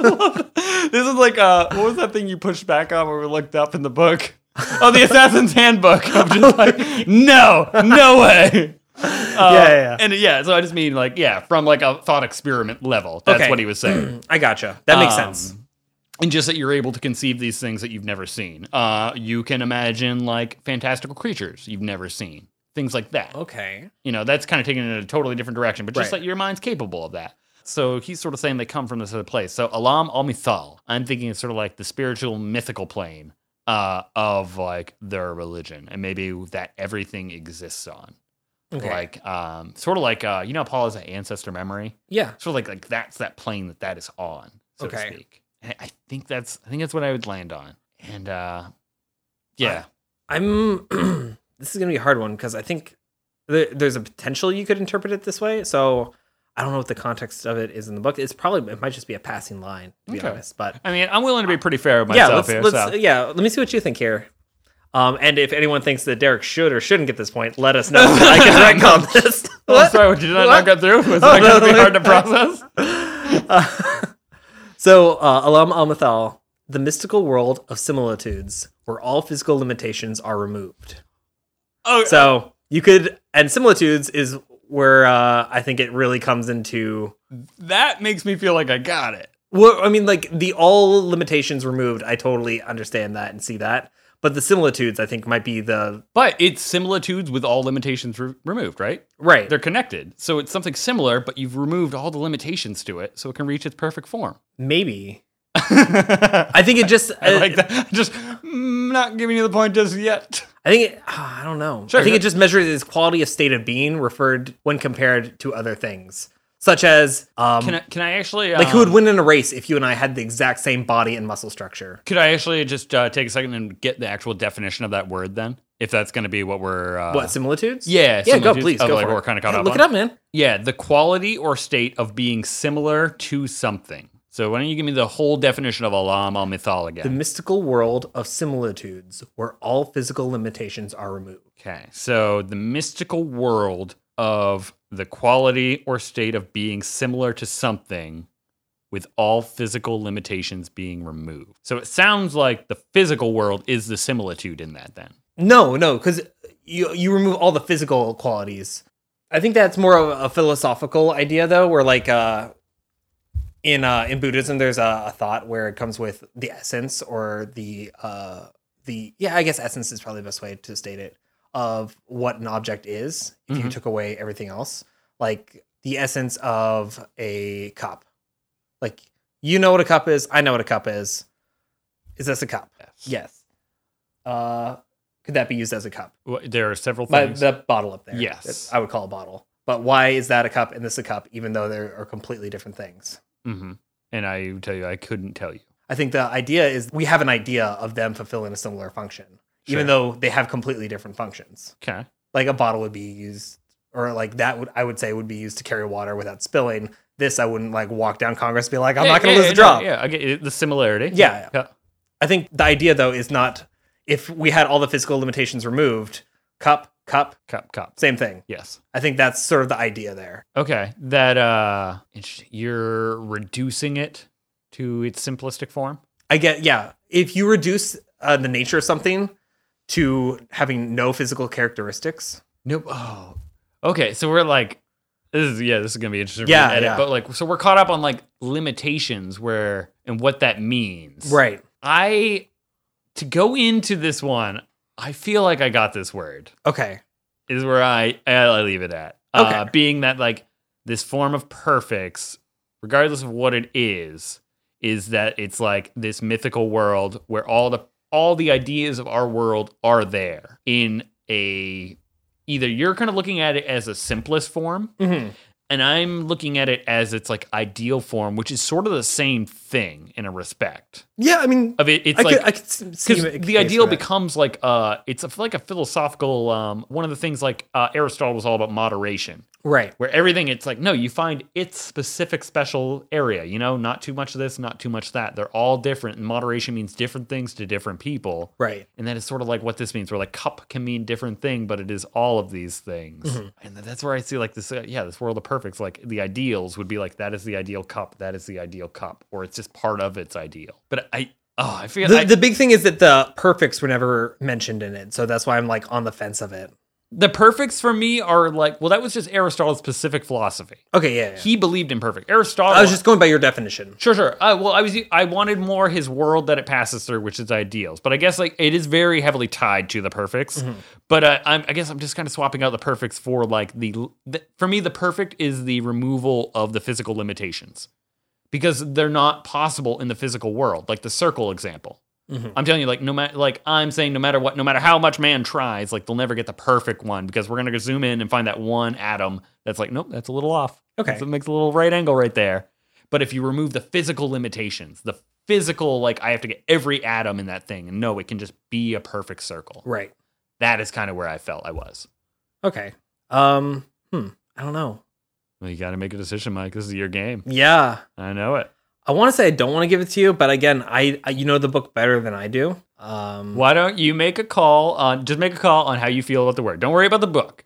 Speaker 2: is like uh what was that thing you pushed back on where we looked up in the book? Oh, the Assassin's Handbook. I'm just like, no, no way. Uh,
Speaker 1: Yeah, yeah, yeah.
Speaker 2: And yeah, so I just mean like, yeah, from like a thought experiment level. That's
Speaker 1: Okay.
Speaker 2: what he was saying.
Speaker 1: I gotcha. That makes
Speaker 2: Um,
Speaker 1: sense.
Speaker 2: And just that you're able to conceive these things that you've never seen. Uh, you can imagine like fantastical creatures you've never seen, things like that
Speaker 1: Okay.
Speaker 2: you know that's kind of taken in a totally different direction but just
Speaker 1: Right.
Speaker 2: like your mind's capable of that so he's sort of saying they come from this other place so alam al mithal i'm thinking it's sort of like the spiritual mythical plane uh, of like their religion and maybe that everything exists on
Speaker 1: Okay.
Speaker 2: Like um sort of like uh you know Paul has an ancestor memory.
Speaker 1: Yeah.
Speaker 2: Sort of like like that's that plane that that is on, so
Speaker 1: Okay.
Speaker 2: to speak. And I, I think that's I think that's what I would land on. And uh yeah.
Speaker 1: I'm. this is gonna be a hard one because I think there, there's a potential you could interpret it this way. So I don't know what the context of it is in the book. It's probably it might just be a passing line to be
Speaker 2: Okay.
Speaker 1: honest. But
Speaker 2: I mean, I'm willing to be pretty fair with
Speaker 1: yeah, let's,
Speaker 2: myself here.
Speaker 1: let's
Speaker 2: so.
Speaker 1: yeah. Let me see what you think here. Um, and if anyone thinks that Derek should or shouldn't get this point, let us know. so I can retcon this.
Speaker 2: Oh, sorry, what, did I
Speaker 1: What?
Speaker 2: not get through? Was
Speaker 1: Oh,
Speaker 2: that going
Speaker 1: no,
Speaker 2: to be
Speaker 1: no.
Speaker 2: hard to process?
Speaker 1: Uh, so, uh, Alam Al Mathal, the mystical world of similitudes, where all physical limitations are removed.
Speaker 2: Oh,
Speaker 1: So you could, and similitudes is where uh, I think it really comes into.
Speaker 2: that makes me feel like I got it.
Speaker 1: Well, I mean, like the all limitations removed. I totally understand that and see that, but the similitudes I think might be the
Speaker 2: But it's similitudes with all limitations re- removed, right?
Speaker 1: right.
Speaker 2: They're connected. So it's something similar, but you've removed all the limitations to it so it can reach its perfect form.
Speaker 1: Maybe
Speaker 2: I
Speaker 1: I think it just. uh, I,
Speaker 2: like that. Just mm, not giving you the point just yet.
Speaker 1: I think it, ah, I don't know.
Speaker 2: Sure.
Speaker 1: I think it just measures its quality of state of being referred when compared to other things, such as um,
Speaker 2: Can I, can I actually.
Speaker 1: like who
Speaker 2: um,
Speaker 1: would win in a race if you and I had the exact same body and muscle structure.
Speaker 2: Could I actually just uh, take a second and get the actual definition of that word then? If that's going to be what we're. Uh,
Speaker 1: what similitudes?
Speaker 2: yeah,
Speaker 1: yeah. Go
Speaker 2: similitudes
Speaker 1: please.
Speaker 2: of,
Speaker 1: Go
Speaker 2: like,
Speaker 1: for
Speaker 2: what
Speaker 1: it.
Speaker 2: we're kinda caught
Speaker 1: Yeah,
Speaker 2: up
Speaker 1: Look
Speaker 2: on.
Speaker 1: it up, man.
Speaker 2: Yeah, the quality or state of being similar to something. So why don't you give me the whole definition of Alam al Mithal
Speaker 1: The
Speaker 2: again?
Speaker 1: mystical world of similitudes, where all physical limitations are removed.
Speaker 2: Okay. So the mystical world of the quality or state of being similar to something with all physical limitations being removed. So it sounds like the physical world is the similitude in that then.
Speaker 1: No, no, because you you remove all the physical qualities. I think that's more of a philosophical idea, though, where like uh, in uh, in Buddhism, there's a, a thought where it comes with the essence or the uh, the yeah, I guess essence is probably the best way to state it of what an object is. If you
Speaker 2: Mhm.
Speaker 1: took away everything else, like the essence of a cup, like you know what a cup is, I know what a cup is. Is this a cup? Yes. Uh, could that be used as a cup?
Speaker 2: Wh- There are several
Speaker 1: By
Speaker 2: things.
Speaker 1: the bottle up there.
Speaker 2: Yes.
Speaker 1: That I would call a bottle. But why is that a cup and this a cup, even though they are completely different things?
Speaker 2: hmm And I tell you, I couldn't tell you.
Speaker 1: I think the idea is we have an idea of them fulfilling a similar function, even
Speaker 2: Sure.
Speaker 1: though they have completely different functions.
Speaker 2: Okay.
Speaker 1: Like a bottle would be used, or like that would I would say would be used to carry water without spilling. This I wouldn't like walk down Congress and be like, I'm
Speaker 2: Yeah,
Speaker 1: not going
Speaker 2: yeah,
Speaker 1: to lose
Speaker 2: yeah,
Speaker 1: a drop.
Speaker 2: no, Yeah, I get it, the similarity.
Speaker 1: Yeah,
Speaker 2: yeah.
Speaker 1: I think the idea though is not if we had all the physical limitations removed, cup, cup,
Speaker 2: Cup, cup.
Speaker 1: same thing.
Speaker 2: Yes.
Speaker 1: I think that's sort of the idea there.
Speaker 2: Okay, that uh, it's- you're reducing it to its simplistic form.
Speaker 1: I get, yeah. If you reduce uh, the nature of something to having no physical characteristics,
Speaker 2: Nope. Oh, okay. So we're like, this is yeah, this is gonna be interesting. for
Speaker 1: Yeah,
Speaker 2: me to edit,
Speaker 1: yeah.
Speaker 2: But like, so we're caught up on like limitations where and what that means.
Speaker 1: right?
Speaker 2: I to go into this one, I feel like I got this word.
Speaker 1: Okay,
Speaker 2: Is where I I leave it at. Uh,
Speaker 1: Okay.
Speaker 2: being that like this form of perfects, regardless of what it is, is that it's like this mythical world where all the all the ideas of our world are there in a either you're kind of looking at it as a simplest form
Speaker 1: Mhm.
Speaker 2: and I'm looking at it as its like ideal form, which is sort of the same thing in a respect.
Speaker 1: yeah. I mean,
Speaker 2: Of it, it's
Speaker 1: I,
Speaker 2: like
Speaker 1: could, I could s- see
Speaker 2: because
Speaker 1: a case
Speaker 2: the ideal
Speaker 1: for that.
Speaker 2: becomes like uh it's a, like a philosophical um one of the things like uh, aristotle was all about moderation
Speaker 1: right.
Speaker 2: where everything it's like no you find its specific special area you know not too much of this not too much that they're all different and moderation means different things to different people
Speaker 1: Right.
Speaker 2: and that is sort of like what this means where like cup can mean different thing but it is all of these things
Speaker 1: Mm-hmm.
Speaker 2: and that's where i see like this uh, yeah this world of perfects like the ideals would be like that is the ideal cup that is the ideal cup or it's just part of its ideal but i oh i feel
Speaker 1: The,
Speaker 2: I,
Speaker 1: the big thing is that the perfects were never mentioned in it, so that's why I'm like on the fence of it.
Speaker 2: the perfects for me are like well that was just aristotle's specific philosophy
Speaker 1: Okay, yeah. yeah.
Speaker 2: he believed in perfect aristotle
Speaker 1: I was just going by your definition.
Speaker 2: sure sure uh, well i was i wanted more his world that it passes through which is ideals but i guess like it is very heavily tied to the perfects but uh, I'm, i guess i'm just kind of swapping out the perfects for like the, the for me the perfect is the removal of the physical limitations because they're not possible in the physical world like the circle example
Speaker 1: Mhm.
Speaker 2: I'm telling you, like no matter, like I'm saying, no matter what, no matter how much man tries, like they'll never get the perfect one because we're gonna go zoom in and find that one atom that's like, nope, that's a little off.
Speaker 1: Okay.
Speaker 2: so it makes a little right angle right there. But if you remove the physical limitations, the physical, like I have to get every atom in that thing, and no, it can just be a perfect circle.
Speaker 1: Right.
Speaker 2: That is kind of where I felt I was.
Speaker 1: Okay. Um. Hmm. I don't know.
Speaker 2: Well, you got to make a decision, Mike. This is your game.
Speaker 1: Yeah.
Speaker 2: I know it.
Speaker 1: I want to say I don't want to give it to you, but again, I, I you know the book better than I do. Um,
Speaker 2: Why don't you make a call on just make a call on how you feel about the word? Don't worry about the book.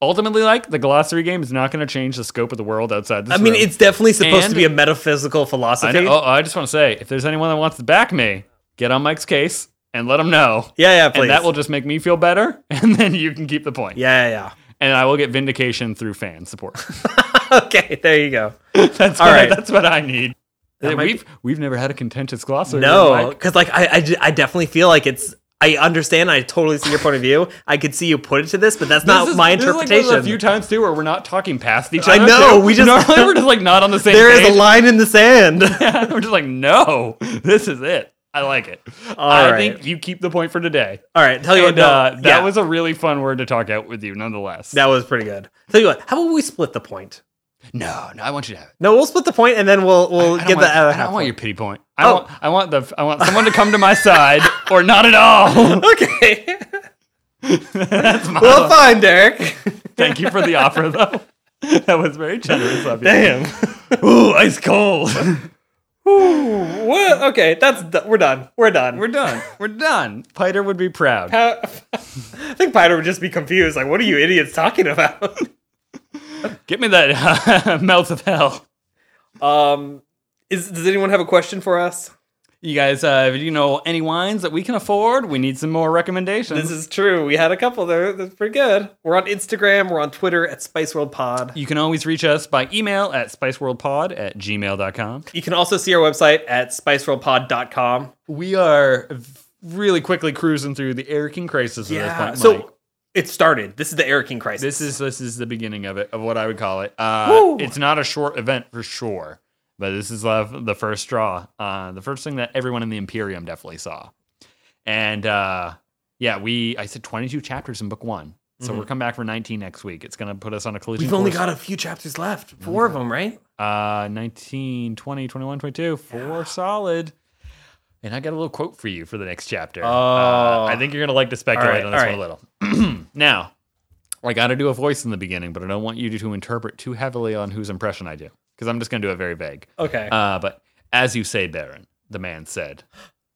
Speaker 2: Ultimately, like the glossary game is not going to change the scope of the world outside this.
Speaker 1: I mean,
Speaker 2: room.
Speaker 1: it's definitely supposed
Speaker 2: And-
Speaker 1: to be a metaphysical
Speaker 2: I,
Speaker 1: philosophy.
Speaker 2: know, oh, I just want to say, if there's anyone that wants to back me, get on Mike's case and let him know,
Speaker 1: yeah, yeah, please.
Speaker 2: and that will just make me feel better, and then you can keep the point.
Speaker 1: yeah, yeah,
Speaker 2: and I will get vindication through fan support.
Speaker 1: yeah. okay, there you go.
Speaker 2: that's
Speaker 1: All
Speaker 2: what,
Speaker 1: right.
Speaker 2: That's what I need.
Speaker 1: That might
Speaker 2: we've we've never had a contentious glossary.
Speaker 1: No,
Speaker 2: Mike.
Speaker 1: because like I, I, ju- I definitely feel like it's. I understand. I totally see your point of view. I could see you put it to this, but that's not
Speaker 2: This is-
Speaker 1: my
Speaker 2: this is like one of
Speaker 1: interpretation.
Speaker 2: the few times too where we're not talking past each
Speaker 1: I
Speaker 2: other.
Speaker 1: know,
Speaker 2: too.
Speaker 1: we just-
Speaker 2: normally we're just like not on the same.
Speaker 1: there
Speaker 2: page.
Speaker 1: is a line in the sand.
Speaker 2: we're just like, no, this is it. I like it. I
Speaker 1: right.
Speaker 2: think you keep the point for today.
Speaker 1: All right, tell you
Speaker 2: And
Speaker 1: what. no,
Speaker 2: uh, that
Speaker 1: yeah,
Speaker 2: was a really fun word to talk out with you, nonetheless.
Speaker 1: that was pretty good. Tell you what. How about we split the point?
Speaker 2: no, no, I want you to have it.
Speaker 1: No, we'll split the point and then we'll we'll
Speaker 2: I don't
Speaker 1: get
Speaker 2: want,
Speaker 1: the other
Speaker 2: I
Speaker 1: half.
Speaker 2: don't want
Speaker 1: point.
Speaker 2: your pity point. I
Speaker 1: Oh.
Speaker 2: want, I want the, I want someone to come to my side or not at all.
Speaker 1: okay.
Speaker 2: That's my.
Speaker 1: well, fine, Derek.
Speaker 2: Thank you for the offer, though. That was very generous of you.
Speaker 1: Damn.
Speaker 2: Ooh, ice cold.
Speaker 1: Ooh, what? Okay, that's do- we're done. We're done.
Speaker 2: We're done. We're done. Piter would be proud.
Speaker 1: Uh, I think Pider would just be confused. Like, what are you idiots talking about?
Speaker 2: Get me that mouth of hell.
Speaker 1: um, is does anyone have a question for us?
Speaker 2: You guys, uh, do you know any wines that we can afford? We need some more recommendations.
Speaker 1: This is true. We had a couple there. That's pretty good. We're on Instagram. We're on Twitter at Spice World Pod.
Speaker 2: you can always reach us by email at spiceworldpod at gmail.com.
Speaker 1: You can also see our website at spiceworldpod.com.
Speaker 2: We are really quickly cruising through the Air King crisis at this point. Mike.
Speaker 1: So it started. This is the Air King crisis.
Speaker 2: This is this is the beginning of it of what I would call it. Uh,
Speaker 1: Woo!
Speaker 2: it's not a short event for sure, but this is uh, the first straw, uh, the first thing that everyone in the Imperium definitely saw. And uh, yeah, we I said twenty two chapters in book one, so we're coming back for nineteen next week. It's gonna put us on a collision.
Speaker 1: Mm-hmm. We've only
Speaker 2: course.
Speaker 1: got a few chapters left. Four of them, right?
Speaker 2: uh, 19, 20, 21, 22, four solid. And I got a little quote for you for the next chapter. Uh,
Speaker 1: Oh.
Speaker 2: I think you're gonna like to speculate
Speaker 1: All right,
Speaker 2: on this
Speaker 1: all
Speaker 2: one a little. now, I got to do a voice in the beginning, but I don't want you to interpret too heavily on whose impression I do, because I'm just gonna do it very vague.
Speaker 1: Okay.
Speaker 2: Uh, but as you say, Baron, the man said.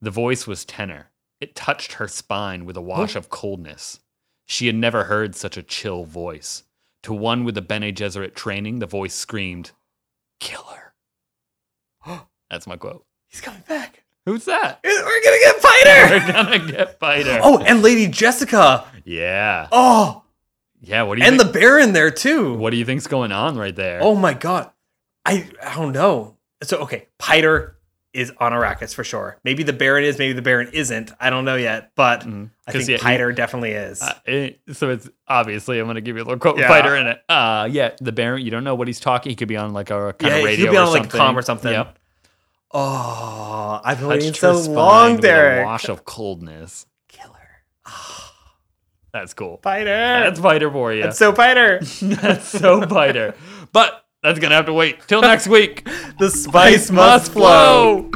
Speaker 2: The voice was tenor. It touched her spine with a wash of coldness. She had never heard such a chill voice. To one with a Bene Gesserit training, the voice screamed, Kill her. That's my quote.
Speaker 1: He's coming back.
Speaker 2: Who's that?
Speaker 1: We're gonna get Pider.
Speaker 2: We're gonna get fighter.
Speaker 1: oh, and Lady Jessica.
Speaker 2: Yeah.
Speaker 1: Oh,
Speaker 2: Yeah. What do you
Speaker 1: and the
Speaker 2: think,
Speaker 1: Baron there too.
Speaker 2: What do you think's going on right there?
Speaker 1: Oh my god. I I don't know. So okay, Pider is on Arrakis for sure. Maybe the Baron is, maybe the Baron isn't. I don't know yet, but
Speaker 2: Mhm.
Speaker 1: I
Speaker 2: 'Cause,
Speaker 1: think
Speaker 2: yeah,
Speaker 1: Pider definitely is.
Speaker 2: Uh, it- so it's obviously I'm gonna give you a little quote
Speaker 1: Yeah.
Speaker 2: fighter in it. Uh yeah, the Baron. You don't know what he's talking. He could be on like a kind
Speaker 1: yeah,
Speaker 2: of
Speaker 1: he
Speaker 2: radio
Speaker 1: could be
Speaker 2: or
Speaker 1: on like
Speaker 2: something.
Speaker 1: com or something.
Speaker 2: Yep.
Speaker 1: Oh, I've been waiting
Speaker 2: Touched
Speaker 1: so
Speaker 2: her spine
Speaker 1: long,
Speaker 2: with a
Speaker 1: Derek.
Speaker 2: wash of coldness.
Speaker 1: Killer.
Speaker 2: That's cool.
Speaker 1: Pider.
Speaker 2: That's fighter for you.
Speaker 1: That's so Pider.
Speaker 2: That's so fighter. But that's gonna have to wait till next week.
Speaker 1: The spice must flow.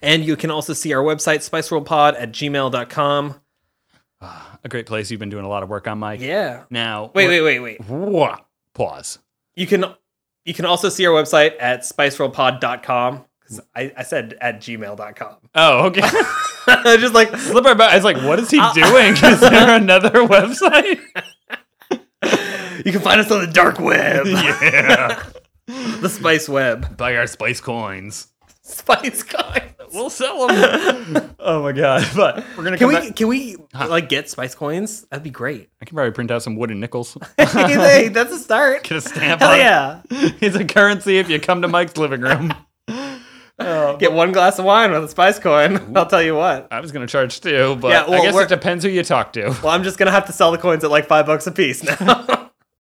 Speaker 1: And you can also see our website, spiceworldpod at gmail.com.
Speaker 2: Ah, A great place you've been doing a lot of work on, Mike.
Speaker 1: Yeah.
Speaker 2: Now
Speaker 1: Wait, wait, wait, wait.
Speaker 2: wait. Pause.
Speaker 1: You can you can also see our website at spiceworldpod.com. Because I, I said at gmail.com.
Speaker 2: Oh, okay.
Speaker 1: Just like
Speaker 2: Flip right back. It's like, what is he doing? Is there another website?
Speaker 1: you can find us on the dark web.
Speaker 2: yeah.
Speaker 1: The spice web.
Speaker 2: Buy our spice coins.
Speaker 1: Spice coins.
Speaker 2: We'll sell them. oh my god! But we're gonna
Speaker 1: Can
Speaker 2: come
Speaker 1: we
Speaker 2: back-
Speaker 1: can we like get spice coins? That'd be great.
Speaker 2: I can probably print out some wooden nickels.
Speaker 1: hey, that's a start.
Speaker 2: Get a stamp.
Speaker 1: Hell
Speaker 2: on it.
Speaker 1: yeah!
Speaker 2: It's a currency if you come to Mike's living room. Uh,
Speaker 1: Get one glass of wine with a spice coin. I'll tell you what.
Speaker 2: I was gonna charge two, but
Speaker 1: Yeah,
Speaker 2: I
Speaker 1: well,
Speaker 2: guess
Speaker 1: we're-
Speaker 2: it depends who you talk to.
Speaker 1: Well, I'm just gonna have to sell the coins at like five bucks a piece now.